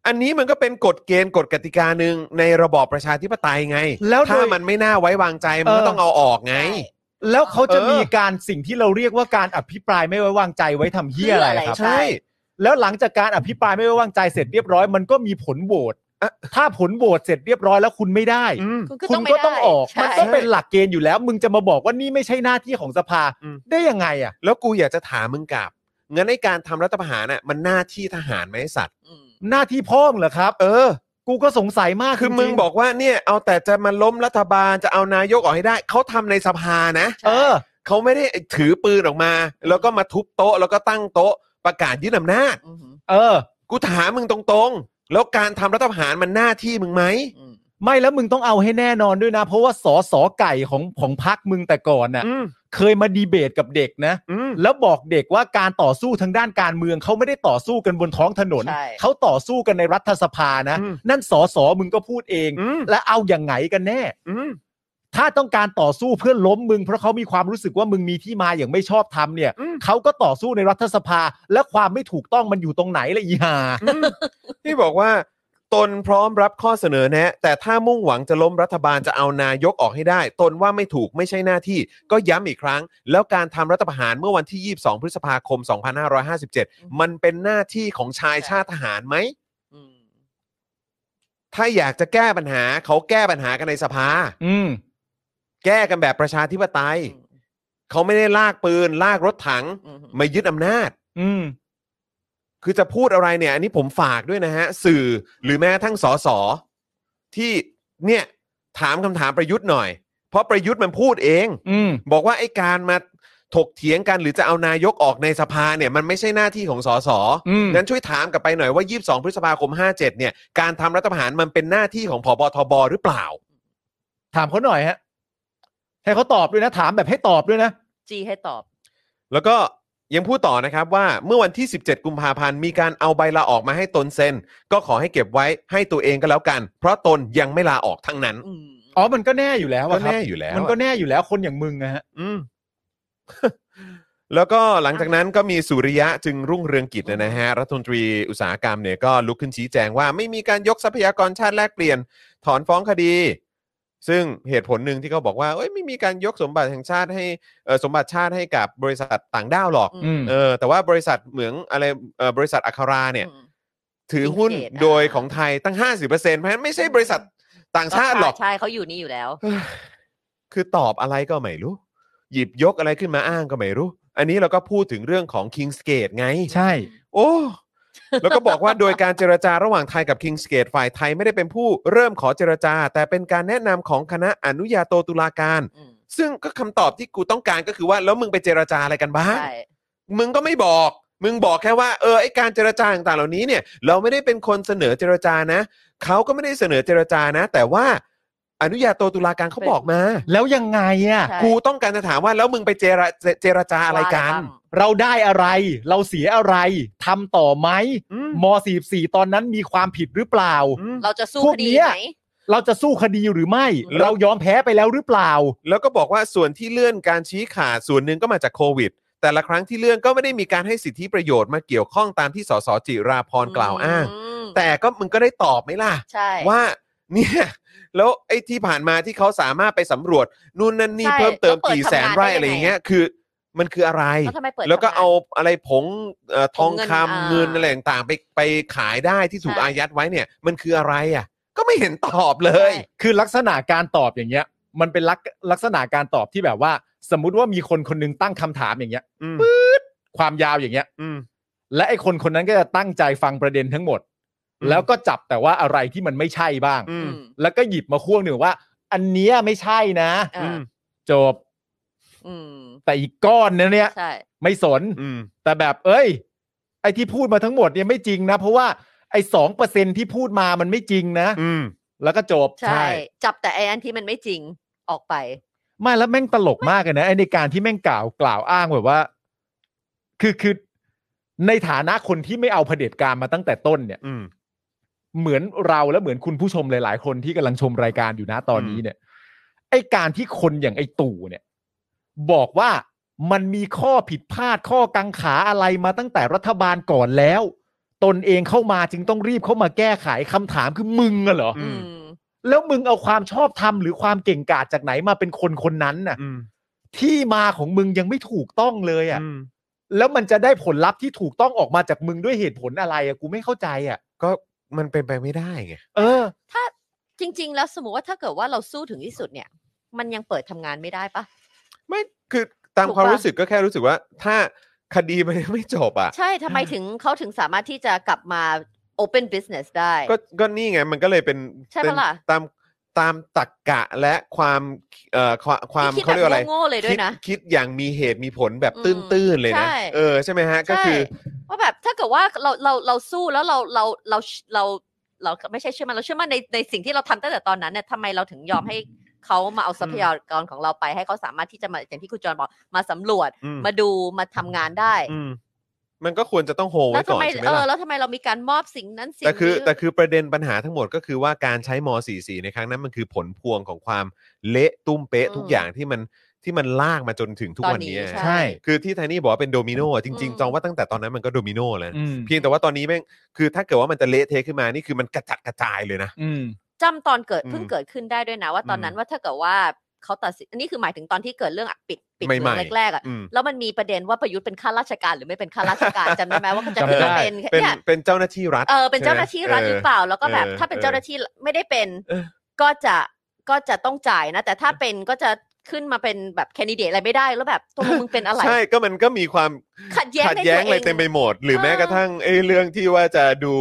Speaker 1: อันนี้มันก็เป็นกฎเกณฑ์กฎกติกาหนึ่งในระบอบประชาธิปไตยไง
Speaker 2: แล้ว
Speaker 1: ถ้า
Speaker 2: โดย
Speaker 1: มันไม่น่าไว้วางใจมันก็
Speaker 2: เออ
Speaker 1: ต้องเอาออกไง
Speaker 3: ใช่
Speaker 2: แล้วเขาจะ
Speaker 1: เออ
Speaker 2: มีการสิ่งที่เราเรียกว่าการอภิปรายไม่ไว้วางใจไว้ทำเฮี้ยอะไรครับ
Speaker 3: ใช่
Speaker 1: ใช่
Speaker 2: แล้วหลังจากการอภิปรายไม่ไว้วางใจเสร็จเรียบร้อยมันก็มีผลโหวต
Speaker 1: อ่ะ
Speaker 2: ถ้าผลโหวตเสร็จเรียบร้อยแล้วคุณไม่ได้
Speaker 1: อืม
Speaker 3: คุณก็
Speaker 2: คุ
Speaker 3: ต้อ
Speaker 2: ณ
Speaker 3: งไม่
Speaker 2: ก็
Speaker 3: ได้
Speaker 2: ต้องออก
Speaker 3: ใช่
Speaker 2: มันต้องเป็นหลักเกณฑ์อยู่แล้ว มึงจะมาบอกว่านี่ไม่ใช่หน้าที่ของสภา
Speaker 1: อืม
Speaker 2: ได้ยังไงอ่ะ
Speaker 1: แล้วกูอยากจะถามมึงกลับ งั้นในการทำรัฐประหารน่ะมันหน้าที่ทหารไหมไอ้สัตว์
Speaker 3: อืม
Speaker 2: หน้าที่พ่อมึงเหรอครับ
Speaker 1: เออ
Speaker 2: กูก็สงสัยมาก
Speaker 1: คือมึง
Speaker 2: จริๆ
Speaker 1: บอกว่าเนี่ยเอาแต่จะมาล้มรัฐบาลจะเอานายกออกให้ได้ เขาทำในสภานะ
Speaker 3: ใช่
Speaker 2: เออ
Speaker 1: เขาไม่ได้ถือปืนออกมา แล้วก็มาทุบโต๊ะแล้วก็ตั้งโต๊ะประกาศยึดอำนาจ
Speaker 3: อืม
Speaker 2: เออ
Speaker 1: กูถามมึงตรงๆ แล้วการทำรัฐประหารมันหน้าที่มึงไหม
Speaker 3: อืม
Speaker 2: ไม่แล้วมึงต้องเอาให้แน่นอนด้วยนะ เพราะว่าสอสอไก่ของของพักมึงแต่ก่อนน่ะ
Speaker 1: อืม
Speaker 2: เคยมาดีเบตกับเด็กนะ
Speaker 1: อืม
Speaker 2: แล้วบอกเด็กว่าการต่อสู้ทางด้านการเมืองเขาไม่ได้ต่อสู้กันบนท้องถนน
Speaker 3: ใช่
Speaker 2: เขาต่อสู้กันในรัฐสภานะ
Speaker 1: อืม
Speaker 2: นั่นสอสอมึงก็พูดเอง
Speaker 1: อืม
Speaker 2: และเอาอย่างไงกันแน่
Speaker 1: อืม
Speaker 2: ถ้าต้องการต่อสู้เพื่อล้มมึง เพราะเขามีความรู้สึกว่ามึงมีที่มาอย่างไม่ชอบธรรมเนี่ย
Speaker 1: อืม
Speaker 2: เขาก็ต่อสู้ในรัฐสภา และความไม่ถูกต้องมันอยู่ตรงไหนละอีหา
Speaker 1: อืมที่บอกว่า ตนพร้อมรับข้อเสนอแนะ แต่ถ้ามุ่งหวังจะล้มรัฐบาลจะเอานายกออกให้ได้ ตนว่าไม่ถูกไม่ใช่หน้าที่ ก็ย้ำอีกครั้ง แล้วการทำรัฐประหารเมื่อวันที่ 22 พฤษภาคม 2557 มันเป็นหน้าที่ของชายชาติทหารไหม
Speaker 3: อืม
Speaker 1: ถ้าอยากจะแก้ปัญหาเขาแก้ปัญหากันในสภา
Speaker 2: อืม
Speaker 1: แก้กันแบบประชาธิปไตย
Speaker 3: อืม
Speaker 1: เขาไม่ได้ลากปืน ลากรถถัง
Speaker 3: อืม
Speaker 1: มายึดอำนาจ
Speaker 2: อืม
Speaker 1: คือจะพูดอะไรเนี่ย อันนี้ผมฝากด้วยนะฮะ สื่อหรือแม้กระทั้งสอสอที่เนี่ยถามคำถามประยุทธ์หน่อย เพราะประยุทธ์มันพูดเอง
Speaker 2: อืม
Speaker 1: บอกว่าไอ้การมาถกเถียงกันหรือจะเอานายกออกในสภาเนี่ย มันไม่ใช่หน้าที่ของสส
Speaker 2: อืม
Speaker 1: งั้นช่วยถามกลับไปหน่อยว่า 22 พฤษภาคม 57 เนี่ย การทำรัฐประหารมันเป็นหน้าที่ของผบทบหรือเปล่า
Speaker 2: ถามเขาหน่อยฮะ ให้เขาตอบด้วยนะ ถามแบบให้ตอบด้วยนะ
Speaker 3: จีให้ตอบ
Speaker 1: แล้วก็ยังพูดต่อนะครับว่าเมื่อวันที่ 17 กุมภาพันธ์มีการเอาใบลาออกมาให้ตนเซ็น ก็ขอให้เก็บไว้ให้ตัวเองก็แล้วกัน เพราะตนยังไม่ลาออกทั้งนั้น
Speaker 3: อืม
Speaker 2: อ๋อ มันก็แน่อยู่แล้ว
Speaker 1: ก็
Speaker 2: อะครับ
Speaker 1: แน่อยู่แล้ว
Speaker 2: มันก็แน่อยู่แล้วคนอย่างมึงอะฮะ
Speaker 1: อืม แล้วก็หลังจากนั้นก็มีสุริยะจึงรุ่งเรืองกิจนะฮะรัฐมนตรีอุตสาหกรรมเนี่ยก็ลุกขึ้นชี้แจงว่าไม่มีการยกทรัพยากรชาติแลกเปลี่ยน ถอนฟ้องคดี ซึ่งเหตุผลหนึ่งที่เขาบอกว่าเอ้ยไม่มีการยกสมบัติแห่งชาติให้เอ่อสมบัติชาติให้กับบริษัทต่างด้าวหรอก
Speaker 2: อืม
Speaker 1: เออแต่ว่าบริษัทเหมืองอะไรเอ่อบริษัทอัคราเนี่ย
Speaker 3: อืม
Speaker 1: ถือหุ้น
Speaker 3: Syndicate อ่ะ
Speaker 1: โดยของไทยตั้ง 50%เพราะฉะนั้นไม่ใช่บริษัทต่างชาติหรอก
Speaker 3: ใช่เขาอยู่นี่อยู่แล้ว
Speaker 1: คือตอบอะไรก็ไม่รู้ หยิบยกอะไรขึ้นมาอ้างก็ไม่รู้ อันนี้เราก็พูดถึงเรื่องของ King's Gate ไง
Speaker 2: ใช่
Speaker 1: โอ้ แล้วก็บอกว่าโดยการเจรจาระหว่างไทยกับ King's Gate ฝ่ายไทยไม่ได้เป็นผู้เริ่มขอเจรจา แต่เป็นการแนะนำของคณะอนุญาโตตุลาการ
Speaker 3: อืม
Speaker 1: ซึ่งก็คำตอบที่กูต้องการก็คือว่าแล้วมึงไปเจรจาอะไรกันบ้าง
Speaker 3: ใช่
Speaker 1: มึงก็ไม่บอก มึงบอกแค่ว่าเออไอการเจรจาต่างๆเหล่านี้เนี่ย เราไม่ได้เป็นคนเสนอเจรจานะเขาก็ไม่ได้เสนอเจรจานะ แต่ว่าอนุญาโตตุลาการเขาบอกมา
Speaker 2: แล้วยังไงอะ
Speaker 3: ใช่
Speaker 1: กูต้องการจะถามว่าแล้วมึงไปเจรเจเจรจาอะไรกัน
Speaker 2: เราได้อะไร เราเสียอะไรทำต่อไหม
Speaker 1: อืม
Speaker 2: ม .44 ตอนนั้นมีความผิดหรือเปล่า
Speaker 1: อืม
Speaker 3: เราจะสู้
Speaker 2: พวก
Speaker 3: คดี
Speaker 2: เนี้ย
Speaker 3: ไหม
Speaker 2: เราจะสู้คดีหรือไม่
Speaker 3: แล้ว
Speaker 2: เรายอมแพ้ไปแล้วหรือเปล่า
Speaker 1: แล้วก็บอกว่าส่วนที่เลื่อนการชี้ขาดส่วนหนึ่งก็มาจากโควิด แต่ละครั้งที่เลื่อนก็ไม่ได้มีการให้สิทธิประโยชน์มาเกี่ยวข้องตามที่สสจิราพรกล่าวอ้าง
Speaker 3: ม
Speaker 1: แต่ก็มึงก็ได้ตอบไหมล่ะ
Speaker 3: ใช่
Speaker 1: ว่า เนี่ยแล้วไอ้ที่ผ่านมาที่เขาสามารถไปสำรวจนู่นนั่นนี่
Speaker 3: ใช่
Speaker 1: เพิ่มเติม
Speaker 3: แล้วปิด
Speaker 1: กี่แสนไร่
Speaker 3: ทำ
Speaker 1: อะไรอย่างเงี้ยคือมันคืออะไร
Speaker 3: แล้วทำไมเปิด
Speaker 1: แล้วก็
Speaker 3: ทำงน
Speaker 1: เอาอะไรผงเอ่อทอง
Speaker 3: ผงเงิน
Speaker 1: คำ
Speaker 3: อ่า
Speaker 1: เงินอะไรต่างๆไปไปขายได้ที่ถูก
Speaker 3: ใช่
Speaker 1: อายัดไว้เนี่ย มันคืออะไรอ่ะ ก็ไม่เห็นตอบเลย
Speaker 3: ใช่
Speaker 2: คือลักษณะการตอบอย่างเงี้ย มันเป็นลักลักษณะการตอบที่แบบว่า สมมุติว่ามีคนคนหนึงตั้งคำถามอย่างเงี้ย
Speaker 1: อืม
Speaker 2: ความยาวอย่างเงี้ย
Speaker 1: อืม
Speaker 2: และไอ้คนคนนั้นก็จะตั้งใจฟังประเด็นทั้งหมด
Speaker 1: อืม
Speaker 2: แล้วก็จับแต่ว่าอะไรที่มันไม่ใช่บ้าง
Speaker 1: อื
Speaker 3: อื
Speaker 1: ม
Speaker 3: ม
Speaker 2: แล้วก็หยิบมาข่วงหนึ่งว่า อันเนี้ยไม่ใช่นะ
Speaker 3: อ่า
Speaker 1: อืม
Speaker 2: จบ
Speaker 3: อืม
Speaker 2: แต่อีกก้อนนั้นเนี่ย
Speaker 3: ใช่
Speaker 2: ไม่สน
Speaker 1: อืม
Speaker 2: แต่แบบ เอ้ย ไอ้ที่พูดมาทั้งหมดเนี่ยไม่จริงนะ เพราะว่าไอ้สองเปอร์เซ็นที่พูดมามันไม่จริงนะ
Speaker 1: อืม
Speaker 2: แล้วก็จบ
Speaker 3: ใช่ จับแต่ไอ้อันที่มันไม่จริงออกไป
Speaker 2: ไม่แล้วแม่งตลกมากเลยนะไอ้ในการที่แม่งกล่าวกล่าวอ้างแบบว่า คือคือในฐานะคนที่ไม่เอาเผด็จการมาตั้งแต่ต้นเนี่ย
Speaker 1: อืม
Speaker 2: เหมือนเราและเหมือนคุณผู้ชมหลาย ๆ คนที่กำลังชมรายการอยู่นะตอนนี้เนี่ย ไอการที่คนอย่างไอตู่เนี่ย บอกว่ามันมีข้อผิดพลาดข้อกังขาอะไรมาตั้งแต่รัฐบาลก่อนแล้ว ตนเองเข้ามาจึงต้องรีบเข้ามาแก้ไขคำถามคือมึงอะเหรอ
Speaker 1: อื
Speaker 3: อืม
Speaker 2: แล้วมึงเอาความชอบธรรมหรือความเก่งกาจจากไหนมาเป็นคนคนนั้นน่ะ
Speaker 1: อืม
Speaker 2: ที่มาของมึงยังไม่ถูกต้องเลยอะ่ะ
Speaker 1: อืม
Speaker 2: แล้วมันจะได้ผลลัพธ์ที่ถูกต้องออกมาจากมึงด้วยเหตุผลอะไรอะ่ะกูไม่เข้าใจอะ่ะ
Speaker 1: ก็มันเป็นไปไม่ได้ไง
Speaker 2: เออ
Speaker 3: จริง ๆ แล้วสมมติว่าถ้าเกิดว่าเราสู้ถึงที่สุดเนี่ย มันยังเปิดทำงานไม่ได้ปะ
Speaker 1: ไม่คือตาม
Speaker 3: ถูก
Speaker 1: ความ
Speaker 3: ปะ
Speaker 1: รู้สึกก็แค่รู้สึกว่า ถ้า คดีมันยังไม่จบอ่ะ
Speaker 3: ใช่ทำไมถึงเขาถึงสามารถที่จะกลับมา open business ได้
Speaker 1: ก็ก็นี่ไงมันก็เลยเป็น
Speaker 3: ใช่ปะ
Speaker 1: เป็น
Speaker 3: ล่ะ
Speaker 1: ตามตามตรรกกะและความเอ่อความความ
Speaker 3: นี่คิด
Speaker 1: เขาเรียก
Speaker 3: แบ
Speaker 1: ว่าอะไร
Speaker 3: บโง่ๆเลยด้
Speaker 1: คิ
Speaker 3: วยนะ
Speaker 1: คิดอย่างมีเหตุมีผลแบบ
Speaker 3: อืม
Speaker 1: ตื้นๆเลยนะ
Speaker 3: ใช่
Speaker 1: เออใช่ไหมฮะก็
Speaker 3: ใช่
Speaker 1: คือ
Speaker 3: ว่าแบบถ้าเกิดว่าเราเราเราสู้แล้วเราเราเราเราเราไม่ใช่เชื่อมันเราเชื่อมันในในสิ่งที่เราทำตั้งแต่ตอนนั้นเนี่ยทำไมเราถึงยอมให้เขามาเอาทรัพยากรของเราไปให้เขาสามารถที่จะมาอย่างที่คุณจอห์นบอกมาสำรวจ
Speaker 1: อืม
Speaker 3: มาดูมาทำงานได้
Speaker 1: อืมมันก็ควรจะต้องโฮ
Speaker 3: แล้
Speaker 1: ไว้
Speaker 3: ว
Speaker 1: ก่
Speaker 3: ทำ
Speaker 1: อน
Speaker 3: ไม
Speaker 1: ใช่ไหม
Speaker 3: เออ
Speaker 1: ล่ะ
Speaker 3: แล้วทำไมเรามีการมอบสิ่งนั้นสิ่ง
Speaker 1: แต่คือ
Speaker 3: นี้
Speaker 1: แต่คือประเด็นปัญหาทั้งหมดก็คือว่าการใช้ม .44 ในครั้งนั้นมันคือผลพวงของความเละตุ้มเป๊ะทุกอย่างที่มันที่มันลากมาจนถึงทุก
Speaker 3: ตอ
Speaker 1: วันนี้
Speaker 2: ใช่
Speaker 3: ใช่
Speaker 1: คือที่ไทนี่บอกว่าเป็นโดมิโนอะจริง
Speaker 3: อืม
Speaker 1: ๆจองว่าตั้งแต่ตอนนั้นมันก็โดมิโนแล้ว
Speaker 2: อืม
Speaker 1: เพียงแต่ว่าตอนนี้แม่งคือถ้าเกิดว่ามันจะเละเทะขึ้นมานี่คือมันกระจัดกระจายเลยนะ
Speaker 2: อืม
Speaker 3: จำตอนเกิด
Speaker 1: อืม
Speaker 3: เพิ่งเกิดขึ้นได้ด้วยนะว่าตอนนั้น
Speaker 1: อืม
Speaker 3: ว่าถ้าเกิดว่าเขาตัดสินอันนี้คือหมายถึงตอนที่เกิดเรื่องอะปิดปิดเมื
Speaker 1: ใหม่
Speaker 3: อง
Speaker 1: ๆ
Speaker 3: แรกๆอ่ะ
Speaker 1: อืม
Speaker 3: แล้วมันมีประเด็นว่าประยุทธ์เป็นข้าราชการหรือไม่เป็นข้าราช การจำได้ไหมว่าเขาจะ
Speaker 2: จำได้
Speaker 3: ขึ้นมาเป็น
Speaker 1: เป็น
Speaker 3: เนี่ย
Speaker 1: เป็นเจ้าหน้าที่รัฐ
Speaker 3: เออเป็นเจ้าหน้าที่รัฐหรือเปล่า แล้วก็แบบ
Speaker 1: เออ
Speaker 3: ถ้าเป็น
Speaker 1: เออ
Speaker 3: เจ้าหน้าที่ไม่ได้เป็น
Speaker 1: เออ
Speaker 3: ก็จะก็จะต้องจ่ายนะ แต่ถ้าเป็นก็จะขึ้นมาเป็นแบบแคนดิเดตอะไรไม่ได้แล้วแบบตัวมึงเป็นอะไร
Speaker 1: ใช่ก็มันก็มีความ
Speaker 3: ขัดแย้ง
Speaker 1: ขัด
Speaker 3: ใน
Speaker 1: แย้
Speaker 3: ตั
Speaker 1: ง
Speaker 3: ว
Speaker 1: อะไร
Speaker 3: เอง
Speaker 1: เต็มไปหมด หรือ
Speaker 3: เออ
Speaker 1: แม้กระทั่งไอ้เรื่องที่ว่าจะดู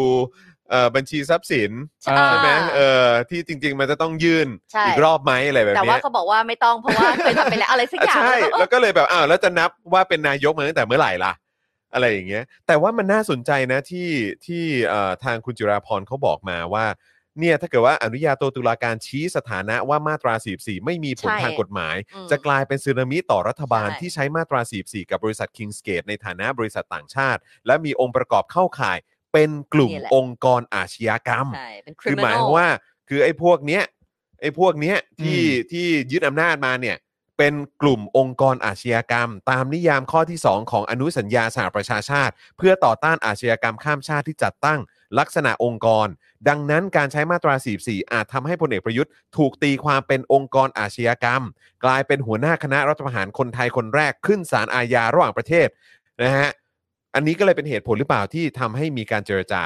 Speaker 1: เอ่อบัญชีทรัพย์สิน
Speaker 2: อ่า
Speaker 1: ใช่ไหมเออที่จริง ๆ มันจะต้องยื่น
Speaker 3: ใช่
Speaker 1: อีกรอบไหมอะไรแบบ
Speaker 3: แต่
Speaker 1: เนี้
Speaker 3: ว่าย ก็บอกว่าไม่ต้องเพราะว่าเคยทำไปแล้วอะไรสักอย่าง
Speaker 1: ใช่
Speaker 3: แล้วก็เอ
Speaker 1: แล้ว
Speaker 3: อ
Speaker 1: ก็เลยแบบอ้าวแล้วจะนับว่าเป็นนายกมาตั้งแต่เมื่อไหร่ล่ะ อะไรอย่างเงี้ย แต่ว่ามันน่าสนใจนะที่ที่เอ่อทางคุณจุราพรเขาบอกมาว่า เนี่ยถ้าเกิดว่าอนุญาโตตุลาการชี้สถานะว่ามาตรา 44 ไม่มีผลทางกฎหมาย
Speaker 3: อืม
Speaker 1: จะกลายเป็นสึนามิต่อรัฐบาล
Speaker 3: ใช่
Speaker 1: ที่ใช้มาตรา 44 กับบริษัท Kingsgate ในฐานะบริษัทต่างชาติ และมีองค์ประกอบเข้าข่ายเป็นกลุ่มองค์กรอาชญากรรม
Speaker 3: ใช่เป็น
Speaker 1: คือ
Speaker 3: criminal
Speaker 1: หมายความว่าคือไอ้พวกเนี้ยไอ้พวกเนี้ยที่
Speaker 2: อืม
Speaker 1: ที่ยึดอำนาจมาเนี่ยเป็นกลุ่มองค์กรอาชญากรรม ตามนิยามข้อที่ 2 ของอนุสัญญาสหประชาชาติ เพื่อต่อต้านอาชญากรรมข้ามชาติที่จัดตั้งลักษณะองค์กร ดังนั้นการใช้มาตรา 44 อาจทำให้พลเอกประยุทธ์ถูกตีความเป็นองค์กรอาชญากรรม กลายเป็นหัวหน้าคณะรัฐประหารคนไทยคนแรกขึ้นศาลอาญาระหว่างประเทศนะฮะอันนี้ก็เลยเป็นเหตุผลหรือเปล่าที่ทำให้มีการเจรจา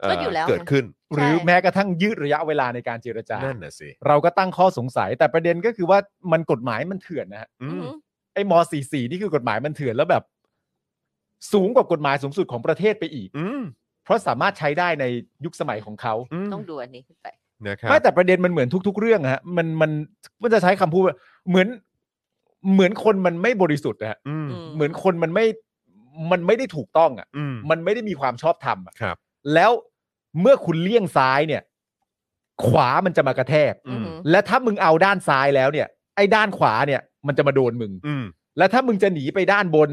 Speaker 1: เอ่อ
Speaker 3: ก็อยู่แล้ว
Speaker 1: เกิด
Speaker 3: ไง
Speaker 1: ขึ้น
Speaker 2: หรือ
Speaker 3: ใช่
Speaker 2: แม้กระทั่งยืดระยะเวลาในการเจรจาน
Speaker 1: นั่นน่ะสิ
Speaker 2: เราก็ตั้งข้อสงสัย แต่ประเด็นก็คือว่ามันกฎหมายมันเถื่อนนะฮะ
Speaker 1: อื
Speaker 3: อื
Speaker 1: ม
Speaker 3: ม
Speaker 2: ไอ้ม44นี่คือกฎหมายมันเถื่อนแล้วแบบ สูงกว่ากฎหมายสูงสุดของประเทศไปอีก
Speaker 1: อืม
Speaker 2: เพราะสามารถใช้ได้ในยุคสมัยของเขา
Speaker 1: อืม
Speaker 3: ต้องดูอันนี้ขึ้นไป
Speaker 1: นะครับ
Speaker 2: ไม่แต่ประเด็นมันเหมือนทุก ๆ เรื่องอะฮะมันมันมันจะใช้คำพูดว่าเหมือนเหมือนคนมันไม่บริสุทธิ์นะฮะ
Speaker 1: อืม
Speaker 3: ม
Speaker 2: เหมือนคนมันไม่มันไม่ได้ถูกต้องอ่ะ
Speaker 1: อืม
Speaker 2: มันไม่ได้มีความชอบธรรมอะ
Speaker 1: ครับ
Speaker 2: แล้วเมื่อคุณเลี่ยงซ้ายเนี่ย ขวามันจะมากระแทก
Speaker 1: อืม
Speaker 3: อืม
Speaker 2: และถ้ามึงเอาด้านซ้ายแล้วเนี่ย ไอ้ด้านขวาเนี่ย มันจะมาโดนมึง
Speaker 1: อืม
Speaker 2: และถ้ามึงจะหนีไปด้านบน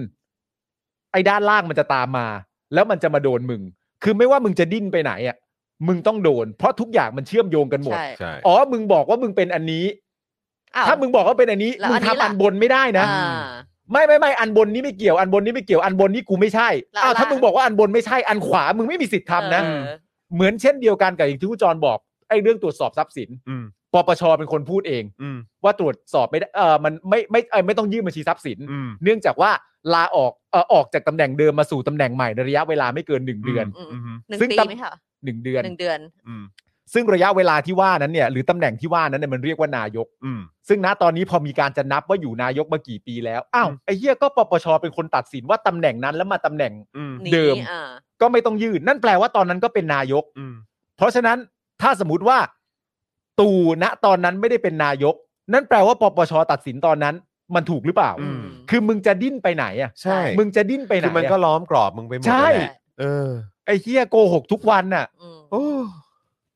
Speaker 2: ไอ้ด้านล่างมันจะตามมา แล้วมันจะมาโดนมึง คือไม่ว่ามึงจะดิ้นไปไหนอ่ะมึงต้องโดน เพราะทุกอย่างมันเชื่อมโยงกันหมด
Speaker 3: ใช่
Speaker 1: ใช่
Speaker 2: อ๋อ มึงบอกว่ามึงเป็นอันนี้
Speaker 3: อ้ว
Speaker 2: ถ้ามึงบอกว่าเป็นอันนี้
Speaker 3: แล้ว
Speaker 2: มึ
Speaker 3: อัน
Speaker 2: ง
Speaker 3: นี้
Speaker 2: ทำ
Speaker 3: ล่ะ
Speaker 2: อันบนไม่ได้นะ
Speaker 3: อ่า
Speaker 2: ไม่ไม่ไม่อันบนนี้ไม่เกี่ยว อันบนนี้ไม่เกี่ยว อันบนนี้กูไม่ใช่
Speaker 3: แล้ว
Speaker 2: อ้าว
Speaker 3: ล่ะ
Speaker 2: ถ้ามึงบอกว่าอันบนไม่ใช่ อันขวา มึงไม่มีสิทธิ์ทำนะ
Speaker 3: เออ
Speaker 2: เหมือนเช่นเดียวกันกับอย่างที่คุณจรบอก ไอ้เรื่องตรวจสอบทรัพย์สิน
Speaker 1: อืม
Speaker 2: ปปชเป็นคนพูดเอง
Speaker 1: อืม
Speaker 2: ว่าตรวจสอบไม่ได้ เออมันไม่ไม่เอ่อไม่ต้องยื่นบัญชีทรัพย์สิน
Speaker 1: อืม
Speaker 2: เนื่องจากว่าลาออก เออออกจากตำแหน่งเดิมมาสู่ตำแหน่งใหม่ในระยะเวลาไม่เกินหนึ่งเดือน
Speaker 3: อืม
Speaker 1: อืม
Speaker 3: หนึ่ง
Speaker 2: ซึ่ง
Speaker 3: ปี
Speaker 2: ตำ
Speaker 3: ไหมคะ
Speaker 2: หนึ่งเดือน
Speaker 3: หนึ่งเดือน
Speaker 1: อืม
Speaker 2: ซึ่งระยะเวลาที่ว่านั้นเนี่ยหรือตำแหน่งที่ว่านั้นเนี่ยมันเรียกว่านายก
Speaker 1: อืม
Speaker 2: ซึ่งณตอนนี้พอมีการจะนับว่าอยู่นายกมากี่ปีแล้ว อ้าว ไอ้เหี้ยก็ปปชเป็นคนตัดสินว่าตำแหน่งนั้นแล้วมาตำแหน่ง
Speaker 1: อืม
Speaker 3: นี้
Speaker 2: เดิม
Speaker 3: อ่า
Speaker 2: ก็ไม่ต้องยืน นั่นแปลว่าตอนนั้นก็เป็นนายก
Speaker 1: อืม
Speaker 2: เพราะฉะนั้นถ้าสมมติว่า ตู่ณตอนนั้นไม่ได้เป็นนายก นั่นแปลว่าปปชตัดสินตอนนั้น มันถูกหรือเปล่า
Speaker 1: อืม
Speaker 2: คือมึงจะดิ้นไปไหนอ่ะ
Speaker 1: ใช่
Speaker 2: มึงจะดิ้นไปไหน
Speaker 1: คือ
Speaker 2: อะ
Speaker 1: มันก็ล้อมกรอบมึงไปหมด
Speaker 2: ใช่
Speaker 1: นั่นแหละเออ
Speaker 2: ไอ้เหี้ยโกหกทุกวันน่ะ
Speaker 3: อืม
Speaker 1: โอ้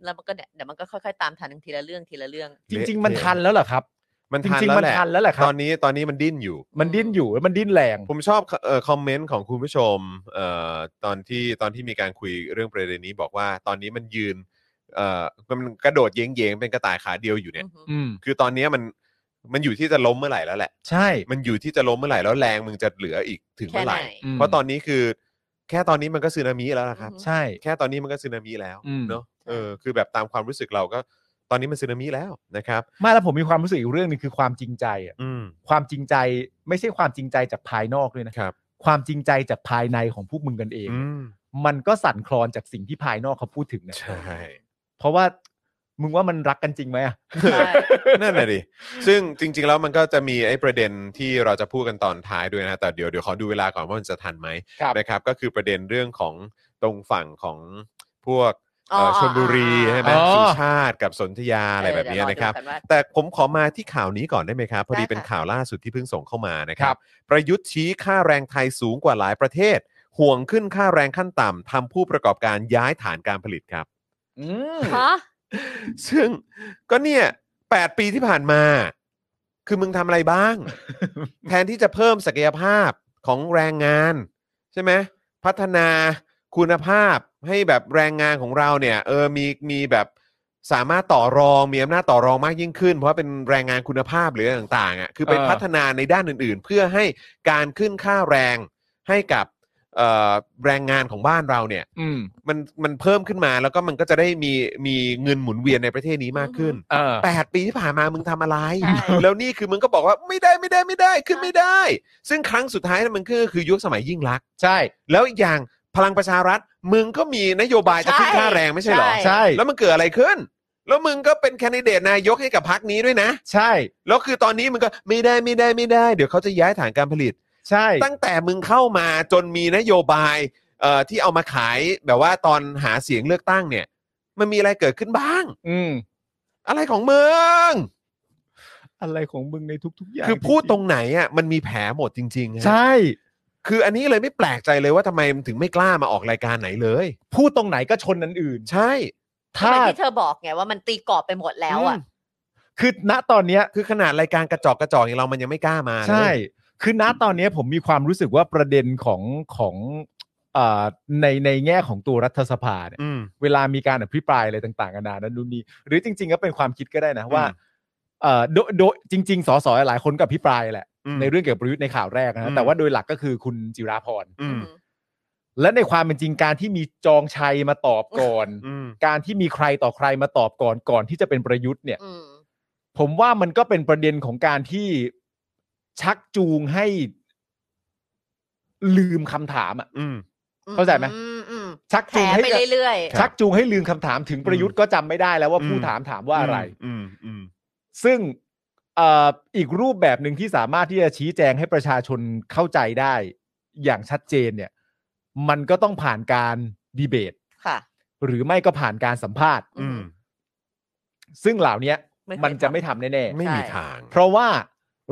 Speaker 3: แล้วมันก็เนี่ยเดี๋ยวมันก็ค่อยๆตามทันทีละเรื่องทีละเรื่อง
Speaker 2: จริง ๆ มันทันแล้วเหรอครับ
Speaker 1: มัน
Speaker 2: จ
Speaker 1: ทัน
Speaker 2: ริง
Speaker 1: แล้
Speaker 2: ๆ
Speaker 1: ว
Speaker 2: มัน
Speaker 1: แหละ
Speaker 2: ทันแล้วแหละครั
Speaker 1: ตอบ นนี้ตอนนี้มันดิ้นอยู่
Speaker 2: มันดิ้นอยู่มันดิ้นแรง
Speaker 1: ผมชอบเอ่อคอมเมนต์ของคุณผู้ชมเอ่อตอนที่ตอนที่มีการคุยเรื่องประเด็นนี้บอกว่าตอนนี้มันยืนเอ่อมันกระโดดเย้งๆเป็นกระต่ายขาเดียวอยู่เนี่ย
Speaker 2: อืม
Speaker 1: คือตอนนี้มันมันอยู่ที่จะล้มเมื่อไหร่แล้วแหละ
Speaker 2: ใช่
Speaker 1: มันอยู่ที่จะล้มเมื่อไหร่แล้วแรงมึงจะเหลืออีกถึงเมื่อไหร่
Speaker 2: อืม
Speaker 1: เพราะตอนนี้คือแค่ตอนนี้มันก็สึนามิแล้วนะครับ
Speaker 3: อือฮึ
Speaker 2: ใช่
Speaker 1: แค่ตอนนี้มันก็สึนามิแล้ว
Speaker 2: อืม
Speaker 1: เนาะเออคือแบบตามความรู้สึกเราก็ตอนนี้มันสึนามิแล้วนะครับ
Speaker 2: ไม่แล้วผมมีความรู้สึกอีกเรื่องหนึงคือความจริงใจอะ
Speaker 1: อืม
Speaker 2: ความจริงใจไม่ใช่ความจริงใจจากภายนอกด้วยนะครับ ความจริงใจจากภายในของพวกมึงกันเอง
Speaker 1: อืม
Speaker 2: มันก็สั่นคลอนจากสิ่งที่ภายนอกเขาพูดถึงนะ
Speaker 1: ใช่
Speaker 2: เพราะว่า มึงว่ามันรักกันจริงไหมอะ
Speaker 3: ใช่
Speaker 1: นั่นแหละดิ ซึ่งจริง ๆ แล้วมันก็จะมีไอ้ประเด็นที่เราจะพูดกันตอนท้ายด้วยนะ แต่เดี๋ยวเดี๋ยวขอดูเวลาก่อนว่ามันจะทันไหม
Speaker 2: ครับ
Speaker 1: นะครับ ก็คือประเด็นเรื่องของตรงฝั่งของพวก
Speaker 3: อ๋อ
Speaker 1: เอ่อชลบุรีใช่ไหม
Speaker 2: อ๋อ
Speaker 1: สุชาติกับสนธยาอะไรแบบนี้นะครับ
Speaker 3: เดี๋ยวอดูกัว่า
Speaker 1: แต่ผมขอมาที่ข่าวนี้ก่อนได้ไหมครับ พอดี
Speaker 3: ได้ค่ะ
Speaker 1: เป็นข่าวล่าสุดที่เพิ่งส่งเข้ามานะครั
Speaker 2: ครับ บ
Speaker 1: ประยุทธ์ชี้ค่าแรงไทยสูงกว่าหลายประเทศ ห่วงขึ้นค่าแรงขั้นต่ำทำผู้ประกอบการย้ายฐานการผลิตครับ
Speaker 2: อืม
Speaker 3: ฮะ
Speaker 1: ซึ่งก็เนี่ยแปดปีที่ผ่านมา คือมึงทำอะไร บ้าง แทนที่จะเพิ่มศักยภาพของแรงงาน ใช่ไหมพัฒนาคุณภาพให้แบบแรงงานของเราเนี่ย เออมีมีแบบสามารถต่อรองมีอำนาจต่อรองมากยิ่งขึ้น เพราะว่าเป็นแรงงานคุณภาพหรืออะไรต่างๆอ่ะคือไป
Speaker 2: เออ
Speaker 1: พัฒนาในด้านอื่นๆ เพื่อให้การขึ้นค่าแรงให้กับเอ่อแรงงานของบ้านเราเนี่ย
Speaker 2: อืม
Speaker 1: มันมันเพิ่มขึ้นมาแล้วก็มันก็จะได้มีมีเงินหมุนเวียนในประเทศนี้มากขึ้น
Speaker 2: เออ
Speaker 1: 8 ปีที่ผ่านมามึงทำอะไร
Speaker 3: ใช่
Speaker 1: แล้วนี่คือมึงก็บอกว่าไม่ได้ไม่ได้ไม่ได้ขึ้นไม่ได้ ซึ่งครั้งสุดท้ายนั้นมันก็คือยุคสมัยยิ่งรักษณ์
Speaker 2: ใช่
Speaker 1: แล้วอีกอย่างพลังประชารัฐ มึงก็มีนโยบายจะขึ้นค่าแรงไม่ใช่เหรอ
Speaker 2: ใช่
Speaker 1: แล้วมันเกิดอะไรขึ้น แล้วมึงก็เป็นแคนดิเดตนายกให้กับพรรคนี้ด้วยนะ
Speaker 2: ใช่
Speaker 1: แล้วคือตอนนี้มึงก็ไม่ได้ไม่ได้ไม่ได้เดี๋ยวเขาจะย้ายฐานการผลิต
Speaker 2: ใช่
Speaker 1: ตั้งแต่มึงเข้ามาจนมีนโยบายเอ่อที่เอามาขายแบบว่าตอนหาเสียงเลือกตั้งเนี่ย มันมีอะไรเกิดขึ้นบ้าง
Speaker 2: อืม
Speaker 1: อะไรของมึง
Speaker 2: อะไรของมึงในทุกๆอย่าง
Speaker 1: คือพูดตรงไหนอ่ะมันมีแผลหมดจริงๆฮะ
Speaker 2: ใช่
Speaker 1: คืออันนี้เลยไม่แปลกใจเลยว่าทำไมมันถึงไม่กล้ามาออกรายการไหนเลย
Speaker 2: พูดตรงไหนก็ชนนั้นอื่น
Speaker 1: ใช่
Speaker 3: ทำ
Speaker 2: ถ้า
Speaker 3: ไมที่เธอบอกไงว่ามันตีกรอบไปหมดแล้วอ่ะ
Speaker 2: คือณตอนเนี้ย
Speaker 1: คือขนาดรายการกระจอกกระจอกอย่างเรามันยังไม่กล้ามาเลย
Speaker 2: ใช่ คือณตอนนี้ผมมีความรู้สึกว่าประเด็นของของเอ่อในในแง่ของตัวรัฐสภาเนี่ย
Speaker 1: อืม
Speaker 2: เวลามีการอภิปรายอะไรต่างๆกันานานั้นนู่นนี่หรือจริง ๆ ก็เป็นความคิดก็ได้นะว่า
Speaker 1: อืม
Speaker 2: เอ่อโดยโดยจริง ๆสสหลายคนก็อภิปรายแหละ
Speaker 1: อืม
Speaker 2: ในเรื่องเกี่ยวกับประยุทธ์ในข่าวแรกนะ
Speaker 1: อื
Speaker 2: ฮะ
Speaker 1: ม
Speaker 2: แต่ว่าโดยหลักก็คือคุณจิราพร
Speaker 1: อืม
Speaker 2: และในความเป็นจริงการที่มีจองชัยมาตอบก่อน
Speaker 1: อืม
Speaker 2: การที่มีใครต่อใครมาตอบก่อนก่อนที่จะเป็นประยุทธ์เนี่ย
Speaker 3: อืม
Speaker 2: ผมว่ามันก็เป็นประเด็นของการที่ชักจูงให้ลืมคำถามอ่ะ
Speaker 1: อืม
Speaker 2: เข้าใจไหม
Speaker 3: อือืม
Speaker 2: ชัก
Speaker 3: แถ
Speaker 2: จูง
Speaker 3: ม
Speaker 2: ให้
Speaker 3: ไปเรื่อย
Speaker 1: ครับ
Speaker 2: ชักจูงให้ลืมคำถามถึงประยุทธ์ก็จำไม่ได้แล้วว่าผู้
Speaker 1: อืม
Speaker 2: ถามถามว่าอะไร
Speaker 1: อืมอืม
Speaker 2: ซึ่งเอ่ออีกรูปแบบหนึ่งที่สามารถที่จะชี้แจงให้ประชาชนเข้าใจได้อย่างชัดเจนเนี่ย มันก็ต้องผ่านการดีเบต
Speaker 3: ๆ ค่ะ
Speaker 2: หรือไม่ก็ผ่านการสัมภาษณ์
Speaker 1: อืม
Speaker 2: ซึ่งเหล่าเนี้ย
Speaker 3: ไม่เคย
Speaker 2: มันจะ
Speaker 3: ทำ
Speaker 2: ไม่ทำแน่ๆ
Speaker 1: ไม่มีทาง
Speaker 2: เพราะว่า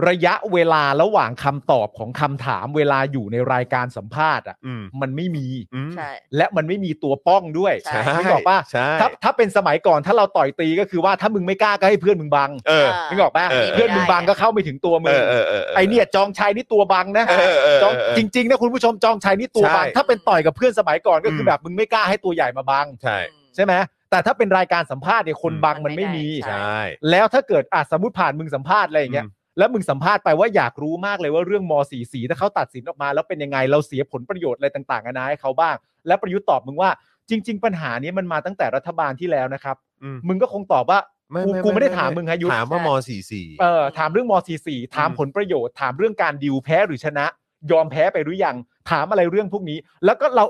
Speaker 2: ระยะเวลาระหว่างคำตอบของคำถามเวลาอยู่ในรายการสัมภาษณ์อ่ะ
Speaker 1: อืม
Speaker 2: มันไม่มี
Speaker 1: อืม
Speaker 3: ใช่
Speaker 2: และมันไม่มีตัวป้องด้วย
Speaker 3: ใช่
Speaker 2: นึกออกปะ
Speaker 1: ใช่
Speaker 2: ถ้าถ้าเป็นสมัยก่อนถ้าเราต่อยตีก็คือว่าถ้ามึงไม่กล้าก็ให้เพื่อนมึงบัง
Speaker 1: เออ
Speaker 2: นึกออกปะ
Speaker 1: เออ
Speaker 2: เพื่อนมึงบังก็เข้าไม่ถึงตัวมึ
Speaker 1: เอง อเออเออเออ
Speaker 2: ไอเนี่ยจองชัยนี่ตัวบังนะ
Speaker 1: เออเออ
Speaker 2: จอง
Speaker 1: เออ
Speaker 2: จริงๆนะคุณผู้ชมจองชัยนี่ตัวบัง
Speaker 1: ใช่
Speaker 2: ถ้าเป็นต่อยกับเพื่อนสมัยก่อนก็คืออ
Speaker 1: ม
Speaker 2: แบบมึงไม่กล้าให้ตัวใหญ่มาบัง
Speaker 1: ใช่
Speaker 2: ใช่ไหมแต่ถ้าเป็นรายการสัมภาษณ์เนี่ยคนบังมันไม่มี
Speaker 1: ใช่
Speaker 2: แล้วถ้าเกิดอ่ะสมมติผ่านมึงสัมภาษณ์อะไรอย่างเงี้ย แล้วมึงสัมภาษณ์ไปว่าอยากรู้มากเลยว่าเรื่องม .44 ถ้าเขาตัดสินออกมา แล้วเป็นยังไงเราเสียผลประโยชน์อะไรต่างๆนานาให้เขาบ้าง และประยุทธ์ตอบมึงว่า จริง ๆ ปัญหานี้มันมาตั้งแต่รัฐบาลที่แล้วนะครับ
Speaker 1: อืม
Speaker 2: มึงก็คงตอบว่า กูกูไม่ได้ถามมึงฮะยุทธ
Speaker 1: ถามว่า
Speaker 3: ใช่
Speaker 1: มสี่สี่
Speaker 2: เออถามเรื่องม .44 ถามผลประโยชน์ถามเรื่องการดิวแพ้หรือชนะ ยอมแพ้ไปหรือยังถามอะไรเรื่องพวกนี้ แล้วก็เรา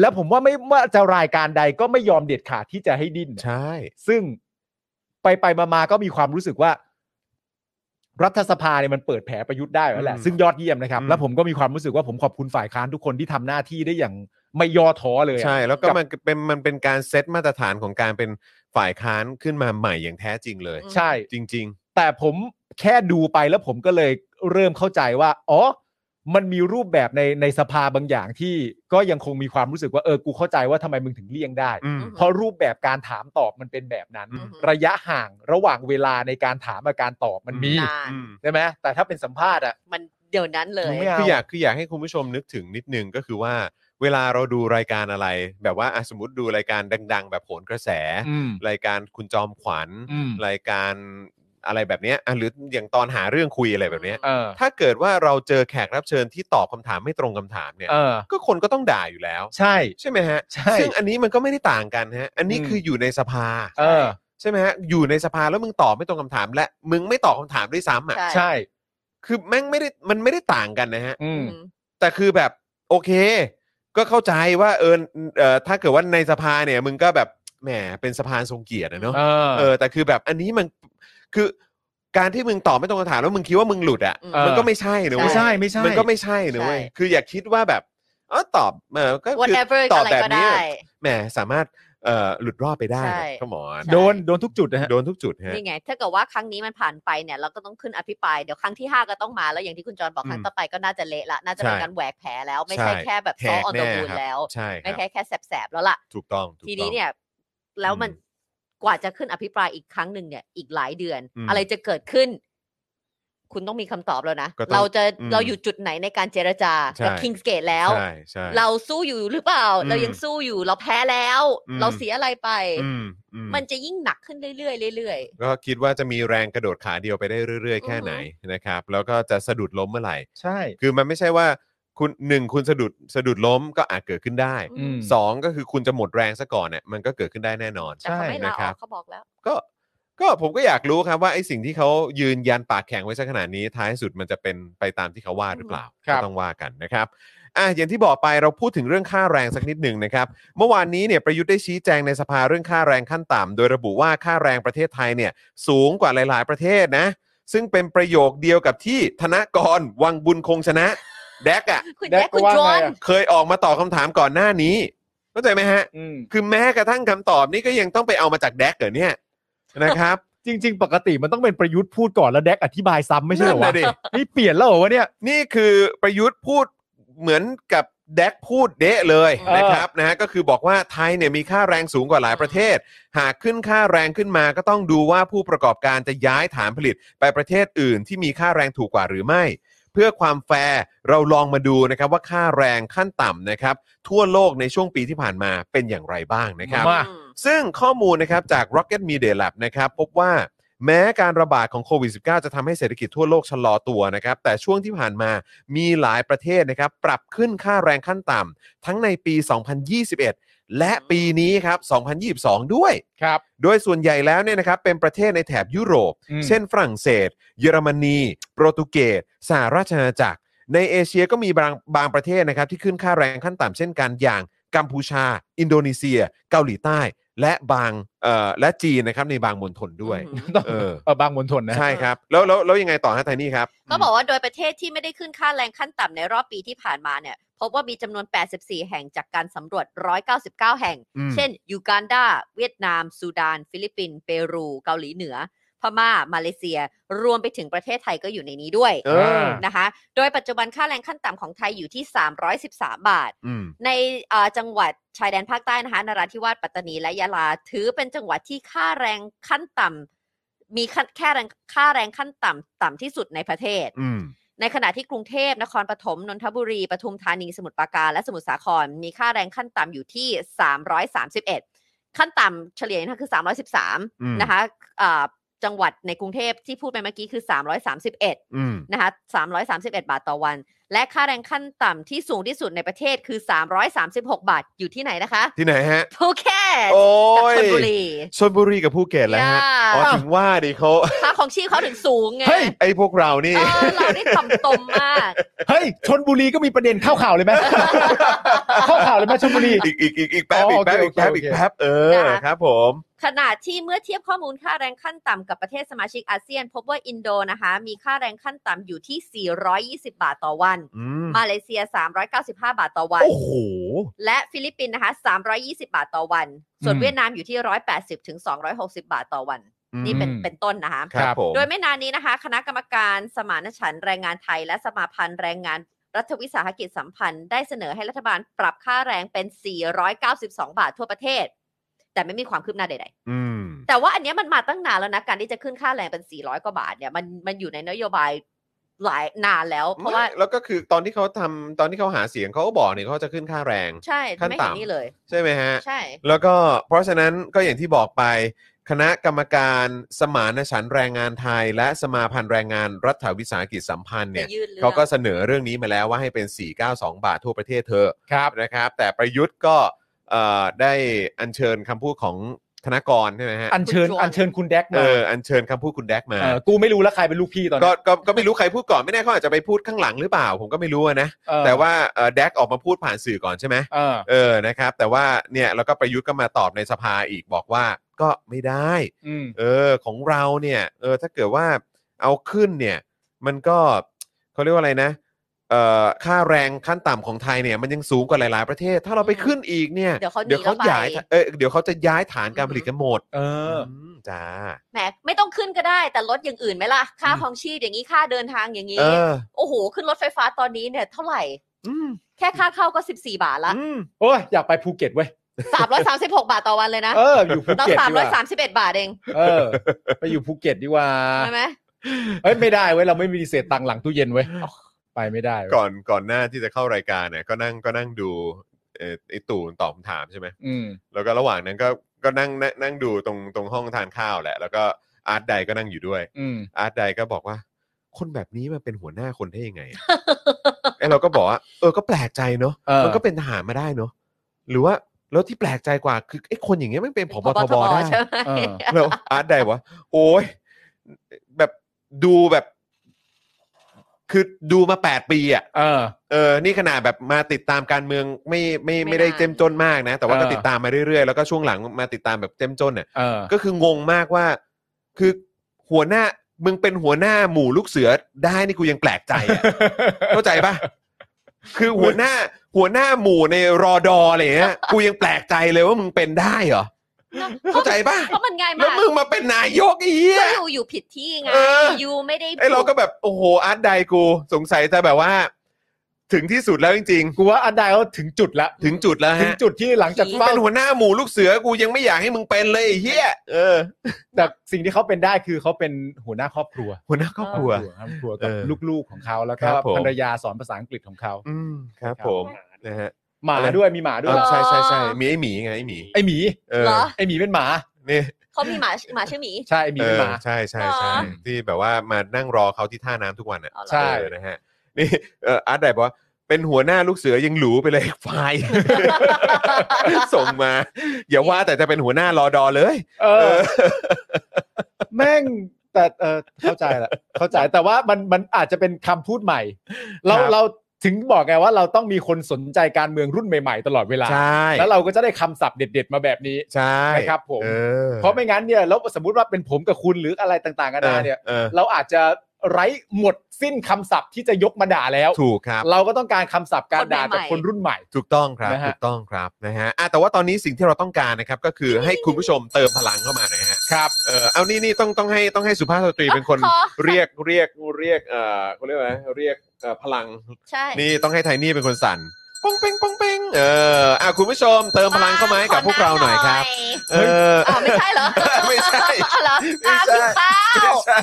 Speaker 2: แล้วผมว่าไม่ว่าจะรายการใดก็ไม่ยอมเด็ดขาดที่จะให้ดิ้น
Speaker 1: ใช่
Speaker 2: ซึ่งไปไปมามาก็มีความรู้สึกว่า รัฐสภาเนี่ยมันเปิดแผลประยุทธ์ได้แล้วแหละ
Speaker 1: อืม
Speaker 2: ซึ่งยอดเยี่ยมนะครับ
Speaker 1: อืม
Speaker 2: แล้วผมก็มีความรู้สึกว่าผมขอบคุณฝ่ายค้านทุกคนที่ทำหน้าที่ได้อย่างไม่ย่อท้อเลยอะ
Speaker 1: ใช่แล้วก็
Speaker 2: กับ
Speaker 1: มันเป็นมันเป็นการเซตมาตรฐานของการเป็นฝ่ายค้านขึ้นมาใหม่อย่างแท้จริงเลย
Speaker 3: อืม
Speaker 2: ใช่
Speaker 1: จริง
Speaker 2: แต่ผมแค่ดูไปแล้วผมก็เลยเริ่มเข้าใจว่า อ๋อ มันมีรูปแบบในในสภาบางอย่างที่ก็ยังคงมีความรู้สึกว่าเออกูเข้าใจว่าทำไมมึงถึงเลี่ยงได้
Speaker 1: ๆ อืม
Speaker 3: อืม
Speaker 2: เพราะรูปแบบการถามตอบมันเป็นแบบนั้น
Speaker 1: อืม
Speaker 2: ระยะห่างระหว่างเวลาในการถามกับการตอบมันมี
Speaker 3: นาน
Speaker 1: อืม
Speaker 2: ใช่ไหมแต่ถ้าเป็นสัมภาษณ์อ่ะ
Speaker 3: มันเดี๋ยวนั้นเลย
Speaker 2: มึงไม่เ
Speaker 1: คืออยากคืออยากให้คุณผู้ชมนึกถึงนิดนึงก็คือว่า เวลาเราดูรายการอะไร แบบว่าอ่ะสมมติดูรายการดัง ๆ แบบโหนกระแส
Speaker 2: อืม
Speaker 1: รายการคุณจอมขวัญ
Speaker 2: อืม
Speaker 1: รายการอะไรแบบเนี้ยอ่ะหรืออย่างตอนหาเรื่องคุยอะไรแบบเนี้ย
Speaker 2: เออ
Speaker 1: ถ้าเกิดว่าเราเจอแขกรับเชิญที่ตอบคำถามไม่ตรงคำถามเนี่ย
Speaker 2: เออ
Speaker 1: ก็คนก็ต้องด่าอยู่แล้ว
Speaker 2: ใช่
Speaker 1: ใช่ไหมฮะ
Speaker 2: ใช่
Speaker 1: ซึ่งอันนี้มันก็ไม่ได้ต่างกันฮะ อันนี้
Speaker 2: อืม
Speaker 1: คืออยู่ในสภา
Speaker 2: เออ
Speaker 1: ใช่ไหมฮะ อยู่ในสภาแล้วมึงตอบไม่ตรงคำถาม และมึงไม่ตอบคำถามด้วยซ้ำอ่ะ
Speaker 3: ใช่
Speaker 2: ใช่
Speaker 1: คือแม่งไม่ได้ มันไม่ได้ต่างกันนะฮะ
Speaker 3: อื
Speaker 2: อืม
Speaker 3: ม
Speaker 1: แต่คือแบบโอเค ก็เข้าใจว่าเออเออถ้าเกิดว่าในสภาเนี่ย มึงก็แบบ แหมเป็นสะพานทรงเกียรตินะเนาะ
Speaker 2: เออ
Speaker 1: เออแต่คือแบบอันนี้มันคือการที่มึงตอบไม่ตรงคำถามแล้วมึงคิดว่ามึงหลุดอ่ะ
Speaker 3: อืม
Speaker 1: มันก็ไม่ใช่นะ
Speaker 3: อ
Speaker 1: เว้
Speaker 2: ไม่
Speaker 1: ย
Speaker 2: ใช่ไม่ใช่
Speaker 1: มันก็ไม่ใช่นะเว้ย
Speaker 3: ใช่
Speaker 1: คืออย่าคิดว่าแบบเออตอบเออก็คือ
Speaker 3: whatever
Speaker 1: ตอบ
Speaker 3: อะไร
Speaker 1: แบบ
Speaker 3: ก็
Speaker 1: นี้
Speaker 3: ได้
Speaker 1: แหมสามารถเอ่อหลุดรอดไปได้
Speaker 3: ใช่
Speaker 1: ขมอน
Speaker 3: ใช่
Speaker 2: โดนโดนทุกจุดนะฮะ
Speaker 1: โดนทุกจุดฮะ
Speaker 3: นี่ไง ถ้าเกิดว่าครั้งนี้มันผ่านไปเนี่ยเราก็ต้องขึ้นอภิปราย เดี๋ยวครั้งที่ 5 ก็ต้องมาแล้วอย่างที่คุณจรบอก
Speaker 1: อืม
Speaker 3: ครั้งต่อไปก็น่าจะเละละ น่าจะเป็น
Speaker 1: ใช่
Speaker 3: การแหวกแผลแล้วไม่ใช่
Speaker 1: ใช่
Speaker 3: แค่แบบ
Speaker 1: แหก
Speaker 3: ซ้อออนเดอร์
Speaker 1: แน่
Speaker 3: บูน
Speaker 1: ครับ
Speaker 3: แล้ว
Speaker 1: ใช่ค
Speaker 3: ไม่
Speaker 1: รับ
Speaker 3: ใช่แค่แสบๆแล้วล่ะ
Speaker 1: ถูกต้องถูก
Speaker 3: ที
Speaker 1: ต้
Speaker 3: นี้
Speaker 1: อง
Speaker 3: เนี่ยแล้วมัน
Speaker 1: อืม
Speaker 3: กว่าจะขึ้นอภิปรายอีกครั้งหนึ่งเนี่ยอีกหลายเดือน
Speaker 1: อืม
Speaker 3: อะไรจะเกิดขึ้น คุณต้องมีคำตอบแล้วนะ
Speaker 1: ก็ต้อง
Speaker 3: เราจะ
Speaker 1: อืม
Speaker 3: เราอยู่จุดไหนในการเจรจา
Speaker 1: ใช่
Speaker 3: กับคิงสเกตแล้ว
Speaker 1: ใช่ใช่
Speaker 3: เราสู้อยู่หรือเปล่า
Speaker 1: อืม
Speaker 3: เรายังสู้อยู่เราแพ้แล้ว
Speaker 1: อืม
Speaker 3: เราเสียอะไรไป
Speaker 1: อืมอืม
Speaker 3: มันจะยิ่งหนักขึ้นเรื่อยๆเรื่อย
Speaker 1: ก็คิดว่าจะมีแรงกระโดดขาเดียวไปได้เรื่อย ๆ แค่
Speaker 3: อือฮึ
Speaker 1: ไหนนะครับ แล้วก็จะสะดุดล้มเมื่อไหร่
Speaker 2: ใช่
Speaker 1: คือมันไม่ใช่ว่าคุณหนึ่งคุณสะดุดสะดุดล้มก็อาจเกิดขึ้นได้
Speaker 3: อืม
Speaker 1: สองก็คือคุณจะหมดแรงซะก่อนเนี่ยมันก็เกิดขึ้นได้แน่นอน
Speaker 3: ๆแต่เขาไม่ลา
Speaker 1: นะค
Speaker 3: อ
Speaker 1: รั
Speaker 3: อบ กเขาบอกแล้ว
Speaker 1: ก็ก็ผมก็อยากรู้ครับว่าไอ้สิ่งที่เขายืนยันปากแข็งไว้ซะขนาดนี้ท้ายสุดมันจะเป็นไปตามที่เขาว่าหรือเปล่าก็ต้องว่ากันนะครับอ่ะอย่างที่บอกไปเราพูดถึงเรื่องค่าแรงสักนิดหนึ่งนะครับ เมื่อวานนี้เนี่ยประยุทธ์ได้ชี้แจงในสภาเรื่องค่าแรงขั้นต่ำโดยระบุว่าค่าแรงประเทศไทยเนี่ยสูงกว่าหลาย ๆ ประเทศนะ ซึ่งเป็นประโยคเดียวกับที่ธนกรวังบุญคงชนะแดกอะ
Speaker 3: คุณ
Speaker 2: แด
Speaker 3: แด
Speaker 2: ก
Speaker 3: ก
Speaker 2: ก็
Speaker 3: คุณ
Speaker 2: ว่า
Speaker 3: จ
Speaker 2: ไง
Speaker 3: อน
Speaker 2: อะ
Speaker 1: เคยออกมาตอบคำถามก่อนหน้านี้เข้าใจไหมฮะ
Speaker 2: อืม
Speaker 1: คือแม้กระทั่งคำตอบนี่ก็ยังต้องไปเอามาจากแดกเหรอเนี่ยนะครับ
Speaker 2: จริง ๆ ปกติมันต้องเป็นประยุทธ์พูดก่อนแล้วแดกอธิบายซ้ำไม่ใช่เหรอ
Speaker 1: นั่
Speaker 2: วะ
Speaker 1: นน่ะดิ
Speaker 2: นี่เปลี่ยนแล้วเหรอวะเนี่ย
Speaker 1: นี่คือประยุทธ์พูดเหมือนกับแดกพูดเดะเลย
Speaker 2: เออ
Speaker 1: นะครับนะฮะก็คือบอกว่าไทยเนี่ยมีค่าแรงสูงกว่าหลายประเทศ หากขึ้นค่าแรงขึ้นมาก็ต้องดูว่าผู้ประกอบการจะย้ายฐานผลิตไปประเทศอื่นที่มีค่าแรงถูกกว่าหรือไม่ เพื่อความแฟร์เราลองมาดูนะครับว่าค่าแรงขั้นต่ำนะครับทั่วโลกในช่วงปีที่ผ่านมาเป็นอย่างไรบ้างนะครับ
Speaker 2: มา
Speaker 3: อืม
Speaker 1: ซึ่งข้อมูลนะครับจาก Rocket Media Lab นะครับพบว่าแม้การระบาดของโควิด -19 จะทำให้เศรษฐกิจทั่วโลกชะลอตัวนะครับ แต่ช่วงที่ผ่านมามีหลายประเทศนะครับ ปรับขึ้นค่าแรงขั้นต่ำทั้งในปี 2021 และปีนี้ครับ 2022 ด้วย
Speaker 2: ครับ
Speaker 1: โดยส่วนใหญ่แล้วเนี่ยนะครับเป็นประเทศในแถบยุโรป
Speaker 2: อืม
Speaker 1: เช่นฝรั่งเศส เยอรมนี โปรตุเกสสหราชอาณาจักร ในเอเชียก็มีบางบางประเทศนะครับที่ขึ้นค่าแรงขั้นต่ำเช่นกันอย่างกัมพูชา อินโดนีเซีย เกาหลีใต้ และบางเอ่อและจีนนะครับในบางมณฑลด้วย
Speaker 3: อืม
Speaker 2: ต้อง
Speaker 1: เออ
Speaker 2: เออบางมณฑลนะ
Speaker 1: ใช่ครับ แล้วแล้วแล้วยังไงต่อฮะไทนี่ครับ
Speaker 3: ก็บอกว่าโดยประเทศที่ไม่ได้ขึ้นค่าแรงขั้นต่ำในรอบปีที่ผ่านมาเนี่ย พบว่ามีจำนวน 84 แห่งจากการสำรวจ 199 แห่ง
Speaker 1: อืม
Speaker 3: เช่น ยูกันดา เวียดนาม ซูดาน ฟิลิปปินส์เปรู เกาหลีเหนือ พม่า มาเลเซีย รวมไปถึงประเทศไทยก็อยู่ในนี้ด้วย
Speaker 1: เออ
Speaker 3: นะคะ โดยปัจจุบันค่าแรงขั้นต่ำของไทยอยู่ที่ 313 บาท
Speaker 1: อืม
Speaker 3: ในเอ่อจังหวัดชายแดนภาคใต้นะคะนราธิวาสปัตตานีและยะลา ถือเป็นจังหวัดที่ค่าแรงขั้นต่ำมีขั้นแค่แรงค่าแรงขั้นต่ำต่ำที่สุดในประเทศ
Speaker 1: อืม
Speaker 3: ในขณะที่กรุงเทพนครปฐมนนทบุรีปทุมธานีสมุทรปราการและสมุทรสาคร มีค่าแรงขั้นต่ำอยู่ที่ 331 ขั้นต่ำเฉลี่ยนะคะคือ
Speaker 1: อืม
Speaker 3: 313 นะคะเอ่อจังหวัดในกรุงเทพที่พูดไปเมื่อกี้คือ 331
Speaker 1: อืม
Speaker 3: นะคะ331 บาทต่อวัน และค่าแรงขั้นต่ำที่สูงที่สุดในประเทศคือ 336 บาทอยู่ที่ไหนนะคะ
Speaker 1: ที่ไหนฮะ
Speaker 3: ภูเก็ต
Speaker 1: โอ้
Speaker 3: กับ
Speaker 1: ย
Speaker 3: ชลบุรี
Speaker 1: ชลบุรีกับภูเก็ตแล้วฮะอ๋อถึงว่าดิเขา
Speaker 3: ค่าของชีพเขาถึงสูงไง
Speaker 2: เฮ้ย
Speaker 1: ไอ้พวกเรานี่
Speaker 3: เออเราได้ต่ำตมมาก
Speaker 2: เฮ้ยชนบุรีก็มีประเด็นเข้าข่าวเลย ไหม เข้าข่าวเลยไหมชนบุรี
Speaker 1: อีกอีกอีกอีกแป๊บ
Speaker 2: อ๋อ
Speaker 1: อีกแป๊บ
Speaker 2: โอ
Speaker 1: อีก
Speaker 2: เค
Speaker 1: แป๊บ
Speaker 2: โอ
Speaker 1: อีกแป๊บ
Speaker 2: เค
Speaker 1: เออ
Speaker 3: นะคะ
Speaker 1: ครับผม
Speaker 3: ขณะที่เมื่อเทียบข้อมูลค่าแรงขั้นต่ำกับประเทศสมาชิกอาเซียน พบว่าอินโดนะคะ มีค่าแรงขั้นต่ำอยู่ที่ 420 บาทต่อวัน
Speaker 1: อืม
Speaker 3: มาเลเซีย 395 บาทต่อวัน
Speaker 1: โอ้โห
Speaker 3: และฟิลิปปินส์นะคะ 320 บาทต่อวัน ส่วน
Speaker 2: อืม
Speaker 3: เวียดนามอยู่ที่ 180 ถึง 260 บาทต่อวัน นี่เป็น
Speaker 2: อืม
Speaker 3: เป็นต้นนะคะ
Speaker 1: ครับผม
Speaker 3: โดยไม่นานนี้นะคะ คณะกรรมการสมานฉันท์แรงงานไทย และสมาพันธ์แรงงานรัฐวิสาหกิจสัมพันธ์ ได้เสนอให้รัฐบาลปรับค่าแรงเป็น 492 บาททั่วประเทศ แต่ไม่มีความคืบหน้าใด
Speaker 1: อืม
Speaker 3: ๆ แต่ว่าอันเนี้ยมันมาตั้งนานแล้วนะ การที่จะขึ้นค่าแรงเป็น 400 กว่าบาทเนี่ยมันมันอยู่ในนโยบายหลายนานแล้ว เพราะว่า
Speaker 1: แล้วก็คือตอนที่เขาทำตอนที่เขาหาเสียงเขาก็บอกเนี่ยเขาจะขึ้นค่าแรง
Speaker 3: ใช่
Speaker 1: ขั้น
Speaker 3: ไม่เห็น
Speaker 1: ต่ำ
Speaker 3: นี่เลย
Speaker 1: ใช่ไหมฮะ
Speaker 3: ใช่
Speaker 1: แล้วก็เพราะฉะนั้นก็อย่างที่บอกไป คณะกรรมการสมานฉันท์แรงงานไทย และสมาพันธ์แรงงานรัฐวิสาหกิจสัมพันธ์เนี่ย
Speaker 3: จะยื่นเรื่อง
Speaker 1: เขาก็เสนอเรื่องนี้มาแล้วว่าให้เป็น 492 บาททั่วประเทศเธอะ
Speaker 2: ครับ
Speaker 1: นะครับ แต่ประยุทธ์ก็เอ่อได้อัญเชิญคำพูดของ ธนกรใช่ไหมฮะ
Speaker 2: อัญเชิญ
Speaker 3: คุณชวน
Speaker 2: อัญเชิญคุณแดก
Speaker 1: เอ
Speaker 2: มา
Speaker 1: ออันเชิญคำพูดคุณแดกมา
Speaker 2: เออกูไม่รู้แล้วใครเป็นลูกพี่ตอน
Speaker 1: ก็
Speaker 2: นี้น
Speaker 1: ก็ก็ไม่รู้ใครพูดก่อนไม่แน่เขาอาจจะไปพูดข้างหลังหรือเปล่า ผมก็ไม่รู้อะนะ
Speaker 2: เออ
Speaker 1: แต่ว่าเอ่อแดกออกมาพูดผ่านสื่อก่อนใช่ไหม
Speaker 2: เออ
Speaker 1: เออนะครับ แต่ว่าเนี่ยแล้วก็ประยุทธ์ก็มาตอบในสภาอีกบอกว่าก็ไม่ได้
Speaker 2: อืม
Speaker 1: เออของเราเนี่ยเออถ้าเกิดว่าเอาขึ้นเนี่ย มันก็เขาเรียกว่าอะไรนะเอ่อค่าแรงขั้นต่ำของไทยเนี่ยมันยังสูงกว่าหลาย ๆ ประเทศ ถ้าเราไปขึ้นอีกเนี่ย
Speaker 3: เดี๋ยวเขาหนี
Speaker 1: เขา
Speaker 3: เราไป
Speaker 1: ย้ายเออเดี๋ยวเขาจะย้ายฐานการผลิตกันหมด
Speaker 2: เออ
Speaker 1: มจ้า
Speaker 3: แหมไม่ต้องขึ้นก็ได้ แต่ลดอย่างอื่นไหมล่ะ ค่าของชีพอย่างนี้ค่าเดินทางอย่างนี้
Speaker 1: เออ
Speaker 3: โอ้โห ขึ้นรถไฟฟ้าตอนนี้เนี่ยเท่าไหร่
Speaker 1: อืม
Speaker 3: แค่ค่าเข้าก็ 14 บาทละ
Speaker 1: อืม
Speaker 2: โอ้ยอยากไปภูเก็ตเว้ย
Speaker 3: 336 บาทต่อวันเลยนะ
Speaker 2: เอออยู่ภู
Speaker 3: เรา
Speaker 2: เก็ต
Speaker 3: สาม
Speaker 2: ดีก
Speaker 3: ร้อยสา
Speaker 2: ว่าม
Speaker 3: สิบเอ็ดบาทเอง
Speaker 2: เออ ไปอยู่ภูเก็ตดีกว่า
Speaker 3: ใช่ไหม
Speaker 2: เอ้ยไม่ได้เว้ยเราไม่มีเศษตังค์หลังตู้เย็นเว้ยไปไม่ได้เว้ย
Speaker 1: ก่อนก่อนหน้าที่จะเข้ารายการเนี่ยก็นั่งก็นั่งดูเอ่อไอ้ตู่ตอบคำถามใช่ไหม
Speaker 2: อืม
Speaker 1: แล้วก็ระหว่างนั้นก็ก็นั่งนั่งนั่งดูตรงตรงห้องทานข้าวแหละ แล้วก็อาร์ตไดก็นั่งอยู่ด้วย
Speaker 2: อืม
Speaker 1: อาร์ตไดก็บอกว่า คนแบบนี้มาเป็นหัวหน้าคนได้ยังไงอะ ไอ้เราก็บอกว่าเออก็แปลกใจเนาะ
Speaker 2: เออ
Speaker 1: มันก็เป็นทหารมาได้เนาะหรือว่าแล้วที่แปลกใจกว่าคือไอ้คนอย่างเงี้ยไม่เป็นผบทบได้
Speaker 3: ใช่ไหม
Speaker 2: เออ
Speaker 1: แล้วอาร์ตไดบอกว่าโอ้ยแบบดูแบบ คือดูมาแปดปีอ่ะ
Speaker 2: เออ
Speaker 1: เออ นี่ขนาดแบบมาติดตามการเมืองไม่ไม่ไม่ได้เจ้มจนมากนะ แต่ว่าก็
Speaker 2: เออ
Speaker 1: ติดตามมาเรื่อยๆ แล้วก็ช่วงหลังมาติดตามแบบเจ้มจนเนี่ย
Speaker 2: เออ
Speaker 1: ก็คืองงมากว่า คือหัวหน้ามึงเป็นหัวหน้าหมู่ลูกเสือได้นี่กูยังแปลกใจอะ เข้าใจปะคือหัวหน้าหัวหน้าหมู่ในรอดออะไรเงี้ยกูยังแปลกใจเลยว่ามึงเป็นได้เหรอเข้าใจปะ
Speaker 3: เพราะมันง่าย
Speaker 1: แล้ว
Speaker 3: มาก
Speaker 1: มึงมาเป็นนายกไอ้เหี้
Speaker 3: ก็
Speaker 1: ย
Speaker 3: อยู่อยู่ผิดที่ไง
Speaker 1: เออ
Speaker 3: อยู่ไม่ได้
Speaker 1: ไอ้เราก็แบบโอ้โหอาร์ตไดกูสงสัยจะแบบว่า ถึงที่สุดแล้วจริง
Speaker 2: กูว่าอันใดเขาถึงจุดละ
Speaker 1: ๆ ถึงจุดแล้ว
Speaker 2: ถึง
Speaker 1: ฮะ
Speaker 2: จุดที่หลังจาก
Speaker 1: มึง
Speaker 2: เฝ้า
Speaker 1: เป็นหัวหน้าหมู่ลูกเสือกูยังไม่อยากให้มึงเป็นเลยไอ้เฮียเออ
Speaker 2: แต่สิ่งที่เขาเป็นได้คือเขาเป็นหัวหน้าครอบครัว
Speaker 1: หัวหน้าครอบครัว
Speaker 2: ครอบครัวกับ
Speaker 1: เออ
Speaker 2: ลูกๆของเขาแล้ว
Speaker 1: ค
Speaker 2: ก็
Speaker 1: รับผม
Speaker 2: ภรรยาสอนภาษาอังกฤษของเขา
Speaker 1: อืมครับ
Speaker 2: ครับ
Speaker 1: ผมนะฮะ
Speaker 2: หมาด้วยมีหมา
Speaker 1: เอ
Speaker 2: ด้วย
Speaker 1: อใช่ใช่ใช่มีไอหมีไงไอหมี
Speaker 2: ไอหมี
Speaker 1: เออ
Speaker 3: เหรอ
Speaker 2: ไอหมีเป็นหมา
Speaker 1: นี่
Speaker 3: เขามีหมาหมาชื่อหมี
Speaker 2: ใช่ไอหมี
Speaker 1: เอ
Speaker 2: เป็น
Speaker 1: อ
Speaker 2: หมา
Speaker 1: ใช่ใช่ใช่
Speaker 2: เหรอ
Speaker 1: ที่แบบว่ามานั่งรอเขาที่ท่าน้ำทุกวันอ่ะ
Speaker 3: อ๋อเหรอ
Speaker 2: ใช่
Speaker 1: เออนะฮะนี่เอออาร์ตไดบอกว่าเป็นหัวหน้าลูกเสือยังหรูไปเลย ไฟล์ ส่งมา อย่าว่าแต่จะเป็นหัวหน้ารอดอเลย
Speaker 2: เอ
Speaker 1: เอ
Speaker 2: อ
Speaker 1: อ
Speaker 2: แม่งแต่เออเข้าใจละเข้าใจแต่ว่ามันมันอาจจะเป็นคำพูดใหม่ เรา
Speaker 1: ครับ
Speaker 2: เราถึงบอกไงว่าเราต้องมีคนสนใจการเมืองรุ่นใหม่ๆ ตลอดเวลา
Speaker 1: ใช่
Speaker 2: แล้วเราก็จะได้คำศัพท์เด็ด ๆ มาแบบนี้
Speaker 1: ใช่
Speaker 2: นะครับผม
Speaker 1: ออ
Speaker 2: เพราะไม่งั้นเนี่ยแล้วสมมติว่าเป็นผมกับคุณหรืออะไรต่างๆกั
Speaker 1: เอ
Speaker 2: นา
Speaker 1: อ
Speaker 2: เนี่ย
Speaker 1: เออ
Speaker 2: เราอาจจะไร้หมดสิ้นคำศัพท์ที่จะยกมาด่าแล้ว
Speaker 1: ถูกครับ
Speaker 2: เราก็ต้องการคำศัพท์การด่า
Speaker 3: คนใหม่ๆ
Speaker 2: จากคนรุ่นใหม่
Speaker 1: ถูกต้องครับ
Speaker 2: นะฮะ
Speaker 1: ถูกต้องครับนะฮะอ่ะแต่ว่าตอนนี้สิ่งที่เราต้องการนะครับ ก็คือให้คุณผู้ชมเติมพลังเข้ามาหน่อยฮะ
Speaker 2: ครับ
Speaker 1: เออเอานี่นี่ต้องต้องให้ต้องให้สุภาพสตรีเป็นคน
Speaker 3: ขอ
Speaker 1: เรียกเรียกเรียกเอ่อเขาเรียกว่าอะไรเรียกเอ่อพลัง
Speaker 3: ใช่
Speaker 1: นี่ต้องให้ไทนี่เป็นคนสั่นป้องเป้งป้องเป้งเอออ่ะคุณผู้ชมเติมพลังเข้ามาให้กับพวกเราหน่อยครับ เออ
Speaker 3: อ้าวไม่ใช่เหรอ
Speaker 1: ไม่ใช่
Speaker 3: อ้าวเหรอ
Speaker 1: ไม่
Speaker 3: อ้าว
Speaker 1: ใช่
Speaker 3: พี่เป้า
Speaker 1: ไม่ใช่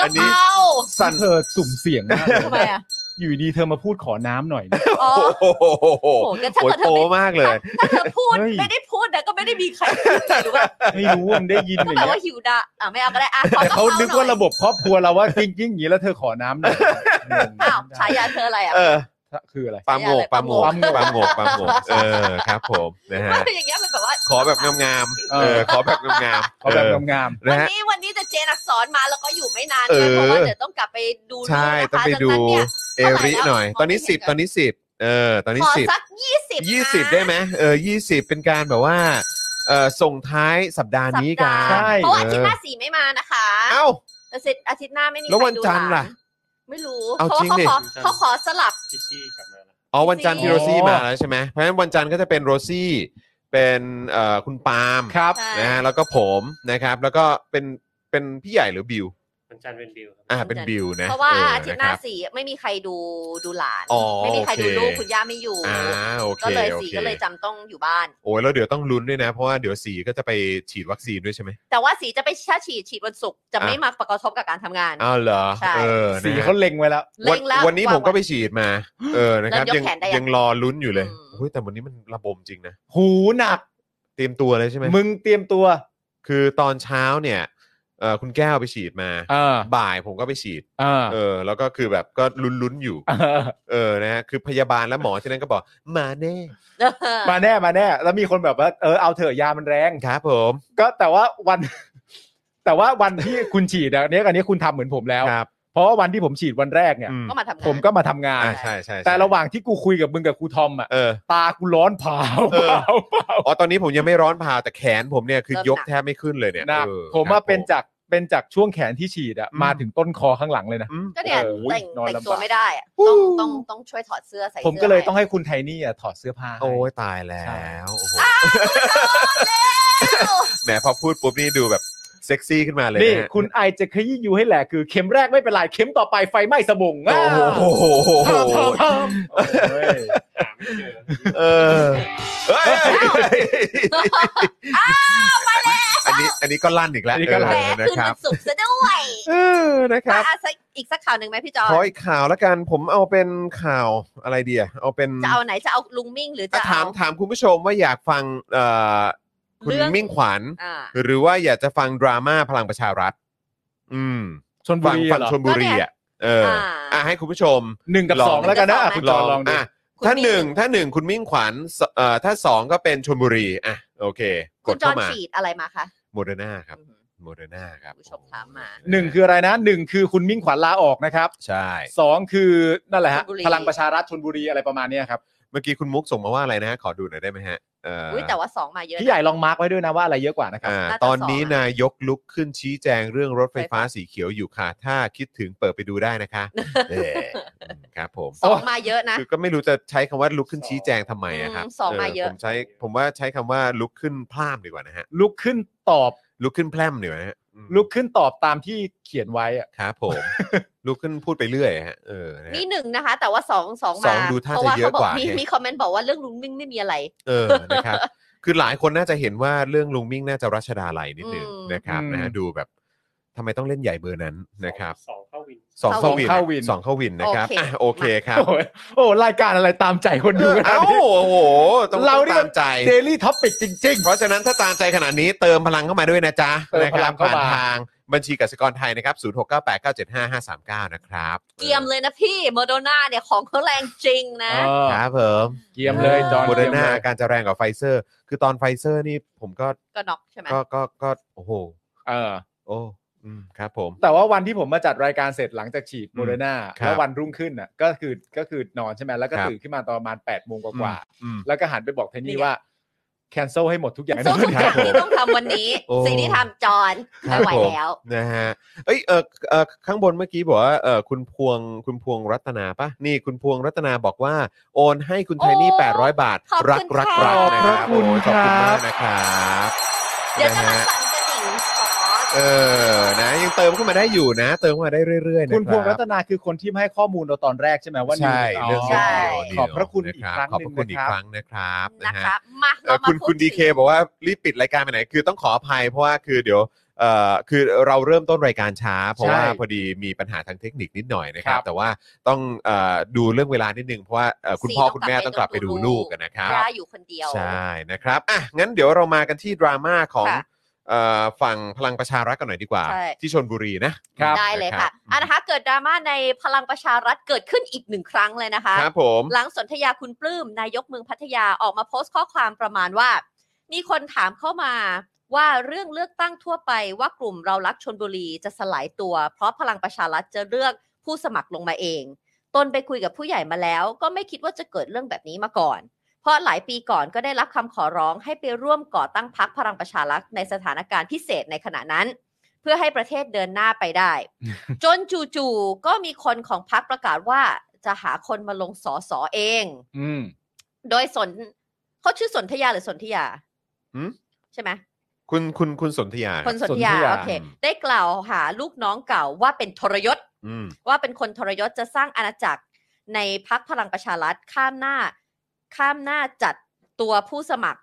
Speaker 1: อั
Speaker 3: ก็
Speaker 1: นนี้
Speaker 3: เป้า
Speaker 1: สั่น
Speaker 2: เธอสุ่มเสียงมากเลย
Speaker 3: ทำไมอ่ะ
Speaker 2: อยู่ดีเธอมาพูดขอน้ำหน่อยนะ
Speaker 3: อ๋อ
Speaker 1: โอ้โหโอ้โห
Speaker 3: โอ้โหก็ถ้า
Speaker 1: โห
Speaker 3: เกิด
Speaker 1: โป
Speaker 3: เธอ
Speaker 1: มากเลย
Speaker 3: ถ้าเธอพูด
Speaker 2: เฮ้ย
Speaker 3: ไม่ได้พูดนะก็ไม่ได้มีใครพูดหรือ ว่า
Speaker 2: ไม่รู้ว่ามันได้ยิน
Speaker 3: ต้
Speaker 2: อ
Speaker 3: อง
Speaker 2: ย่าง
Speaker 3: แบบ
Speaker 2: เงี้
Speaker 3: ว่าย หิวดะอ่ะไม่เอาก็ได้อ่ะขอ
Speaker 2: แต่เขา
Speaker 3: หน่อย
Speaker 2: นึกว่าระบบครอบครัวเราว่ากิ้งกิ้งอย่างนี้แล้วเธอขอน้ำหน่อย
Speaker 3: อ้าวฉายาเธออะไรอ่ะ
Speaker 1: เออ
Speaker 2: คืออะไร
Speaker 1: ปลาโงกปลาโงกปลาโงกปลาโงกเออครับผมนะ
Speaker 3: ไม่
Speaker 1: ฮะ
Speaker 3: เป็นอย่างเงี้ยมันแบบว่า
Speaker 1: ขอแบบงามๆ
Speaker 2: เอ
Speaker 1: เอ
Speaker 2: อ
Speaker 1: อ ขอแบบงามๆ
Speaker 2: เขาแบบ
Speaker 1: เออง
Speaker 2: าม
Speaker 3: วัน
Speaker 1: นะฮะ
Speaker 3: นี้วันนี้จะเจนอักษรมาแล้วก็อยู่ไม่นาน
Speaker 1: เอ
Speaker 3: ด้วย
Speaker 1: อ
Speaker 3: เพราะว่าเดี๋ยวต้องกลับไปดู
Speaker 1: ใช่
Speaker 3: ลูกนะคะ
Speaker 1: ต้องไปดู
Speaker 3: ดันั้นเนี่ย
Speaker 1: เอริหน่อย
Speaker 3: เท่าไหร่แล้ว
Speaker 1: ตอนนี้สิบตอนนี้สิบเออ ตอนนี้
Speaker 3: ขอ
Speaker 1: สิบ
Speaker 3: สักยี่สิบ
Speaker 1: ยี่สิบได้ไหมเออยี่สิบเป็นการแบบว่า เออส่งท้ายสัปดาห์
Speaker 3: สัป
Speaker 1: นี้
Speaker 3: ดา
Speaker 1: กั
Speaker 3: ห์
Speaker 1: น
Speaker 3: เพราะว่าอาทิตย์หน้า
Speaker 1: เออ
Speaker 3: สีไม่มานะคะ
Speaker 1: เอ้า
Speaker 3: อาทิตย์อาทิตย์หน้าไม่มี
Speaker 1: แล้ว
Speaker 3: ใคร
Speaker 1: วันจันทร์
Speaker 3: ดูหา
Speaker 1: ล่ะ
Speaker 3: ไม่รู้
Speaker 1: เอา
Speaker 3: เพราะ
Speaker 1: จริง
Speaker 3: ว่า
Speaker 1: ดิ
Speaker 3: เขาขอเขาขอสลับ
Speaker 4: พิชชี่กลับมาแล้ว
Speaker 1: อ๋อวันจันทร์
Speaker 3: 14
Speaker 1: พี่โรซี่มาแล้วใช่ไหมเพราะฉะนั้นวันจันทร์ก็จะเป็นโรซี่ เป็นเอ่อคุณปาล์ม
Speaker 2: ๆครับ
Speaker 3: ใช่
Speaker 1: นะฮะแล้วก็ผมนะครับ แล้วก็เป็นเป็นพี่ใหญ่หรือบิว
Speaker 4: วันจันทร์เป็นบิวครับ
Speaker 1: อ่า เป็นบิวนะ
Speaker 3: เพราะว่า
Speaker 1: ออ
Speaker 3: อาทิตย์หน้า
Speaker 1: นะครับ
Speaker 3: สีไม่มีใครดูดูหลาน
Speaker 1: อ๋อ
Speaker 3: ไม่มีใครดูลูก
Speaker 1: โอเค
Speaker 3: คุณย่าไม่อยู่
Speaker 1: อ่าโอเค
Speaker 3: ก็เลย
Speaker 1: โอ
Speaker 3: สี
Speaker 1: ค
Speaker 3: ก็เลยจำต้องอยู่บ้าน
Speaker 1: โอ้ยแล้วเดี๋ยวต้องลุ้นด้วยนะ เพราะว่าเดี๋ยวสีก็จะไปฉีดวัคซีนด้วยใช่ไหม
Speaker 3: แต่ว่าสีจะไปชาฉีดฉีดวันศุกร์จะ
Speaker 1: อ่ะ
Speaker 3: ไม่มาประกอบกับการทำงาน
Speaker 1: อ้าวเหรอ
Speaker 3: ใช่
Speaker 1: เออ
Speaker 2: สี
Speaker 1: นะ
Speaker 2: เขาเล็งไว้แล้ว
Speaker 1: วัน
Speaker 3: เร่งแล้ว
Speaker 1: วันนี้ผมก็ไป
Speaker 3: ว่า
Speaker 1: ฉีด มา เออนะครับ
Speaker 3: เริ่มยก
Speaker 1: ยัง
Speaker 3: แขนได้ยัง
Speaker 1: ยังรอลุ้นอยู่เลย
Speaker 3: อืม
Speaker 1: โอ้ยแต่วันนี้มันระบมจริงนะ
Speaker 2: หูหนัก
Speaker 1: เตรียมตัวเลยใช่ไหม
Speaker 2: มึงเตรียมตัว
Speaker 1: คือตอนเช้าเนี่ย เอ่อคุณแก้วไปฉีดมา
Speaker 2: เออ
Speaker 1: บ่ายผมก็ไปฉีด
Speaker 2: เออ
Speaker 1: เออ แล้วก็คือแบบก็ลุ้นๆอยู่
Speaker 2: เออ
Speaker 1: เออนะฮะคือพยาบาลและหมอที่นั่นก็บอกมาแน่
Speaker 2: มาแน่มาแน่ แล้วมีคนแบบว่าเออเอาเถอะยามันแรง
Speaker 1: ครับผม
Speaker 2: ก็แต่ว่าวัน แต่ว่าวันที่คุณฉีดอะเนี้ยอันนี้คุณทำเหมือนผมแล้ว
Speaker 1: ครับ
Speaker 2: เพราะว่าวันที่ผมฉีดวันแรกเนี่ย
Speaker 1: อืม
Speaker 3: ก็มาทำงาน
Speaker 2: ผมก็มาทำงาน
Speaker 1: อ่าใช่ใช่ใช่
Speaker 2: แต่ระหว่างที่กูคุยกับมึงกับครูทอมอะ
Speaker 1: เออ
Speaker 2: ตากูร้อนเผา
Speaker 1: เออ
Speaker 2: เผาเผา
Speaker 1: อ๋อตอนนี้ผมยังไม่ร้อนผ่าแต่แขนผมเนี่ยคือยกแทบไม่ขึ้นเลยเนี่ย
Speaker 2: หนัก
Speaker 1: เออ
Speaker 2: ผม
Speaker 1: ครั
Speaker 2: ว่า
Speaker 1: บ
Speaker 2: เป็นจากเป็นจากช่วงแขนที่ฉีดอะ
Speaker 1: อืม
Speaker 2: มาถึงต้นคอข้างหลังเลยนะ
Speaker 1: อืม
Speaker 3: ก็เนี่ย
Speaker 2: เออ
Speaker 3: แต่ง
Speaker 2: นอน
Speaker 3: แต่ง
Speaker 2: ลำบาก
Speaker 3: ตัวไม่ได้อะต้องต้องต้องช่วยถอดเสื้อใส่สื้
Speaker 2: ผมก็เลยต้องให้คุณไทนี่อะถอดเสื้อผ้าให้
Speaker 1: โอ้ยตายแล้
Speaker 2: ใช่
Speaker 1: วโอ้โห แหมพอพูดปุ๊บนี่ดูแบบเซ็กซี่ขึ้นมาเลย
Speaker 2: นี่
Speaker 1: นะฮะ
Speaker 2: คุณไอจะขยี้ยูให้แหลกคือเข็มแรกไม่เป็นไรเข็มต่อไปไฟไหม้สมอง
Speaker 1: โอ้โหโอ้โหโอ้โหโอ้โห
Speaker 4: หาไม่เจอ
Speaker 1: เออเฮ้ยอันนี้อันนี้ก็ลั่นอีกแล้วเอ
Speaker 3: แหม
Speaker 1: อนะ
Speaker 3: คืน
Speaker 1: ครั
Speaker 3: มั
Speaker 1: บ
Speaker 3: นสุกร์ซะด้วย
Speaker 1: เออนะครับ
Speaker 3: อ่ะสักอีกสักข่าวหนึ่งไหมพี่จอ
Speaker 1: ขอย อีกข่าวละกันผมเอาเป็นข่าวอะไรดีอะเอาเป็น
Speaker 3: จะเอาไหนจะเอาลุงมิ่งหรือ
Speaker 1: อ่ะ
Speaker 3: จะ
Speaker 1: ถาม
Speaker 3: เอา
Speaker 1: ถามคุณผู้ชมว่าอยากฟังเอ่อคุณ
Speaker 3: เรื่อง
Speaker 1: มิ่งขวัญ
Speaker 3: อ่า
Speaker 1: หรือว่าอยากจะฟังดราม่าพลังประชารัฐ อืม
Speaker 2: ชนบุ
Speaker 1: ฝั่ง
Speaker 2: รี
Speaker 1: ฝั่ง
Speaker 2: เหรอ
Speaker 1: ชนบุรีอ่ะ เออ
Speaker 3: อ่า
Speaker 1: อ่ะให้คุณผู้ชม
Speaker 2: หนึ่งกับสองแล้วกันนะอ่ะคุณจ
Speaker 1: ล
Speaker 2: อ
Speaker 1: อง
Speaker 2: ลองดู
Speaker 1: อ่ะ
Speaker 3: คุณ
Speaker 1: ถ้า
Speaker 3: มิ่ง
Speaker 1: หนึ่งถ้าหนึ่งคุณมิ่งขวัญสเอ่อถ้าสองก็เป็นชนบุรี อ่ะ โอเค ก
Speaker 3: คุ
Speaker 1: ด
Speaker 3: ณจอ
Speaker 1: เข้าน มา
Speaker 3: ฉีดอะไรมาคะ
Speaker 1: โมเดอร์นาครับ
Speaker 3: อือหือ
Speaker 1: โมเดอร์นาครับ
Speaker 3: คุณผู้ชมถามมา
Speaker 2: หนึ่งคืออะไรนะหนึ่งคือคุณมิ่งขวัญลาออกนะครับ
Speaker 1: ใช่
Speaker 2: สองคือนั่นแหละฮะ
Speaker 3: ชลบุรี
Speaker 2: พลังประชารัฐชนบุรีอะไรประมาณเนี้ยครับ
Speaker 1: เมื่อกี้คุณมุกส่งมาว่าอะไรนะ ขอดูหน่อยได้ไหมฮะเอ่อ
Speaker 3: อุ้ยแต่ว่าสองมาเยอะนะ
Speaker 2: พี่ใหญ่ลองมาร์กไว้ด้วยนะว่าอะไรเยอะกว่านะครับ
Speaker 1: อ่า
Speaker 3: น่าจะ
Speaker 1: ตอนนี้
Speaker 3: สองอ่ะ
Speaker 1: นายกลุกขึ้นชี้แจงเรื่องรถไฟฟ้าสีเขียวอยู่ค่ะ ถ้าคิดถึงเปิดไปดูได้ นะคะเอออืมครับผม
Speaker 3: สองมาเย อะนะ
Speaker 1: คือก็ไม่รู้จะใช้คำว่าลุกขึ้นชี้แจงทำไมอะครับ
Speaker 3: อืมสองมาเยอะ
Speaker 1: ผมใช้ผมว่าใช้คำว่าลุกขึ้นพล่ามดีกว่านะฮะ
Speaker 2: ลุกขึ้นตอบ
Speaker 1: ลุกขึ้นแพร่มดีกว่านะฮะอืม
Speaker 2: ลุกขึ้นตอบตามที่เขียนไว้อะ
Speaker 1: ครับผม ลุกขึ้นพูดไปเรื่อยฮะเออนะฮะ
Speaker 3: นี่หนึ่งนะคะ แต่ว่าสองสอง
Speaker 1: สอ
Speaker 3: มาง
Speaker 1: ดูท่า
Speaker 3: เพราะว่า
Speaker 1: จะเยอะ
Speaker 3: เขาบอก
Speaker 1: กว่า
Speaker 3: มี
Speaker 1: เนี่ย
Speaker 3: มีคอมเมนต์บอกว่าเรื่องลุงมิ่งไม่มีอะไร
Speaker 1: เออนะครับ คือหลายคนน่าจะเห็นว่าเรื่องลุงมิ่งน่าจะรัชดาไหลยนิดหนึง
Speaker 3: อืม
Speaker 1: นะครับนะฮะดูแบบทำไมต้องเล่นใหญ่เบอร์นั้นนะครับ
Speaker 4: สองเข้าวิน
Speaker 1: สองเข้าวิน
Speaker 2: เข้าวิน
Speaker 1: สองเข้าวินนะครับอ่ะโอเคครับ
Speaker 2: โอ้ยโอ้รายการอะไรตามใจคนดูนะ
Speaker 1: เอ้าโอ้โหต้อง
Speaker 2: เรานี่
Speaker 1: ตามใจ
Speaker 2: เดลี่ท็อปิกจริง
Speaker 1: เพราะฉะนั้นถ้าตามใจขนาดนี้เติมพลังเข้ามาด้วยนะจ๊ะ
Speaker 2: เติม
Speaker 1: นะ
Speaker 2: พ
Speaker 1: ค
Speaker 2: ลั
Speaker 1: รับ
Speaker 2: งเข้า
Speaker 1: ผ่าน
Speaker 2: มา
Speaker 1: ทางบัญชีกสิกรไทยนะครับ 0698975539 นะครับ
Speaker 3: เกียมเลยนะพี่โมโดนาเนี่ยของเขาแรงจริง
Speaker 2: ๆ
Speaker 3: นะ
Speaker 2: เออ
Speaker 1: ครับผม
Speaker 2: เกียมเลยจอน
Speaker 1: โมเดอ
Speaker 2: เกียม
Speaker 1: ร์นา
Speaker 2: เลย
Speaker 1: อาการจะแรงกว่าไฟเซอร์ คือตอนไฟเซอร์นี่ผมก็
Speaker 3: ก็น็อกใช่ไหม
Speaker 1: ก็ก็ก็โอ้โห
Speaker 2: เออ
Speaker 1: โอ้อืมครับผม
Speaker 2: แต่ว่าวันที่ผมมาจัดรายการเสร็จหลังจากฉีดโมเดอร์นา
Speaker 1: ครับ
Speaker 2: แล้ววันรุ่งขึ้นน่ะก็คือก็คือนอนใช่ไหมแล้วก็
Speaker 1: ครับ
Speaker 2: ตื่นขึ้นมาตอนประมาณ8ปดโมงกว่าๆ
Speaker 1: อืม
Speaker 2: แล้วก็หันไปบอกเทนนี่ว่า แคนเซิลให้หมดทุกอย่าง
Speaker 3: สู้ทุกอย่างที่ต้องทำวันนี้
Speaker 1: โอ้
Speaker 3: สิ่งที่ทำจอน
Speaker 1: ครั
Speaker 3: ไม่
Speaker 1: บ
Speaker 3: ไหว
Speaker 1: ผม
Speaker 3: แล้ว
Speaker 1: นะฮะเอ้ยเออเออข้างบนเมื่อกี้บอกว่าเออคุณพวงคุณพวงรัตนาปะนี่คุณพวงรัตนาบอกว่า โอนให้คุณไทนี่
Speaker 3: โอ้
Speaker 1: 800 บาท
Speaker 3: ขอบ
Speaker 1: รั
Speaker 3: คุณ
Speaker 1: รั
Speaker 3: ค่ะ
Speaker 1: รันะครับโอ้ยขอบคุณมากนะครับ
Speaker 3: เดี๋ยวจะ
Speaker 1: นะ
Speaker 3: มา
Speaker 1: ฮะ
Speaker 3: สั่นกระดิ่งขอ
Speaker 1: เออ นะ ยังเติมเข้ามาได้อยู่นะ เติมเข้ามาได้เรื่อยๆนะ
Speaker 2: คุณพวง
Speaker 1: ค
Speaker 2: รั
Speaker 1: บ
Speaker 2: ตนาคือคนที่ให้ข้อมูลเราตอนแรกใช่ไหมว่า
Speaker 1: ใช่
Speaker 2: นิว
Speaker 1: เรื่องเ
Speaker 2: อ๋อ
Speaker 1: ดียว
Speaker 2: ขอบพระคุณอีก
Speaker 1: นะ
Speaker 2: ครั้ง
Speaker 1: ขอบ
Speaker 2: ห
Speaker 1: พ
Speaker 2: นึ่
Speaker 1: ระ
Speaker 2: ง
Speaker 1: คุณอี
Speaker 2: นะ
Speaker 1: ก
Speaker 2: ค
Speaker 1: ครับ รั้งนะครับนะ
Speaker 3: นะ
Speaker 1: ฮะ
Speaker 3: คะมา
Speaker 1: เอ่
Speaker 3: เรา
Speaker 1: อ
Speaker 3: มา
Speaker 1: คุณ
Speaker 3: พู
Speaker 1: คุณดีเคบอกว่ารีบปิดรายการไปไหน คือต้องขออภัยเพราะว่าคือเดี๋ยวเอ่อคือเราเริ่มต้นรายการช้า เพราะ
Speaker 2: ใช่
Speaker 1: ว่าพอดีมีปัญหาทางเทคนิคนิดหน่อยนะครับ
Speaker 2: ครับ
Speaker 1: แต่ว่าต้องเอ่อดูเรื่องเวลานิดนึงเพราะว่าเอ่อคุณพ่อคุณแม่ต้องกลับไปดูลูกกันนะครับ
Speaker 3: ย่าอยู่คนเดียว
Speaker 1: ใช่นะครับ อ่ะ งั้นเดี๋ยวเรามากันที่ดราม่าของ
Speaker 3: ค่ะ
Speaker 1: เอ่อฝั่งพลังประชารัฐกันหน่อยดีกว่า
Speaker 3: ใช่
Speaker 1: ที่ชนบุรีนะครับ
Speaker 3: ได้เลยค่ะอ่ะนะคะ เกิดดราม่าในพลังประชารัฐเกิดขึ้นอีกหนึ่งครั้งเลยนะคะ
Speaker 1: ครับผม
Speaker 3: หลังสนธยาคุณปลื้มนายกเมืองพัทยาออกมาโพสต์ข้อความประมาณว่า มีคนถามเข้ามาว่าเรื่องเลือกตั้งทั่วไปว่ากลุ่มเรารักชนบุรีจะสลายตัว เพราะพลังประชารัฐจะเลือกผู้สมัครลงมาเอง ตนไปคุยกับผู้ใหญ่มาแล้ว ก็ไม่คิดว่าจะเกิดเรื่องแบบนี้มาก่อน เพราะหลายปีก่อนก็ได้รับคำขอร้องให้ไปร่วมก่อตั้งพักพลังประชารัฐในสถานการณ์พิเศษในขณะนั้น เพื่อให้ประเทศเดินหน้าไปได้ จนจู่ๆก็มีคนของพักประกาศว่าจะหาคนมาลงสอสอเอง
Speaker 2: อืม
Speaker 3: โดยสนเขาชื่อสนธยาหรือสนธยา
Speaker 1: หืม
Speaker 3: ใช่ไหม
Speaker 1: คุณคุณคุณสนธยา
Speaker 3: คนสนธยา
Speaker 2: สนธยา
Speaker 3: โอเค ได้กล่าวหาลูกน้องเก่าว่าเป็นทรยศ
Speaker 1: อืม
Speaker 3: ว่าเป็นคนทรยศจะสร้างอาณาจักรในพักพลังประชารัฐข้ามหน้า ข้ามหน้าจัดตัวผู้สมัคร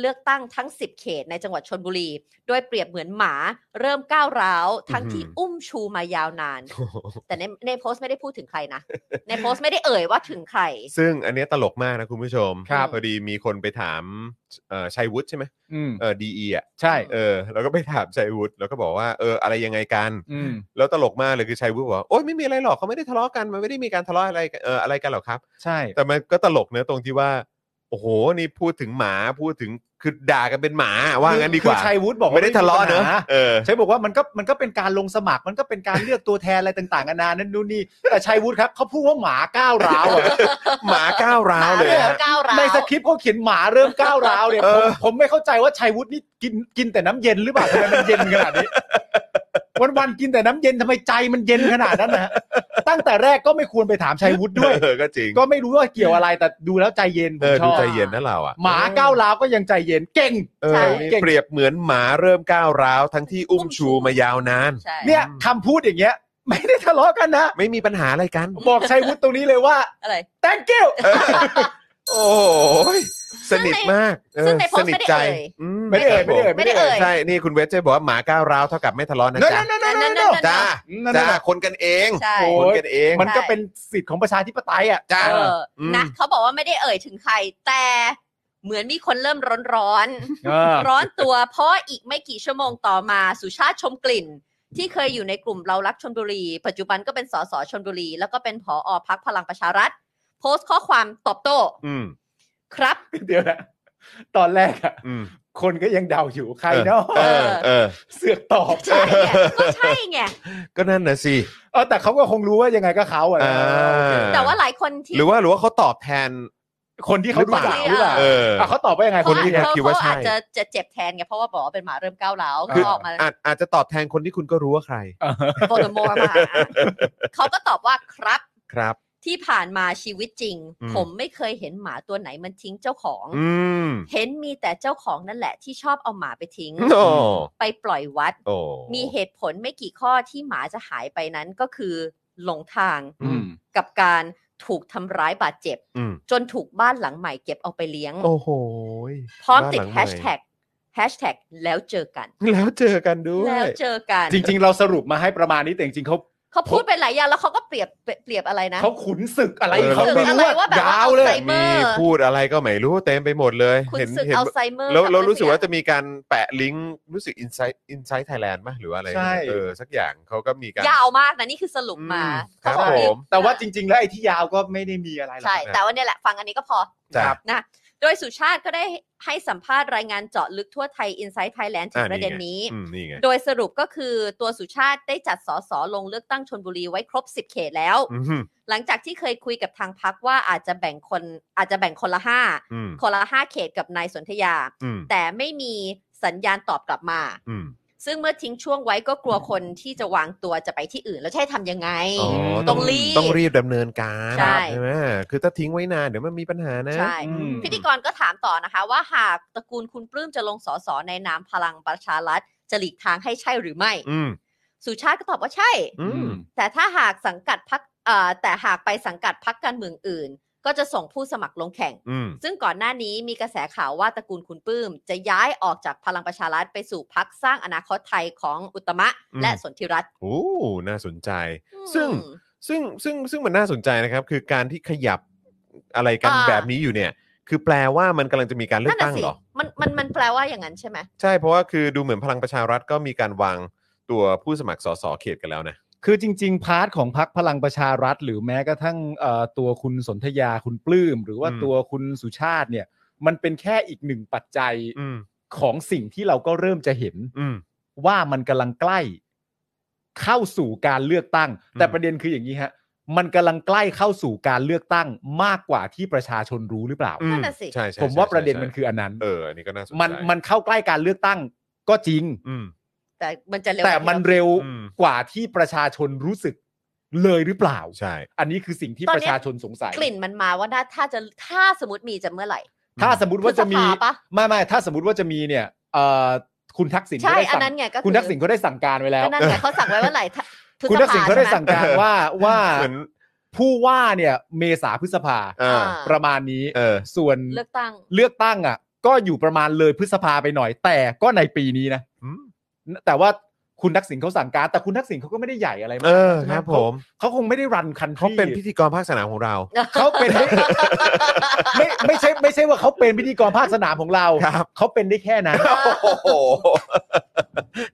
Speaker 3: เลือกตั้งทั้ง 10 เขตในจังหวัดชนบุรี โดยเปรียบเหมือนหมาเริ่มก้าวร้าว ทั้งที่
Speaker 1: อือหืออุ้
Speaker 3: อุ้มชูมายาวนาน แต่ในในโพสต์ไม่ได้พูดถึงใครนะ ในโพสต์ไม่ได้เอ่ยว่าถึงใคร
Speaker 1: ซึ่งอันเนี้ยตลกมากนะคุณผู้ชม
Speaker 3: ครับ
Speaker 1: พอดีมีคนไปถามเอ่อชัยวุฒิใช่ไหม
Speaker 2: อืม
Speaker 1: เออดีอ่ะ
Speaker 2: ใช่
Speaker 1: เออแล้วก็ไปถามชัยวุฒิแล้วก็บอกว่าเอออะไรยังไงกัน
Speaker 2: อืม
Speaker 1: แล้วตลกมากเลยคือชัยวุฒิบอกว่าโอ๊ยไม่มีอะไรหรอกเขาไม่ได้ทะเลาะกันมันไม่ได้มีการทะเลาะอะไรเอออะไรกันหรอกครับ
Speaker 2: ใช่
Speaker 1: แต่มันก็ตลกเนอะตรงที่ว่า โอ้โหนี่พูดถึงหมาพูดถึงคือด่ากันเป็นหมาว่างั้นดีกว่า
Speaker 2: คือชัยวุฒิบอกว่
Speaker 1: ไม่ได้ทะเลาะเนอะ
Speaker 2: ปัญห
Speaker 1: เออ
Speaker 2: ใช่บอกว่ามันก็มันก็เป็นการลงสมัครมันก็เป็นการเลือกตัวแทนอะไรต่างๆนานานั่นนู่นนี่แต่ชัยวุฒิครับเขาพูดว่าหมาก้าวร้าวอะ
Speaker 1: หมาก้าวร้าม
Speaker 3: หาว
Speaker 1: เลย
Speaker 3: เริ่ม
Speaker 1: อะ
Speaker 3: ก้าวร้าว
Speaker 2: ในสคริปต์เขาเขียนหมาเริ่มก้าวร้าวเนี่ย
Speaker 1: เอ
Speaker 2: ผม
Speaker 1: อ
Speaker 2: ผมไม่เข้าใจว่าชัยวุฒินี่กินกินแต่น้ำเย็นหรือเปล่าทำไมมันเย็นขนาดนี้ วันวันๆกินแต่น้ำเย็นทำไมใจมันเย็นขนาดนั้นนะฮะตั้งแต่แรกก็ไม่ควรไปถามชัยวุฒิด้วย
Speaker 1: เออก็จริง
Speaker 2: ก็ไม่รู้ว่าเกี่ยวอะไรแต่ดูแล้วใจเย็นผ
Speaker 1: เอ
Speaker 2: ม
Speaker 1: อ
Speaker 2: ช
Speaker 1: ดู
Speaker 2: อบ
Speaker 1: ใจเย็นนะเราอ่ะ
Speaker 2: หมาก้าวร้าวก็ยังใจเย็นเก่ง
Speaker 1: เออนี่เปรียบเหมือนหมาเริ่มก้าวร้าวทั้งที่อุ้มชูมายาวนาน
Speaker 3: ใช่
Speaker 2: เนี่ยคำพูดอย่างเงี้ย ไม่ได้ทะเลาะกันนะ
Speaker 1: ไม่มีปัญหาอะไรกัน
Speaker 2: บอกชัยวุฒิตรงนี้เลยว่า
Speaker 3: อะไร
Speaker 2: thank you
Speaker 1: โอ้ยสนิทมากเออ
Speaker 3: ซึ่งในโพ
Speaker 1: ส
Speaker 3: สต์
Speaker 1: นิท
Speaker 3: ไม่ได้
Speaker 1: ใจ
Speaker 3: เอ่ย
Speaker 1: อืม
Speaker 2: ไม่ได้เอ่ยไม่ได้เอ่ย
Speaker 3: ไม่ได้เอ่ย
Speaker 1: ใช่นี่คุณเวสเจบอกว่าหมาก้าวร้าวเท่ากับไม่ทะเลาะนะ
Speaker 2: นั่น
Speaker 1: จ๊ะ
Speaker 2: นั่นนั่นนั่น
Speaker 1: จ้า
Speaker 2: นั่นๆ
Speaker 1: จ้าคนกันเอง
Speaker 3: ใช่
Speaker 2: โอ้
Speaker 1: คนกันเอง
Speaker 2: มันก็เป็นสิทธิ์ของประชาธิปไตยอ่ะ
Speaker 1: จ้ะ
Speaker 3: เอออ
Speaker 1: ม
Speaker 3: นะเขาบอกว่าไม่ได้เอ่ยถึงใคร แต่เหมือนมีคนเริ่มร้อนร้อน
Speaker 2: เออ
Speaker 3: ๆร้อนตัวเพราะอีกไม่กี่ชั่วโมงต่อมาสุชาติชมกลิ่น ที่เคยอยู่ในกลุ่มเรารักชนบุรี ปัจจุบันก็เป็นสสชนบุรี แล้วก็เป็นผออพักพลังประชารัฐ โพสต์ข้อความตอบโต้
Speaker 1: อืม
Speaker 3: ครับ
Speaker 2: เดี๋ยวนะตอนแรกอ่ะ
Speaker 1: อืม
Speaker 2: คนก็ยังเดาอยู่ใครเนาะ
Speaker 1: เออเออ
Speaker 2: เสือกตอบ
Speaker 3: ใช่ไงก็ใช่ไง
Speaker 1: ก็นั่นนะสิ
Speaker 2: เออแต่เขาก็คงรู้ว่ายังไงก็เขาอ่ะนะ
Speaker 1: อ่า
Speaker 2: โอเค
Speaker 3: แต่ว่าหลายคนที่
Speaker 1: หรือว่าหรือว่าเขาตอบแทน
Speaker 2: คนที่เขาดูหนัง
Speaker 3: ห
Speaker 2: ห
Speaker 3: รื
Speaker 2: รื
Speaker 3: เป
Speaker 2: อ อเป
Speaker 3: ล่า
Speaker 2: ล่า
Speaker 1: เออ
Speaker 2: อ่ะเขาตอบว่ายังไง
Speaker 3: เขา
Speaker 1: คนที่
Speaker 3: อาจ
Speaker 1: เขาคิดว่า
Speaker 3: เขาอาจ
Speaker 1: ใช่
Speaker 3: จะจะเจ็บแทนไงเพราะว่าบอกว่าเป็นหมาเริ่มก้าวร้าว
Speaker 1: คือ
Speaker 3: เขาออกมา
Speaker 1: อาจอาจจะตอบแทนคนที่คุณก็รู้ว่าใคร
Speaker 3: โฟโตโม มาอ่ะเขาก็ตอบว่าครับ
Speaker 1: ครับ
Speaker 3: ที่ผ่านมาชีวิตจริง
Speaker 1: อืม
Speaker 3: ผมไม่เคยเห็นหมาตัวไหนมันทิ้งเจ้าของ
Speaker 1: อืม
Speaker 3: เห็นมีแต่เจ้าของนั่นแหละที่ชอบเอาหมาไปทิ้ง
Speaker 1: โอ้
Speaker 3: ไปปล่อยวัด
Speaker 1: โอ้
Speaker 3: มีเหตุผลไม่กี่ข้อที่หมาจะหายไปนั้นก็คือ หลงทาง
Speaker 1: อืม
Speaker 3: กับการถูกทำร้ายบาดเจ็บ
Speaker 1: อืม
Speaker 3: จนถูกบ้านหลังใหม่เก็บเอาไปเลี้ยง
Speaker 1: โอ้โหย
Speaker 3: พร้อมติด
Speaker 1: บ้านหลัง
Speaker 3: แฮ
Speaker 1: ใหม่
Speaker 3: ชแท็กแฮชแท็กแล้วเจอกัน
Speaker 1: แล้วเจอกันด้ว
Speaker 3: แล้ว
Speaker 1: ย
Speaker 3: เจอกัน
Speaker 2: จริง ๆ เราสรุปมาให้ประมาณนี้แต่จริงๆเขา
Speaker 3: เขาพูดไปหลายอย่างแล้วเขาก็เปรียบเปรียบอะไรนะ
Speaker 2: เขาขุนศึกอะไร
Speaker 1: เออ
Speaker 2: เขา
Speaker 3: ขุนศึ
Speaker 2: ไม่
Speaker 3: ก
Speaker 2: รู้
Speaker 3: อะไรว่า
Speaker 2: ว่า
Speaker 3: แบบว่า
Speaker 2: ยาวเลย
Speaker 3: Alzheimer
Speaker 1: มีพูดอะไรก็ไม่รู้เต็มไปหมดเลย
Speaker 3: คุณ
Speaker 1: เห็น
Speaker 3: ศึก
Speaker 1: เห็น
Speaker 3: อัลไซเมอร์
Speaker 1: แล้ว
Speaker 3: บ
Speaker 1: เรา
Speaker 3: อะไร
Speaker 1: รู้สึก
Speaker 3: อย่
Speaker 1: ว่าง จะมีการแปะลิงก์รู้สึก Inside Inside Thailand มั้ยหรือว่าอะไร
Speaker 2: ใช่
Speaker 1: เออสักอย่างเขาก็มีการ
Speaker 3: ยาวมากนะนี่คือสรุปมา
Speaker 1: อืมครั
Speaker 3: เขา
Speaker 1: บ
Speaker 3: บอก
Speaker 1: ผ
Speaker 3: ว่าม
Speaker 2: แต่ว่าจริง ๆ แล้วไอ้ที่ยาวก็ไม่ได้มีอะไรหรอก
Speaker 3: ใช่
Speaker 2: นะ
Speaker 3: แต่ว่าเนี่ยแหละฟังอันนี้ก็พอ
Speaker 1: จ้ะ
Speaker 3: นะโดยสุชาติก็ได้ให้สัมภาษณ์รายงานเจาะลึกทั่วไทย Inside Thailand ถึง
Speaker 1: อ่ะ
Speaker 3: ประเด็นนี้
Speaker 1: อืมนี่ไง
Speaker 3: โดยสรุปก็คือตัวสุชาติได้จัดสสลงเลือกตั้งชนบุรีไว้ครบ 10 เขตแล้ว
Speaker 1: อืม
Speaker 3: หลังจากที่เคยคุยกับทางพักว่าอาจจะแบ่งคนอาจจะแบ่งคนละห้า
Speaker 1: อืม
Speaker 3: คนละห้าเขตกับนายสนธยา
Speaker 1: อืม
Speaker 3: แต่ไม่มีสัญญาณตอบกลับมา
Speaker 1: อืม
Speaker 3: ซึ่งเมื่อทิ้งช่วงไว้ก็กลัวคนที่จะวางตัวจะไปที่อื่นแล้วจะใช่ทำยังไง
Speaker 1: อ๋อ
Speaker 3: ต้องรีบ
Speaker 1: ต้องรีบดำเนินการ
Speaker 3: ใช่
Speaker 1: ไหมคือถ้าทิ้งไว้นานเดี๋ยวมันมีปัญหานะ
Speaker 3: ใช่
Speaker 2: อืม
Speaker 3: พิธีกรก็ถามต่อนะคะ ว่าหากตระกูลคุณปลื้มจะลงสอสอในนามพลังประชารัฐจะหลีกทางให้ใช่หรือไม่
Speaker 1: อืม
Speaker 3: สุชาติก็ตอบว่าใช่
Speaker 1: อืม
Speaker 3: แต่ถ้าหากสังกัดพักแต่หากไปสังกัดพักการเมืองอื่น ก็จะส่งผู้สมัครลงแข่ง
Speaker 1: อืม
Speaker 3: ซึ่งก่อนหน้านี้มีกระแสข่าวว่าตระกูลคุณปลื้มจะย้ายออกจากพลังประชารัฐไปสู่พักสร้างอนาคตไทยของอุตตมะ
Speaker 1: อืม
Speaker 3: และสนธิรัตน์
Speaker 1: โอ้น่าสนใจ ซึ่ง
Speaker 3: อืม
Speaker 1: ซึ่งซึ่งซึ่งมันน่าสนใจนะครับ คือการที่ขยับอะไรกัน
Speaker 3: อ่า
Speaker 1: แบบนี้อยู่เนี่ย คือแปลว่ามันกำลังจะมีการเลือ
Speaker 3: นั่
Speaker 1: ก
Speaker 3: น
Speaker 1: ตั้
Speaker 3: น่ะ
Speaker 1: ง
Speaker 3: สิ
Speaker 1: เหรอ
Speaker 3: มันมันมันแปลว่าอย่างนั้นใช่ไหม
Speaker 1: ใช่เพราะว่าคือดูเหมือนพลังประชารัฐก็มีการวางตัวผู้สมัครสสเขตกันแล้วนะ
Speaker 2: คือจริง ๆ พาร์ทของพักพลังประชารัฐ หรือแม้กระทั่งเอ่อตัวคุณสนธยาคุณปลื้ม หรือว่า
Speaker 1: อืม
Speaker 2: ตัวคุณสุชาติเนี่ย มันเป็นแค่อีกหนึ่งปัจจัย
Speaker 1: อืม
Speaker 2: ของสิ่งที่เราก็เริ่มจะเห็น
Speaker 1: อืม
Speaker 2: ว่ามันกำลังใกล้ เข้าสู่การเลือกตั้ง
Speaker 1: อืม
Speaker 2: แต่ประเด็นคืออย่างนี้ฮะ มันกำลังใกล้เข้าสู่การเลือกตั้งมากกว่าที่ประชาชนรู้หรือเปล่า
Speaker 1: อืม
Speaker 3: นั่นน่ะสิ
Speaker 1: ใช่ใช่
Speaker 2: ผมว่า
Speaker 1: ใช่
Speaker 2: ประเด็น
Speaker 1: ใช่
Speaker 2: มันคืออันนั้น
Speaker 1: เอออันนี้ก็น่าสนใจ
Speaker 2: มันมันเข้าใกล้การเลือกตั้งก็จริง
Speaker 1: อืม
Speaker 3: แต่มันจะเร็ว
Speaker 2: แต่มันเร็ว
Speaker 1: อืม
Speaker 2: กว่าที่ประชาชนรู้สึกเลยหรือเปล่า
Speaker 1: ใช่
Speaker 2: อันนี้คือสิ่งที่ประชาชนสงสัย
Speaker 3: กลิ่นมันมาว่าน่าถ้าจะถ้าสมมติมีจะเมื่อไหร่
Speaker 2: ถ้าสมมติว่าจะ
Speaker 3: พฤษ
Speaker 2: มี
Speaker 3: ภาปะ
Speaker 2: ไม่ไม่ถ้าสมมติว่าจะมีเนี่ยเอ่อคุณทักษิณ
Speaker 3: ใช่
Speaker 2: เขาได้
Speaker 3: อัน
Speaker 2: สั่ง
Speaker 3: นั้นไงก็อ
Speaker 2: คุณทักษิณเขาได้สั่งการไว้แล้ว
Speaker 3: ก็นั่นไงเขาสั่งไว้ว่าไหร่ถ้าพฤษภ
Speaker 2: คุณทักษิณเขาได้สั่ง
Speaker 3: ใช่หม
Speaker 2: การ ว่าว่า
Speaker 1: เหมือน
Speaker 2: ผู้ว่าเนี่ยเมษาพฤษภา
Speaker 1: อ่า
Speaker 3: อ่า
Speaker 2: ประมาณนี้
Speaker 1: เออ
Speaker 2: ส่วน
Speaker 3: เลือกตั้ง
Speaker 2: เลือกตั้งอ่ะ ก็อยู่ประมาณเลยพฤษภาไปหน่อย แต่ก็ในปีนี้นะ
Speaker 1: อืม
Speaker 2: แต่ว่าคุณทักษิณเขาสั่งการ แต่คุณทักษิณเขาก็ไม่ได้ใหญ่อะไรมาก
Speaker 1: เออ
Speaker 2: ใช่ไห
Speaker 1: ครับ
Speaker 2: เขา
Speaker 1: ผม
Speaker 2: เขาคงไม่ได้รันคัน
Speaker 1: เขาเป็น
Speaker 2: พิ
Speaker 1: พิธีกรภาคสนามของเรา
Speaker 2: เขาเป็น ไม่ไม่ใช่ไม่ใช่ว่าเขาเป็นพิธีกรภาคสนามของเรา
Speaker 1: ครับ
Speaker 2: เขาเป็นได้แค่นั้น
Speaker 1: โอ้โห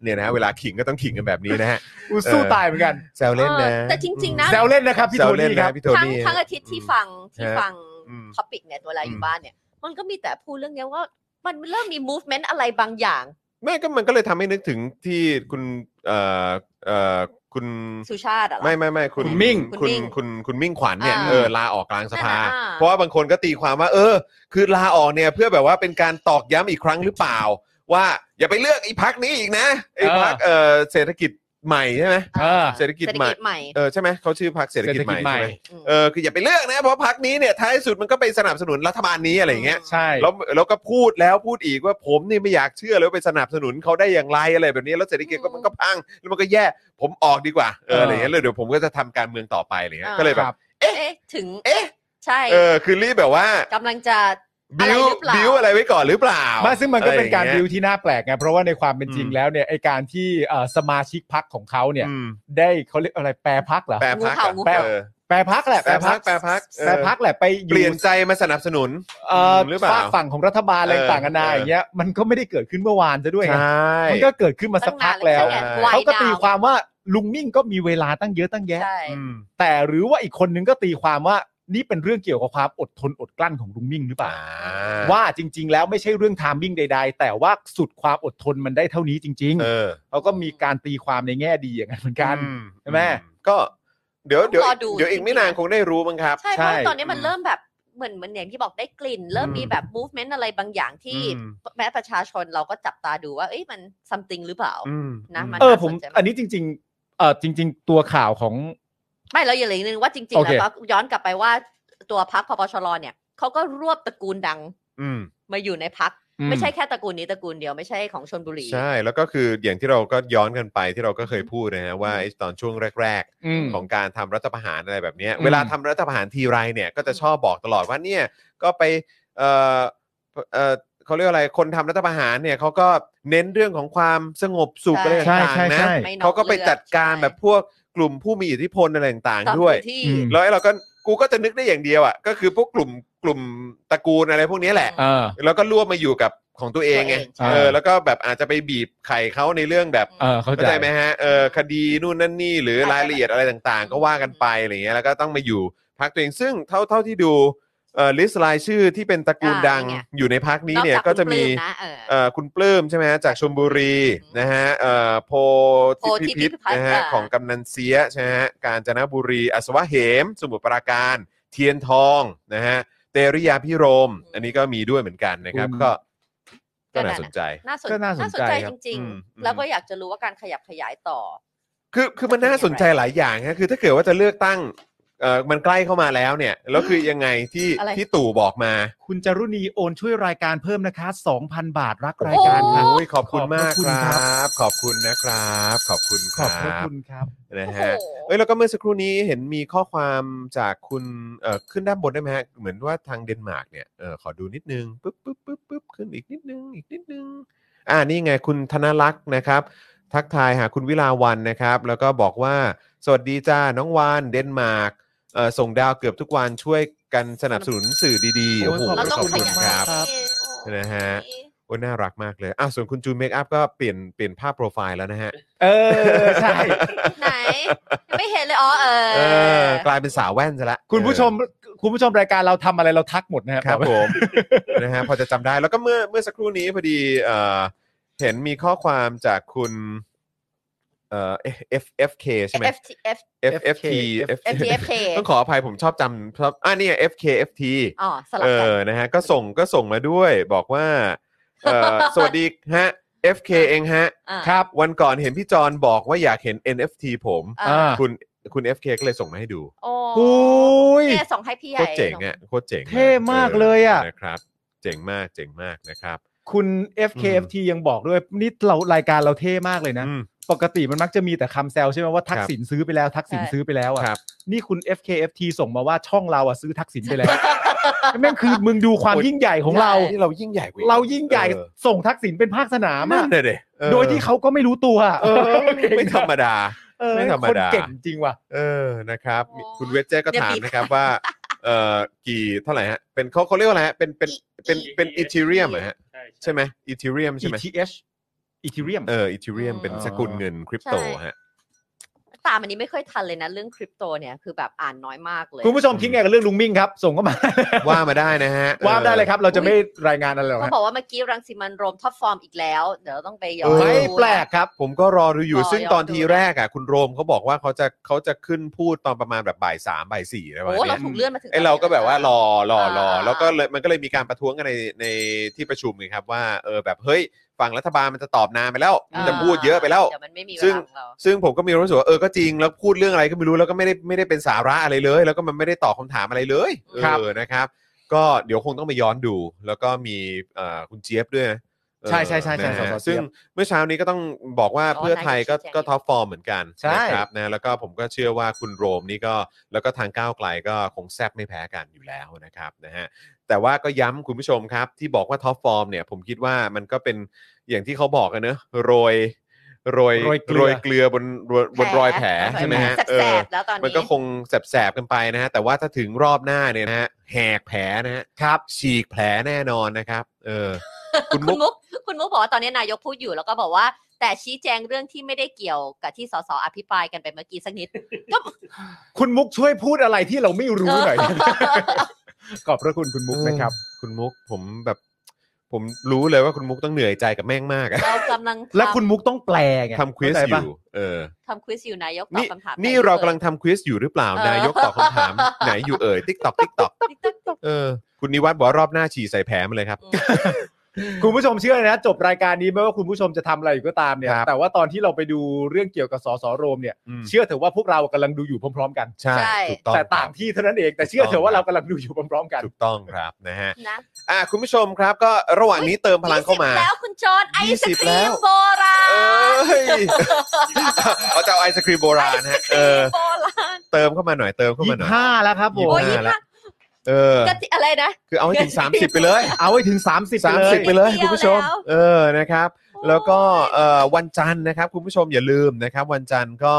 Speaker 1: เนี่ยนะเวลาขิงก็ต้องขิงกันแบบนี้นะฮะ
Speaker 2: กูสู้
Speaker 1: เออ
Speaker 2: ตายเหมือนกัน
Speaker 1: แซวเล่นนะ
Speaker 3: เออแต่จริงๆนะ
Speaker 2: แซวเล่นนะครับพี่
Speaker 1: แซ
Speaker 2: โท
Speaker 1: วเล่น
Speaker 2: นี่ค
Speaker 1: นะ
Speaker 2: รับ
Speaker 1: พี่โท
Speaker 3: ทั้ง
Speaker 1: นี่
Speaker 3: ทั้งอาทิตย์ที่ฟังที่
Speaker 1: ฮะ
Speaker 3: ฟัง
Speaker 1: อืม
Speaker 3: ท็อปิกเนี่ยเวลาอ
Speaker 1: อื
Speaker 3: ยู่
Speaker 1: ม
Speaker 3: บ้านเนี่ย มันก็มีแต่พูดเรื่องเนี้ยว่ามันเริ่มมี movement อะไรบางอย่าง
Speaker 1: ไม่ก็มันก็เลยทำให้นึกถึงที่คุณเอ่อเอ่อคุณ
Speaker 3: สุชาติอะเหรอ
Speaker 1: ไม่ไม่ไม่คุณ
Speaker 2: คุณมิ่ง
Speaker 1: คุณ
Speaker 3: คุ
Speaker 1: คุณ
Speaker 3: ณมิ่ง
Speaker 1: คุณมิ่งขวัญเนี่ย
Speaker 3: อ่า
Speaker 1: เออลาออกกลางสภา
Speaker 3: นั่นน่ะอ่า
Speaker 1: เพราะว่าบางคนก็ตีความว่า เออ คือลาออกเนี่ยเพื่อแบบว่าเป็นการตอกย้ำอีกครั้งหรือเปล่า ว่าอย่าไปเลือกไอ้พักนี้อีกนะไอ้พักเออเศรษฐกิจใหม่ใช่ไหม
Speaker 2: เออ
Speaker 1: เศรษฐกิจใหม่
Speaker 3: ใหม่
Speaker 1: เออใช่ไหมเขาชื่อพักเศรษฐกิจใหม่ใช่ไหม
Speaker 3: อืม
Speaker 1: เออคืออย่าไปเลือกนะเพราะพักนี้เนี่ยท้ายสุดมันก็ไปสนับสนุนรัฐบาลนี้อะไรอย่างเงี้ย
Speaker 2: ใช่
Speaker 1: แล้วแล้วก็พูดแล้วพูดอีกว่าผมนี่ไม่อยากเชื่อเลยว่าไปสนับสนุนเขาได้อย่างไรอะไรแบบนี้แล้วเศรษฐกิจก็มันก็พังแล้วมันก็แย่ผมออกดีกว่าเอออะไรอย่างเงี้ยเลยเดี๋ยวผมก็จะทำการเมืองต่อไปอะไรเงี้ยก็เลยแบบ
Speaker 3: เอ๊ะถึง
Speaker 1: เอ๊ะ
Speaker 3: ใช่
Speaker 1: เออคือรีบแบบว่าก
Speaker 3: ำลังจะ อะไร
Speaker 1: บิว
Speaker 3: หรือเปล่า
Speaker 1: บิวอะไรไว้ก่อนหรือเปล่า
Speaker 2: ไมาซึ่งมันก็เป็นการดิว
Speaker 1: อะไอย่งเงี้ย
Speaker 2: ที่น่าแปลกไงเพราะว่าในความเป็นจริง
Speaker 1: อืม
Speaker 2: แล้วเนี่ยไอการที่เอ่อสมาชิกพักของเขาเนี่ย
Speaker 1: อืม
Speaker 2: ได้เขาเรียกอะไรแปรพักเหรอ
Speaker 1: แปรพักอะ
Speaker 3: งู
Speaker 1: แปร
Speaker 3: เห่า
Speaker 2: แปรพักแหละ
Speaker 1: แปรพักแปรพักเออ
Speaker 2: แปรพักแหละไปอ
Speaker 1: เป
Speaker 2: ยู่
Speaker 1: ลี่ยนใจมาสนับสนุน
Speaker 2: เอ่อ
Speaker 1: หรือเปล่า
Speaker 2: ฝากฝั่งของรัฐบาลอะไร
Speaker 1: เออ
Speaker 2: ต่างกันานา
Speaker 1: เอออ
Speaker 2: อย่างเงี้ยมันก็ไม่ได้เกิดขึ้นเมื่อวานซะด้วย
Speaker 1: ใช
Speaker 2: ไง่ มันก็เกิดขึ้นมาสักพักแล้ว
Speaker 1: ตั้งนานแล้ว
Speaker 2: เขา
Speaker 3: เขา
Speaker 2: ก็ตีความว่าลุงมิ่งก็มีเวลาตั้งเยอะตั้งแยะ
Speaker 3: ใช่
Speaker 1: อืม
Speaker 2: แต่หรือว่าอีกคนนึงก็ตีความว่านี่เป็นเรื่องเกี่ยวกับความอดทนอดกลั้นของลุงมิ่งหรือเปล่า
Speaker 1: อ่า
Speaker 2: ว่าจริง ๆ แล้วไม่ใช่เรื่องไทมิ่งใด ๆ แต่ว่าสุดความอดทนมันได้เท่านี้จริง
Speaker 1: เออ
Speaker 2: ๆเขาก็มีการตีความในแง่ดีอย่างนั้นเหมือนกัน
Speaker 1: อื
Speaker 2: ใช่ไหม
Speaker 1: ก็เดี๋ยวเดี๋ยว
Speaker 3: ต้องรอดู
Speaker 1: เดี๋ยวอีกไม่
Speaker 3: จริงๆ
Speaker 1: นานคงได้รู้มั้งครับ
Speaker 3: ใช่
Speaker 2: ใช่
Speaker 3: เพราะตอนนี้มัน
Speaker 1: อืม
Speaker 3: เริ่มแบบเหมือนเหมือนอย่างที่บอกได้กลิ่น เริ่ม
Speaker 1: อืม
Speaker 3: มีแบบ movement อะไรบางอย่างที่
Speaker 1: อืม
Speaker 3: แม้ประชาชนเราก็จับตาดูว่า เอ้ยมัน something หรือเปล่า
Speaker 1: อืม
Speaker 3: นะมัน
Speaker 2: เออผม
Speaker 3: น่าสนใจมาก
Speaker 2: อันนี้จริง ๆเออจริง ๆ ตัวข่าวของ
Speaker 3: ไม่เราอย่าลืมนึงว่าจริง
Speaker 2: โอ
Speaker 3: ๆ
Speaker 2: เค
Speaker 3: แล้วก็ย้อนกลับไปว่าตัวพักพปชรเนี่ยเขาก็รวบตระกูลดัง
Speaker 1: อืม
Speaker 3: มาอยู่ในพัก
Speaker 2: อื
Speaker 3: ไม่ใช่แค่ตระกูลนี้ตระกูลเดียวไม่ใช่ของชนบุรี
Speaker 1: ใช่ แล้วก็คืออย่างที่เราก็ย้อนกันไปที่เราก็เคยพูดนะฮะว่าไอ้ตอนช่วงแรก
Speaker 2: อืม
Speaker 1: ๆ ของการทำรัฐประหารอะไรแบบเนี้ย
Speaker 2: อืม
Speaker 1: เวลาทำรัฐประหารทีไรเนี่ยก็จะชอบบอกตลอดว่าเนี่ยก็ไปเออเออเขาเรียกอะไรคนทำรัฐประหารเนี่ยเขาก็เน้นเรื่องของความสงบสุข
Speaker 3: ใช่
Speaker 1: อะไร
Speaker 2: ใช่
Speaker 1: ต่าง
Speaker 2: ใช่
Speaker 1: ๆนะ
Speaker 2: ใช่
Speaker 3: ม่นอ
Speaker 1: เขาก็ไปจัดการ
Speaker 3: เลื
Speaker 1: แบ
Speaker 3: อบ
Speaker 1: พวกกลุ่มผู้มีอิทธิพลอะไรต่าง
Speaker 3: ตอน
Speaker 1: ๆด้วย
Speaker 3: ที่
Speaker 2: อืม
Speaker 1: แล้วไอ้เราก็กูก็จะนึกได้อย่างเดียวอ่ะก็คือพวกกลุ่มกลุ่มตระกูลอะไรพวกเนี้ยแหละ
Speaker 2: เออ
Speaker 1: แล้วก็รวบมาอยู่กับของตัวเองไง
Speaker 3: ตัวเองใช่
Speaker 1: เออแล้วก็แบบอาจจะไปบีบไข่เขาในเรื่องแบบ
Speaker 2: เออเข้า
Speaker 1: เข้า
Speaker 2: ใจ
Speaker 1: ใจไหมฮะเออคดีนู่นนั่นนี่ หรือรายละเอียดอะไรต่างๆ ก็ว่ากันไปอะไรเงี้ยแล้วก็ต้องมาอยู่พักตัวเองซึ่งเท่าเท่าที่ดูเอ่อลิสต์รายชื่อที่เป็นตระกูลดัง
Speaker 3: อ่าเนี่ย
Speaker 1: อยู่ในพักนี้เนี่ยก็จะมี
Speaker 3: นอจากคุณปลื้นนะเออ
Speaker 1: เอ่อคุณปลื้มใช่ไหมฮะจากชลบุรี
Speaker 3: อืม
Speaker 1: นะฮะเอ่อโพ
Speaker 3: โพธิ
Speaker 1: ธิพิ
Speaker 3: พิพิ
Speaker 1: พิ
Speaker 3: พัฒน์
Speaker 1: นะฮะ
Speaker 3: อ่า
Speaker 1: ของกำนันเสียใช่ไหมฮะกาญจนบุรีอัศวะเหม สมุทรปราการ เทียนทองนะฮะเตริยาพิรมย์อันนี้ก็มีด้วยเหมือนกันนะครับ
Speaker 2: อืม
Speaker 1: ก็ก็น่าสนใจ
Speaker 3: น่าสน
Speaker 2: ก็น่าสนใจครั
Speaker 3: จ
Speaker 2: บ
Speaker 3: ริง
Speaker 1: อืมอืม
Speaker 3: ๆ แล้วก็อยากจะรู้ว่าการขยับขยายต่อ
Speaker 1: คือคือมันน่าสนใจหลายอย่างฮะคือถ้าเกิดว่าจะเลือกตั้งเออมันใกล้เข้ามาแล้วเนี่ยแล้วคือยังไงที่
Speaker 3: อะไร
Speaker 1: ที่ตู่บอกมา
Speaker 2: คุณจารุณีโอนช่วยรายการเพิ่มนะคะ2,000 บาทรั
Speaker 1: ราร
Speaker 2: กายการค่ะ
Speaker 1: โอ้ยขอบคุณมาก
Speaker 2: ขอบคุณ
Speaker 1: คร
Speaker 2: ครับ
Speaker 1: ับ ขอบคุณนะครับ ขอบคุณค
Speaker 2: ขอบ
Speaker 1: รั
Speaker 2: พระ
Speaker 1: บ
Speaker 2: คุณครับ
Speaker 1: นะ
Speaker 3: โอ้โห
Speaker 1: ฮะเอ้ยแล้วก็เมื่อสักครู่นี้เห็นมีข้อความจากคุณเอ่อขึ้นด้านบนได้ไหมฮะเหมือนว่าทางเดนมาร์กเนี่ยเออขอดูนิดนึงปึ๊บปึ๊บปึ๊บปึ๊บขึ้นอีกนิดนึงอีกนิดนึง อ่านี่ไงคุณธนลักษณ์นะครับ ทักทายหาคุณวิลาวันนะครับ แล้วก็บอกว่า สวัสดีจ้าน้องวานเดนมาร์กเอ่อส่งดาวเกือบทุกวันช่วยกันสนับสนุนสื่อดีๆ
Speaker 2: โอ้
Speaker 1: โอ้
Speaker 2: ย
Speaker 1: โห
Speaker 3: เรา
Speaker 1: ข
Speaker 3: ต้อ
Speaker 1: อง บ
Speaker 3: ข
Speaker 1: คุณ
Speaker 3: ยับ
Speaker 1: ครับ
Speaker 2: ครับ
Speaker 3: โอ้ย
Speaker 1: นะฮะ โอ้ยน่ารักมากเลยอ่ะส่วนคุณจูนเมคอัพก็เปลี่ยนเปลี่ยนภาพโปรไฟล์แล้วนะฮะ
Speaker 2: เออใช่
Speaker 3: ไหน ไม่เห็นเลยอ๋อเออ
Speaker 1: เออกลายเป็นสาวแว่นซะละ
Speaker 2: คุณผู้ชมคุณผู้ชมรายการเราทำอะไรเราทักหมดนะค
Speaker 1: เอ
Speaker 2: รั
Speaker 1: อบ ครับผม นะฮะพอจะจำได้แล้วก็เมื่อเมื่อสักครู่นี้พอดีเอ่อเห็นมีข้อความจากคุณเอ่อ FFK ใช่ไหม
Speaker 3: เอฟทีเอฟ
Speaker 1: FFT
Speaker 3: FTFK
Speaker 1: ต้องขออภัยผมชอบจำชอบอ่ะเนี่ย FKFT
Speaker 3: อ๋อสลั
Speaker 1: เอบ
Speaker 3: กัน
Speaker 1: อ นะฮะ ก็ส่งก็ส่งมาด้วย บอกว่าเอ่ อ สวัสดีฮะ FK เองฮะ
Speaker 3: อ่า
Speaker 2: ครับ
Speaker 1: วันก่อนเห็นพี่จอนบอกว่าอยากเห็น NFT ผม
Speaker 3: อ่า
Speaker 2: อ่า
Speaker 1: คุณ คุณ FK ก็เลยส่งมาให้ดู
Speaker 3: โอ้
Speaker 2: โอ้ย
Speaker 3: เนี่ยส่งให้พี่ให
Speaker 1: โค
Speaker 3: ญ่
Speaker 1: ตรเจ๋งอ่ะ โคตรเจ๋ง
Speaker 2: เท่มากเลยอะ
Speaker 1: นะครับ เจ๋งมาก เจ๋งมากนะครับ
Speaker 2: คุณ FKFT ยังบอกด้วยนี่เรารายการเราเท่มากเลยนะ
Speaker 1: อืม
Speaker 2: ปกติมันมักจะมีแต่คำแซวใช่ไหมว่าทักษิณซื้อไปแล้วทักษิณซื้อไปแล้วอ่ะ
Speaker 1: ครับ
Speaker 2: นี่คุณ FKFT ส่งมาว่าช่องเราอ่ะซื้อทักษิณไปแล้ว แม่งคือมึงดูความยิ่งใหญ่ของเรา
Speaker 1: นี่เรายิ่งใหญ่กว่าอีก
Speaker 2: เรายิ่งใหญ่
Speaker 1: เออ
Speaker 2: ส่งทักษิณเป็นภาคสนาม
Speaker 1: นั่
Speaker 2: อะ
Speaker 1: นเลย
Speaker 2: โดยที่เขาก็ไม่รู้ตัวอะ
Speaker 1: เออไม่ธรรมดา
Speaker 2: เออ
Speaker 1: ไม่ธรรม
Speaker 2: คน
Speaker 1: ดา
Speaker 2: เก่งจริงว่ะ
Speaker 1: เออนะครับมี
Speaker 3: โอ้ย
Speaker 1: คุณเวจเจ้ก็
Speaker 3: อย่า
Speaker 1: ถาม
Speaker 3: บีบ
Speaker 1: นะครับว่าเอ่อกี่เท่าไหร่ฮะเป็นเขาเขาเรียกว่าอะไรฮะเป็นเป็นเป็นเป็นอีเทเรียมเหรอฮะ
Speaker 4: ใช่
Speaker 1: ใช่ไหมอีเทเรียมใช่ไหม
Speaker 2: ETH Ethereum
Speaker 1: เอออีเทเรียมเป็นสกุลเงินคริปโตฮะ
Speaker 3: ตามอันนี้ไม่ค่อยทันเลยนะ เรื่องคริปโตเนี่ยคือแบบอ่านน้อยมากเลย
Speaker 2: คุณผู้ชมคิดไงกับเรื่องลุงมิ่งครับ ส่งเข้ามา
Speaker 1: ว่ามาได้นะฮะ
Speaker 2: ว่าได้เลยครับ เราจะไม่รายงานอะไรหรอก
Speaker 3: เขา
Speaker 2: ฮะ
Speaker 3: บอกว่าเมื่อกี้รังสิมันต์โรมท็อปฟอร์มอีกแล้ว เดี๋ยวต้องไปย้อน
Speaker 2: ไม่
Speaker 3: ดูนะ
Speaker 2: แปลกครับ
Speaker 1: ผมก็รอดูอยู่
Speaker 3: รอ
Speaker 1: ซึ่งตอน
Speaker 3: รอดู
Speaker 1: ทีแรกอ่ะคุณโรมเขาบอกว่าเขาจะเขาจะขึ้นพูดตอนประมาณแบบบ่ายสามบ่ายสี่อะไรประมาณ
Speaker 3: โอ้
Speaker 1: เนี้
Speaker 3: เรา
Speaker 1: ย
Speaker 3: ถูกเลื่อนมาถึง
Speaker 1: ไอเราก็แบบว่ารอรอรอ
Speaker 3: อ่า
Speaker 1: แล้วก็เลยมันก็เลยมีการประท้วงกันในในที่ประชุมไงครับว่าเออแบบเฮ้ยฝั่งรัฐบาลมันจะตอบนานไปแล้วมันจะพูดเยอะไปแล้ว
Speaker 3: เดี๋ยวมันไม่มีเว
Speaker 1: ซึ่ง
Speaker 3: ลาของเรา
Speaker 1: ซึ่งผมก็มีรู้สึกว่าเออก็จริงแล้วพูดเรื่องอะไรก็ไม่รู้แล้วก็ไม่ได้ไม่ได้เป็นสาระอะไรเลย แล้วก็มันไม่ได้ตอบคำถามอะไรเลย
Speaker 3: ครับ
Speaker 1: เออนะครับ ก็เดี๋ยวคงต้องไปย้อนดู แล้วก็มีเอ่อคุณเจี๊ยบด้วยนะเออ
Speaker 2: ใช่ใช่ใช่ใช่
Speaker 1: นะฮะ
Speaker 2: สสเจี๊ยบ
Speaker 1: ซึ่งเมื่อเช้านี้ก็ต้องบอกว่า
Speaker 3: อ๋อ
Speaker 1: เพื่อไทยก็
Speaker 3: นายกชี้แจง
Speaker 1: ก็ท็อปฟอร์มเหมือนกัน
Speaker 2: ใช่
Speaker 1: นะครับนะแล้วก็ผมก็เชื่อว่าคุณโรมนี่ก็แล้วก็ทางก้าวไกลก็คงแซบไม่แพ้กันอยู่แล้วนะครับนะฮะแต่ว่าก็ย้ำคุณผู้ชมครับ ที่บอกว่าท็อปฟอร์มเนี่ยผมคิดว่ามันก็เป็นอย่างที่เขาบอกกันเนอะโรยโรย
Speaker 2: โรยเกลือ
Speaker 1: โรยเกลือบนบนบนรอยแผล
Speaker 3: แผล
Speaker 1: ใช่ไหมฮะเอ
Speaker 3: แส
Speaker 1: อ
Speaker 3: บๆแล้วตอนนี้
Speaker 1: มันก็คงแสบๆกันไปนะฮะ แต่ว่าถ้าถึงรอบหน้าเนี่ยนะฮะแหกแผลนะฮะครับ ฉีกแผลแน่นอนนะครับ เออ คุ
Speaker 3: คุณ ณ
Speaker 1: มุก
Speaker 3: มุกคุณมุกบอกว่าตอนนี้นายกพูดอยู่แล้วก็บอกว่า แต่ชี้แจงเรื่องที่ไม่ได้เกี่ยวกับที่สสอภิปรายกันไปเมื่อกี้สักนิด
Speaker 2: คุณมุกช่วยพูดอะไรที่เราไม่รู้หน่อย
Speaker 3: เอ
Speaker 2: ขอบพระคุณคุณมุกนะครับ
Speaker 1: คุณมุกผมแบบ ผมรู้เลยว่าคุณมุก ต้องเหนื่อยใจกับแม่งมากอะ
Speaker 3: เรากำลัง
Speaker 2: และคุณ
Speaker 3: ทำ
Speaker 2: มุกต้องแปลไง
Speaker 1: ทำควิส
Speaker 2: เข้าใจ
Speaker 1: อ
Speaker 2: ปะ
Speaker 1: ยู่ เออ
Speaker 3: ทำควิสอยู่นายกตอบ
Speaker 1: นี่
Speaker 3: คำถาม
Speaker 1: นี่
Speaker 3: ได้
Speaker 1: เรา
Speaker 3: ด้วย
Speaker 1: กำลังทำควิสอยู่หรือเปล่า
Speaker 3: เออ
Speaker 1: นายกตอบคำถาม ไหนอยู่เอ่ยติ๊กตอกติ๊กตอก
Speaker 3: ติ๊กต๊อกติ๊กต๊อก
Speaker 1: เออ คุณนิวัฒน์บอกว่ารอบหน้าฉี่ใส่แผลมาเลยครับ
Speaker 3: อืม
Speaker 2: คุณผู้ชมเชื่อเลยนะ จบรายการนี้ไม่ว่าคุณผู้ชมจะทำอะไรอยู่ก็ตามเนี่ย
Speaker 1: ครับ
Speaker 2: แต่ว่าตอนที่เราไปดูเรื่องเกี่ยวกับสสโรมเนี่ย
Speaker 1: อืม
Speaker 2: เชื่อเถอะว่าพวกเรากำลังดูอยู่พร้อม ๆ กัน
Speaker 1: ใช่
Speaker 3: ใช่
Speaker 1: ถูกต้อง
Speaker 2: แต่ต่างที่เท่านั้นเองแต่เชื่อเถอะว่าเรากำลังดูอยู่พร้อมๆกัน
Speaker 1: ถูกต้องครับนะฮะ
Speaker 3: นะ
Speaker 1: อ่ะคุณผู้ชมครับ ก็ระหว่างนี้เติมพลังเข้ามา
Speaker 3: ยี่สิบแล้วคุณจอร์นไอ
Speaker 1: ยี่
Speaker 3: ศ
Speaker 1: สิบ
Speaker 3: ค
Speaker 1: แล้
Speaker 3: รีม
Speaker 1: ว
Speaker 3: โบราณ
Speaker 1: เอ้ย เอาจะเอาไอศครีมโบราณ ฮะเออ
Speaker 3: โบราณ
Speaker 1: เติมเข้ามาหน่อยเติมเข้ามา
Speaker 2: ยี่
Speaker 1: หน่อย
Speaker 2: ห้าแล้วครับผ
Speaker 1: โอ้
Speaker 2: ม
Speaker 3: โอ้ย
Speaker 1: ยี่
Speaker 3: ยี่
Speaker 1: สิบ
Speaker 3: ห้า
Speaker 1: ห้า เออ
Speaker 3: กะทิอะไรนะ
Speaker 1: คือเอาให้ถึง 30 ไปเลย
Speaker 2: เอาไว้ถึง 30ไปเลย
Speaker 1: 30 ไปเลยคุณผู้ชม
Speaker 3: เดียวแล้ว
Speaker 1: เออนะครับ แล้วก็เอ่อวันจันทร์นะครับ คุณผู้ชมอย่าลืมนะครับ วันจันทร์ก็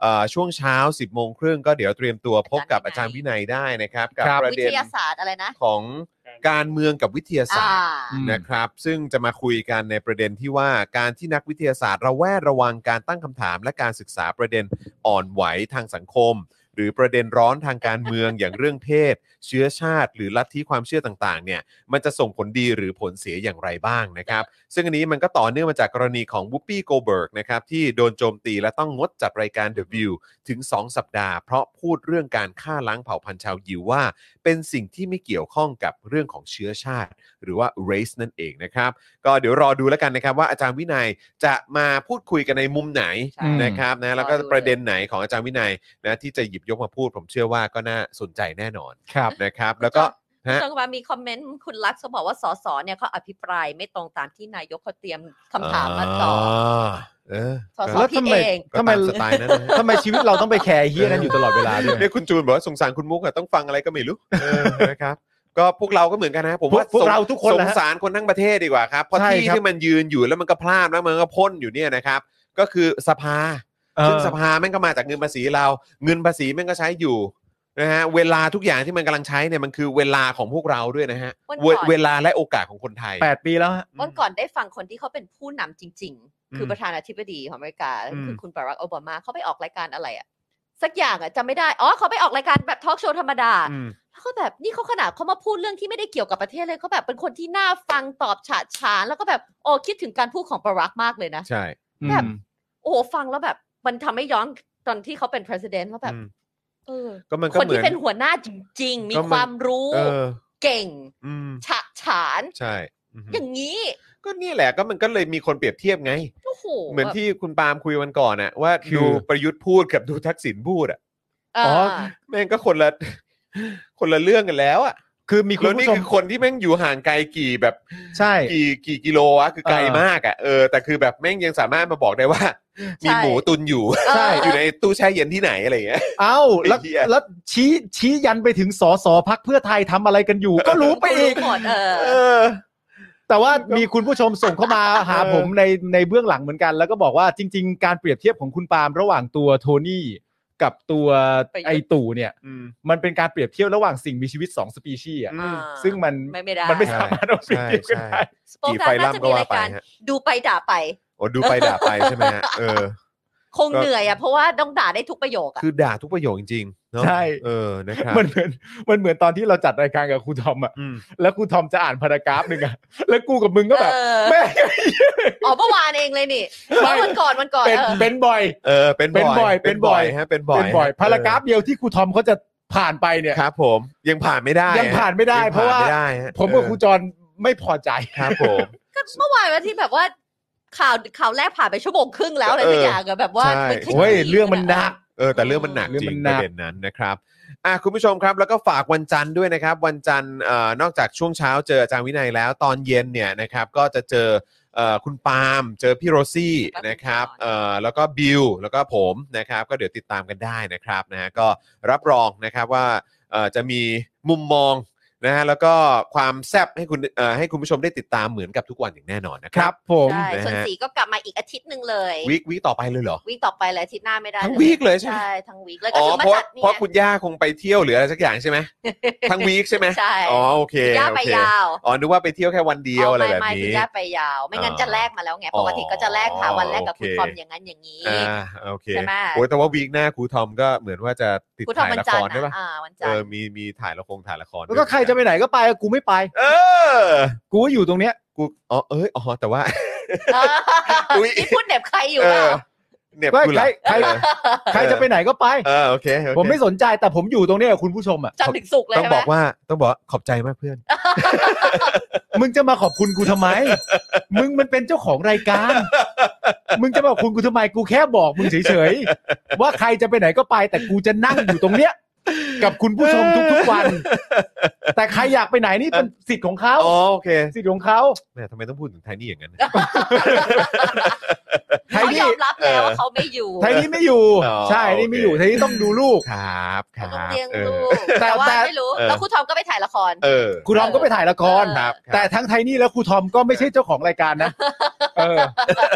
Speaker 1: เอ่อช่วงเช้า 10โมงครึ่งก็เดี๋ยวเตรียมตัวพบกับอา
Speaker 3: อา
Speaker 1: จา
Speaker 3: จาร รย์
Speaker 1: ย์
Speaker 3: วิ
Speaker 1: วิ
Speaker 3: นั
Speaker 1: นัย
Speaker 3: ย
Speaker 1: ได้นะครับ กับ
Speaker 2: ครับ
Speaker 1: ประ
Speaker 3: วิ
Speaker 1: เด็
Speaker 3: ท
Speaker 1: น
Speaker 3: ยาศาสตร์อะไรนะ
Speaker 1: ของ
Speaker 4: การ
Speaker 1: การเมืองกับวิทยาศา
Speaker 3: อ่า
Speaker 1: สตร์ นะครับซึ่งจะมาคุยกันในประเด็นที่ว่าการที่นักวิทยาศาสตร์ระแวดระวังการตั้งคำถาม และการศึกษาประเด็นอ่อนไหวทางสังคม หรือประเด็นร้อนทางการเมือง อย่างเรื่องเพศ เชื้อชาติ หรือลัทธิความเชื่อต่างๆเนี่ยมันจะส่งผลดีหรือผลเสียอย่างไรบ้างนะครับซึ่งอันนี้มันก็ต่อเนื่องมาจากกรณีของวูปปี้โกเบิร์กนะครับที่โดนโจมตีและต้องงดจัดรายการ The View ถึง 2 สัปดาห์ เพราะพูดเรื่องการฆ่าล้างเผ่าพันธุ์ชาวยิวว่า เป็นสิ่งที่ไม่เกี่ยวข้องกับเรื่องของเชื้อชาติ หรือว่า race นั่นเองนะครับ ก็เดี๋ยวรอดูแล้วกันนะครับ ว่าอาจารย์วินัยจะมาพูดคุยกันในมุมไหน
Speaker 3: ใช่
Speaker 1: นะครับนะแล้วก็
Speaker 3: รอดูเลย
Speaker 1: ประเด็นไหนของอาจารย์วินัยนะที่จะหยิบยกมาพูด ผมเชื่อว่าก็น่าสนใจแน่นอน
Speaker 2: ครับ
Speaker 1: นะครับ แล้วก็ฮะ
Speaker 3: จนมามีคอมเมนต์คุณลักษณ์เขาบอกว่าสสเนี่ยเขาอภิปรายไม่ตรงตามที่นายกเขาเตรียมคำถามมาตอบ
Speaker 1: าเออ
Speaker 3: สส
Speaker 2: แล้ว
Speaker 3: พี่
Speaker 2: ทำไม
Speaker 3: เอง
Speaker 1: ก็ตามสไตล์นั้นนะฮะ
Speaker 2: ทำไมชีวิตเราต้องไปแคร์เฮียนั้นอยู่ตลอดเวลาด้วย
Speaker 1: เนี่ยคุณจูนบอกว่าสงสารคุณมุกอะต้องฟังอะไรก็ไม่รู้เออนะครับ ก็พวกเราก็เหมือนกันนะผมว่า
Speaker 2: พวกเราทุกคน
Speaker 1: ส
Speaker 2: แห
Speaker 1: ง
Speaker 2: ละฮะ
Speaker 1: สารคนทั้งประเทศดีกว่าครับเพราะ
Speaker 2: ใช่
Speaker 1: ที่
Speaker 2: ครับ
Speaker 1: ที่มันยืนอยู่แล้วมันก็พลาดแล้วมันก็พ่นอยู่เนี่ยนะครับ ก็คือสภา ซึ่งสภาแม่งก็มาจากเงินภาษีเรา เงินภาษีแม่งก็ใช้อยู่นะฮะเวลาทุกอย่างที่มันกำลังใช้เนี่ยมันคือเวลาของพวกเราด้วยนะฮะเวเวลาและโอกาสของคนไทย
Speaker 2: แปดปีแล้วฮะ
Speaker 3: วันก่อนได้ฟังคนที่เขาเป็นผู้นำจริง ๆ คืออ
Speaker 1: ม
Speaker 3: ประธานาธิบดีของอเมริกา
Speaker 1: อืม
Speaker 3: คือคุณบารักโอบามาเขาไปออกรายการอะไรอะสักอย่างอะจำไม่ได้อ๋อเขาไปออกรายการแบบทอล์กโชว์ธรรมดา
Speaker 1: อืม
Speaker 3: แล้วก็แบบนี่เขาขนาดเขามาพูดเรื่องที่ไม่ได้เกี่ยวกับประเทศเลยเขาแบบเป็นคนที่น่าฟังตอบฉาดฉานแล้วก็แบบโอ้คิดถึงการพูดของบารักมากเลยนะ
Speaker 1: ใช่
Speaker 3: แบบ โอ้ฟังแล้วแบบมันทำให้ย้อนตอนที่เขาเป็น president ว่าแบบ
Speaker 1: อืม
Speaker 3: เออ
Speaker 1: ก็มันก็
Speaker 3: คน
Speaker 1: เหมื
Speaker 3: ที่
Speaker 1: อน
Speaker 3: เป็นหัวหน้าจริง ๆ มี
Speaker 1: ก็มัน
Speaker 3: ความรู้
Speaker 1: เออ
Speaker 3: เก่ง
Speaker 1: อืม
Speaker 3: ฉาดฉาน
Speaker 1: ใช่อือฮึ
Speaker 3: อย่างนี้
Speaker 1: ก็เนี่ยแหละก็มันก็เลยมีคนเปรียบเทียบไง
Speaker 3: โอ้โห
Speaker 1: เหมือนที่คุณปาล์มคุยวันก่อนน่ะว่า
Speaker 2: คือ
Speaker 1: ดูประยุทธ์พูดกับ ดูทักษิณพูดอ่ะ
Speaker 3: แบบ
Speaker 2: อ๋อ
Speaker 3: า
Speaker 1: แม่งก็คนละ คนละเรื่องกันแล้วอ่ะ
Speaker 2: คือมีคุณ
Speaker 1: แล้วนี่
Speaker 2: ผู้ชม
Speaker 1: คือคนที่แม่งอยู่ห่างไกลกี่แบบ
Speaker 2: ใช่
Speaker 1: กี่กี่กิโลวะคือไกล
Speaker 2: เออ
Speaker 1: มากอ่ะเออแต่คือแบบแม่งยังสามารถมาบอกได้ว่า มีหมูตุนอยู่
Speaker 2: ใช่
Speaker 1: อยู่ในตู้แช่เย็นที่ไหนอะไรอย่างเงี้ย
Speaker 2: เอ้าแล้ว
Speaker 1: ไอ้เหี้ย
Speaker 2: แล้วชี้ชี้ยันไปถึงสสพักเพื่อไทยทำอะไรกันอยู่ ก็รู้ไปอีก
Speaker 3: หมดเออ
Speaker 1: เออ
Speaker 2: แต่ว่ามีคุณผู้ชมส่งเข้ามาหา
Speaker 1: เออ
Speaker 2: ผมในในเบื้องหลังเหมือนกัน แล้วก็บอกว่าจริง ๆ การเปรียบเทียบของคุณปาล์มระหว่างตัวโทนี่กับตัว
Speaker 3: ประยุทธ์
Speaker 2: ไอตู่เนี่ย
Speaker 1: อืม
Speaker 2: มันเป็นการเปรียบเทียบระหว่างสิ่งมีชีวิตสองสปีชีส์อะ
Speaker 1: อืม
Speaker 2: ซึ่งมัน
Speaker 3: ไม่ไม่ได้
Speaker 2: มันไม่สามารถเอาเปรียบเทียบกันได้
Speaker 3: สปอ
Speaker 1: กี่
Speaker 3: ก
Speaker 1: ไฟ
Speaker 3: การ
Speaker 1: ลั่
Speaker 3: น่าม จะ
Speaker 1: ก็ว่าร
Speaker 3: มีาย
Speaker 1: ไป
Speaker 3: การ
Speaker 1: ฮะ
Speaker 3: ดูไปด่าไป
Speaker 1: โอ้ดูไปด่าไปใช่ไหมฮะเออ
Speaker 3: คงเหนื่อยอ่ะเพราะว่าต้องด่าได้ทุกประโยคอ่ะ
Speaker 1: คือด่าทุกประโยคจริงๆเนาะ
Speaker 2: ใช่
Speaker 1: เออนะครับ
Speaker 2: มันเหมือนมันเหมือนตอนที่เราจัดรายการกับครูทอมอะ
Speaker 1: อืม
Speaker 2: แล้วครูทอมจะอ่านพารากราฟหนึ่งอะแล้วกูกับมึงก็แบบ
Speaker 3: เออ
Speaker 2: แม่ง
Speaker 3: อ๋อเมื่อวานเองเลยนี่
Speaker 2: ไม่
Speaker 3: เมื่อวันก่อนวันก่อน
Speaker 2: เป็น
Speaker 3: เออ
Speaker 2: เป็นบ่อย
Speaker 1: เออเป็น
Speaker 2: เป็นบ่อย
Speaker 1: เป็นบ่อย
Speaker 2: เป็นบ่อย
Speaker 1: ฮะเป็นบ่อย
Speaker 2: เป็นบ่อย
Speaker 1: ฮะ
Speaker 2: พารากราฟเดียวที่ครูทอมเขาจะผ่านไปเนี่ย
Speaker 1: ครับ ผมยังผ่านไม่ได้
Speaker 2: ยังผ่านไม่ได้
Speaker 1: ยัง
Speaker 2: เพราะว่า
Speaker 1: ผ่นไม่ได้ฮะ
Speaker 2: ผมกับ
Speaker 1: เออ
Speaker 2: ครูจรไม่พอใจ
Speaker 1: ครับผม
Speaker 3: ก็เมื่อวานวันที่แบบว่าข่าวข่าวแรกผ่านไปชั่วโมงครึ่งแล้วอะไรสักอย่างอะแบบว่า
Speaker 1: ใช่
Speaker 3: มันแค่
Speaker 2: โอ้ย
Speaker 3: ขีด
Speaker 2: เรื่องมันหนัก
Speaker 1: เออแต่เรื่องมันหนัก
Speaker 2: เรื่อง
Speaker 1: จริ
Speaker 2: มั
Speaker 1: ง
Speaker 2: น
Speaker 1: ป
Speaker 2: หนั
Speaker 1: ระ
Speaker 2: ก
Speaker 1: เด็นนั้นนะครับอ่ะคุณผู้ชมครับแล้วก็ฝากวันจันทร์ด้วยนะครับ วันจันทร์เอ่อนอกจากช่วงเช้าเจออาจารย์วินัยแล้วตอนเย็นเนี่ยนะครับก็จะเจอเอ่อคุณปาล์มเจอพี่โรซี่นะครับเอ่อแล้วก็บิวแล้วก็ผมนะครับก็เดี๋ยวติดตามกันได้นะครับนะฮะก็รับรองนะครับว่าเอ่อจะมีมุมมองนะฮะแล้วก็ความแซบให้คุณเอ่อให้คุณผู้ชมได้ติดตามเหมือนกับทุกวันอย่างแน่นอนนะค
Speaker 2: ค
Speaker 1: รั
Speaker 2: รับ บผม
Speaker 3: ใช่ส่วน
Speaker 1: นะฮะ
Speaker 3: สีก็กลับมาอีกอาทิตย์หนึ่งเลย
Speaker 1: วีควีคต่อไปเลยเหรอ
Speaker 3: วิ่งต่อไปเลยอาทิตย์หน้าไม่ได้
Speaker 1: ทั้งวีคเลยใช่ไหม
Speaker 3: ใช่ทั้งวีคแล้วก็
Speaker 1: อ๋อ
Speaker 3: ถึง
Speaker 1: เพ
Speaker 3: มา
Speaker 1: ราะ
Speaker 3: จัดนี่
Speaker 1: เพราะ
Speaker 3: ไง
Speaker 1: คุณย่าคงไปเที่ยวหรืออะไรสักอย่าง ใช่ไหม ทั้งวีคใช่ไหม
Speaker 3: ใช่
Speaker 1: อ๋อโอเค
Speaker 3: ย่าไป
Speaker 1: โอเค
Speaker 3: ยาว
Speaker 1: อ๋อนึกว่าไปเที่ยวแค่วันเดียวอะไรแบบ
Speaker 3: ม่ม่คื
Speaker 1: นี้
Speaker 3: อย่าไปยาว ไม่งั้นจะแลกมาแล้วไง
Speaker 1: อ๋อ
Speaker 3: ปกติก็จะแลกหาวันแรกกับ
Speaker 1: โอเค
Speaker 3: คุณทอมอย่างนั้นอย่างนี้
Speaker 1: อ่าโอเค
Speaker 3: ใช่ไหม
Speaker 1: โอ้ยแต่ว่าวีคหน้าครูทอมก็เหมือนว่าจะติด
Speaker 3: คุณทอม
Speaker 1: ถ่าย
Speaker 3: วัน
Speaker 1: ละ
Speaker 3: จั
Speaker 1: คนร
Speaker 3: ทร์
Speaker 1: ใช่
Speaker 3: นะ
Speaker 1: ปะ
Speaker 3: อ่าวันจั
Speaker 1: เอน
Speaker 3: ท
Speaker 1: อ
Speaker 3: ร์
Speaker 1: มีมีถ่ายละครถ่ายละคร
Speaker 2: แล้วก็ใครจะไปไหนก็ไปอะกูไม่ไป
Speaker 1: เออ
Speaker 2: กูก็อยู่ตรงเนี้ย
Speaker 1: กูอ๋อเอ้ยอ๋อแต่ว่า
Speaker 3: เออ
Speaker 1: อุ๊ย
Speaker 3: นี่พูดเหน็บใครอยู่
Speaker 1: เอ
Speaker 3: เปล่า
Speaker 1: อเนี่ย
Speaker 2: ไม่
Speaker 1: กูละ
Speaker 2: ใครใคร ใครจะไปไหนก็ไป
Speaker 1: เออโอเคโอเค
Speaker 2: ผมไม่สนใจแต่ผมอยู่ตรงเนี้ยกับคุณผู้ชมอ่ะ
Speaker 3: จันทร์ถึงศุกร์เลย
Speaker 1: ต้อง
Speaker 3: ใช่ไห
Speaker 1: บ
Speaker 3: ม
Speaker 1: อกว่าต้องบอกว่าขอบใจมากเพื่อน
Speaker 2: มึงจะมาขอบคุณกู ทำไม มึงมันเป็นเจ้าของรายการ มึงจะมาขอบคุณกูทำไมกูแค่บอกมึงเฉยๆ ว่าใครจะไปไหนก็ไป แต่กูจะนั่งอยู่ตรงเนี้ย กับคุณผู้ชมทุกๆวัน แต่ใครอยากไปไหนนี่เป็นสิทธิ์ของเขา
Speaker 1: อ๋อโอเค
Speaker 2: สิทธิ์ของเขา
Speaker 1: แหม่ทำไมต้องพูดถึงไทนี่อย่างนั้น
Speaker 2: ไทย
Speaker 3: เขาย
Speaker 2: นี่
Speaker 3: อมรับแล้วว่าเขาไม่อยู่
Speaker 2: ไทยนี่ไม่อยู่
Speaker 1: อ๋อ
Speaker 2: ใช่นี่ไม่
Speaker 1: โอเค
Speaker 2: อยู่ไทยนี่ต้องดูลูก
Speaker 1: ครับค
Speaker 3: เขา
Speaker 1: รับ
Speaker 3: ต้องเลี้ยง
Speaker 1: เอ
Speaker 3: ลู
Speaker 1: อ
Speaker 3: ก
Speaker 2: แต่
Speaker 3: แต่ว่า
Speaker 2: แต่
Speaker 3: ไม่รู้
Speaker 1: เออ
Speaker 3: แล้วคุณทอมก็ไปถ่ายละคร
Speaker 1: เออ
Speaker 2: ครูทอมก็ไปถ่ายละคร
Speaker 3: ครับ
Speaker 2: แต่ทั้งไทยนี่และครูทอมก็ไม่ใช่เจ้าของรายการนะ เออ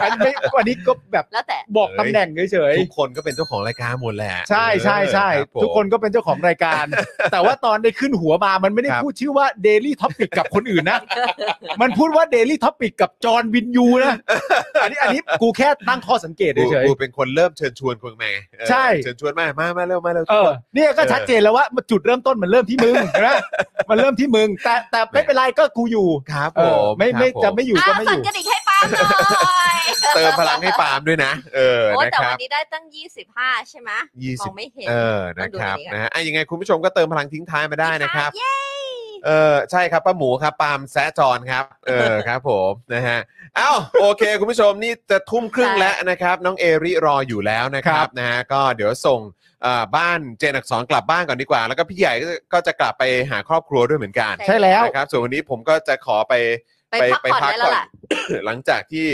Speaker 2: อันนี้อันนี้ก็แบบ
Speaker 3: แล้วแต่
Speaker 2: บอกตำแหน่งเฉย
Speaker 1: ทุกคนก็เป็นเจ้าของรายการหมดแหละ
Speaker 2: ๆ ใช่ใช่ใช่
Speaker 1: เออรับผม
Speaker 2: ทุกคนก็เป็นเจ้าของรายการ แต่ว่าตอนได้ขึ้นหัวมา มันไม่ได้
Speaker 1: ครับ
Speaker 2: พูดชื่อว่า Daily Topic กับคนอื่นนะ มันพูดว่า Daily Topic กับจอห์นวินยูนะ อันนี้อันนี้กูแค่ตั้งข้อสังเกต
Speaker 1: กู
Speaker 2: เฉย
Speaker 1: กูเป็นคนเริ่มเชิญชวนคุณแม่เออ
Speaker 2: ใช่
Speaker 1: เชิญชวนมา มามาเร็วมาเร็ว
Speaker 2: ๆเออเนี่ยก็ชัดเจนแล้วว่าจุดเริ่มต้นมันเริ่มที่มึง เห็นะมันเริ่มที่มึง แต่แต่ไม่เป็นไรก็กูอยู่
Speaker 1: ครับ
Speaker 2: เอ
Speaker 1: ผ
Speaker 2: อ
Speaker 1: ม
Speaker 2: ไม่ไม่
Speaker 1: ครับผ
Speaker 2: จะไม่อยู่ก็
Speaker 3: อ่า
Speaker 2: ไม่อ
Speaker 3: สั่น
Speaker 2: ยู่
Speaker 3: กระดิ่งให้ป้าหน่อย
Speaker 1: เติมพลังให้ปาล์มด้วยนะ เออ
Speaker 3: โอ้
Speaker 1: นะ
Speaker 3: แต่
Speaker 1: ค
Speaker 3: วั
Speaker 1: รั
Speaker 3: น
Speaker 1: บ
Speaker 3: นี้ได้ตั้ง 25 ใช่ไหม
Speaker 1: ยี่
Speaker 3: ม
Speaker 1: สิ
Speaker 3: อบ งไม่เห็น
Speaker 1: เออ นะครับนะฮะอ่ะยังไงคุณผู้ชมก็เติมพลังทิ้งท้ายมาได้นะครับ
Speaker 3: เย้
Speaker 1: เออ ใช่ครับ ป้าหมูครับ ปาล์มแซะจอนครับ เออ ครับผม นะฮะ เอ้า โอเค คุณผู้ชมนี่จะทุ่มครึ่งแล้วนะครับ น้องเอริรออยู่แล้วนะครับ นะฮะ ก็เดี๋ยวส่งเอ่อบ้านเจนอักษรกลับบ้านก่อนดีกว่า แล้วก็พี่ใหญ่ก็จะก็จะกลับไปหาครอบครัวด้วยเหมือนกัน
Speaker 2: ใช่แล้ว
Speaker 1: นะครับ ส่วนวันนี้ผมก็จะขอไป
Speaker 3: ไปพักผ่อนได้แล้วล่ะ
Speaker 1: หลังจากที่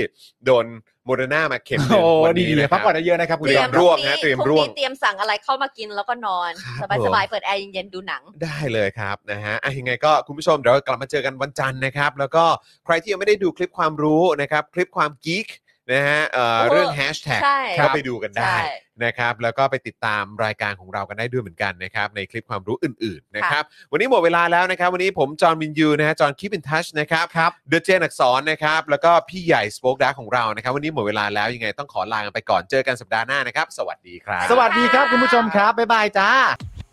Speaker 1: โดนโมเดอร์นามาเข็มหนึ่ง
Speaker 2: โอ้
Speaker 1: วัน
Speaker 2: ดี
Speaker 1: นี้
Speaker 2: เลย
Speaker 1: นะครั
Speaker 2: พัก
Speaker 1: บ
Speaker 2: ผ่อนเยอะๆนะครับคุณ
Speaker 1: เตรียม
Speaker 2: ผู้ช
Speaker 1: ร่
Speaker 2: ม
Speaker 1: วงนะเตรียม
Speaker 3: พ
Speaker 1: ร่วง
Speaker 3: พนี้เตรียมสั่งอะไรเข้ามากินแล้วก็นอน
Speaker 1: ค
Speaker 3: ส
Speaker 1: รั
Speaker 3: บ
Speaker 1: บ
Speaker 3: บาย
Speaker 1: ผม
Speaker 3: สบายๆเปิดแอร์เย็นๆดูหนัง
Speaker 1: ได้เลยครับนะฮะอ่ะยังไงก็คุณผู้ชมเดี๋ยวกลับมาเจอกันวันจันทร์นะครับ แล้วก็ใครที่ยังไม่ได้ดูคลิปความรู้นะครับ คลิปความกิ๊กนะฮะเอ่อ
Speaker 3: โอ้โห
Speaker 1: เรื่องแฮชแท็ก
Speaker 3: ใช่
Speaker 1: ก็ไปดูกัน
Speaker 3: ใช่
Speaker 1: ได้นะครับ แล้วก็ไปติดตามรายการของเรากันได้ด้วยเหมือนกันนะครับ ในคลิปความรู้อื่นๆนะครับ วันนี้หมดเวลาแล้วนะครับ วันนี้ผมจอห์นวินยูนะฮะจอห์นคีปินทัชนะครับ
Speaker 2: ครับ
Speaker 1: เดอะเจนอักษรนะครับ แล้วก็พี่ใหญ่สป o อคดาของเรานะครับ วันนี้หมดเวลาแล้ว ยังไงต้องขอลากันไปก่อนเจอกันสัปดาห์หน้านะครับ สวัสดีครับ
Speaker 2: สวัสดีครับคุณผู้ชมครับ บ๊ายบายจ้า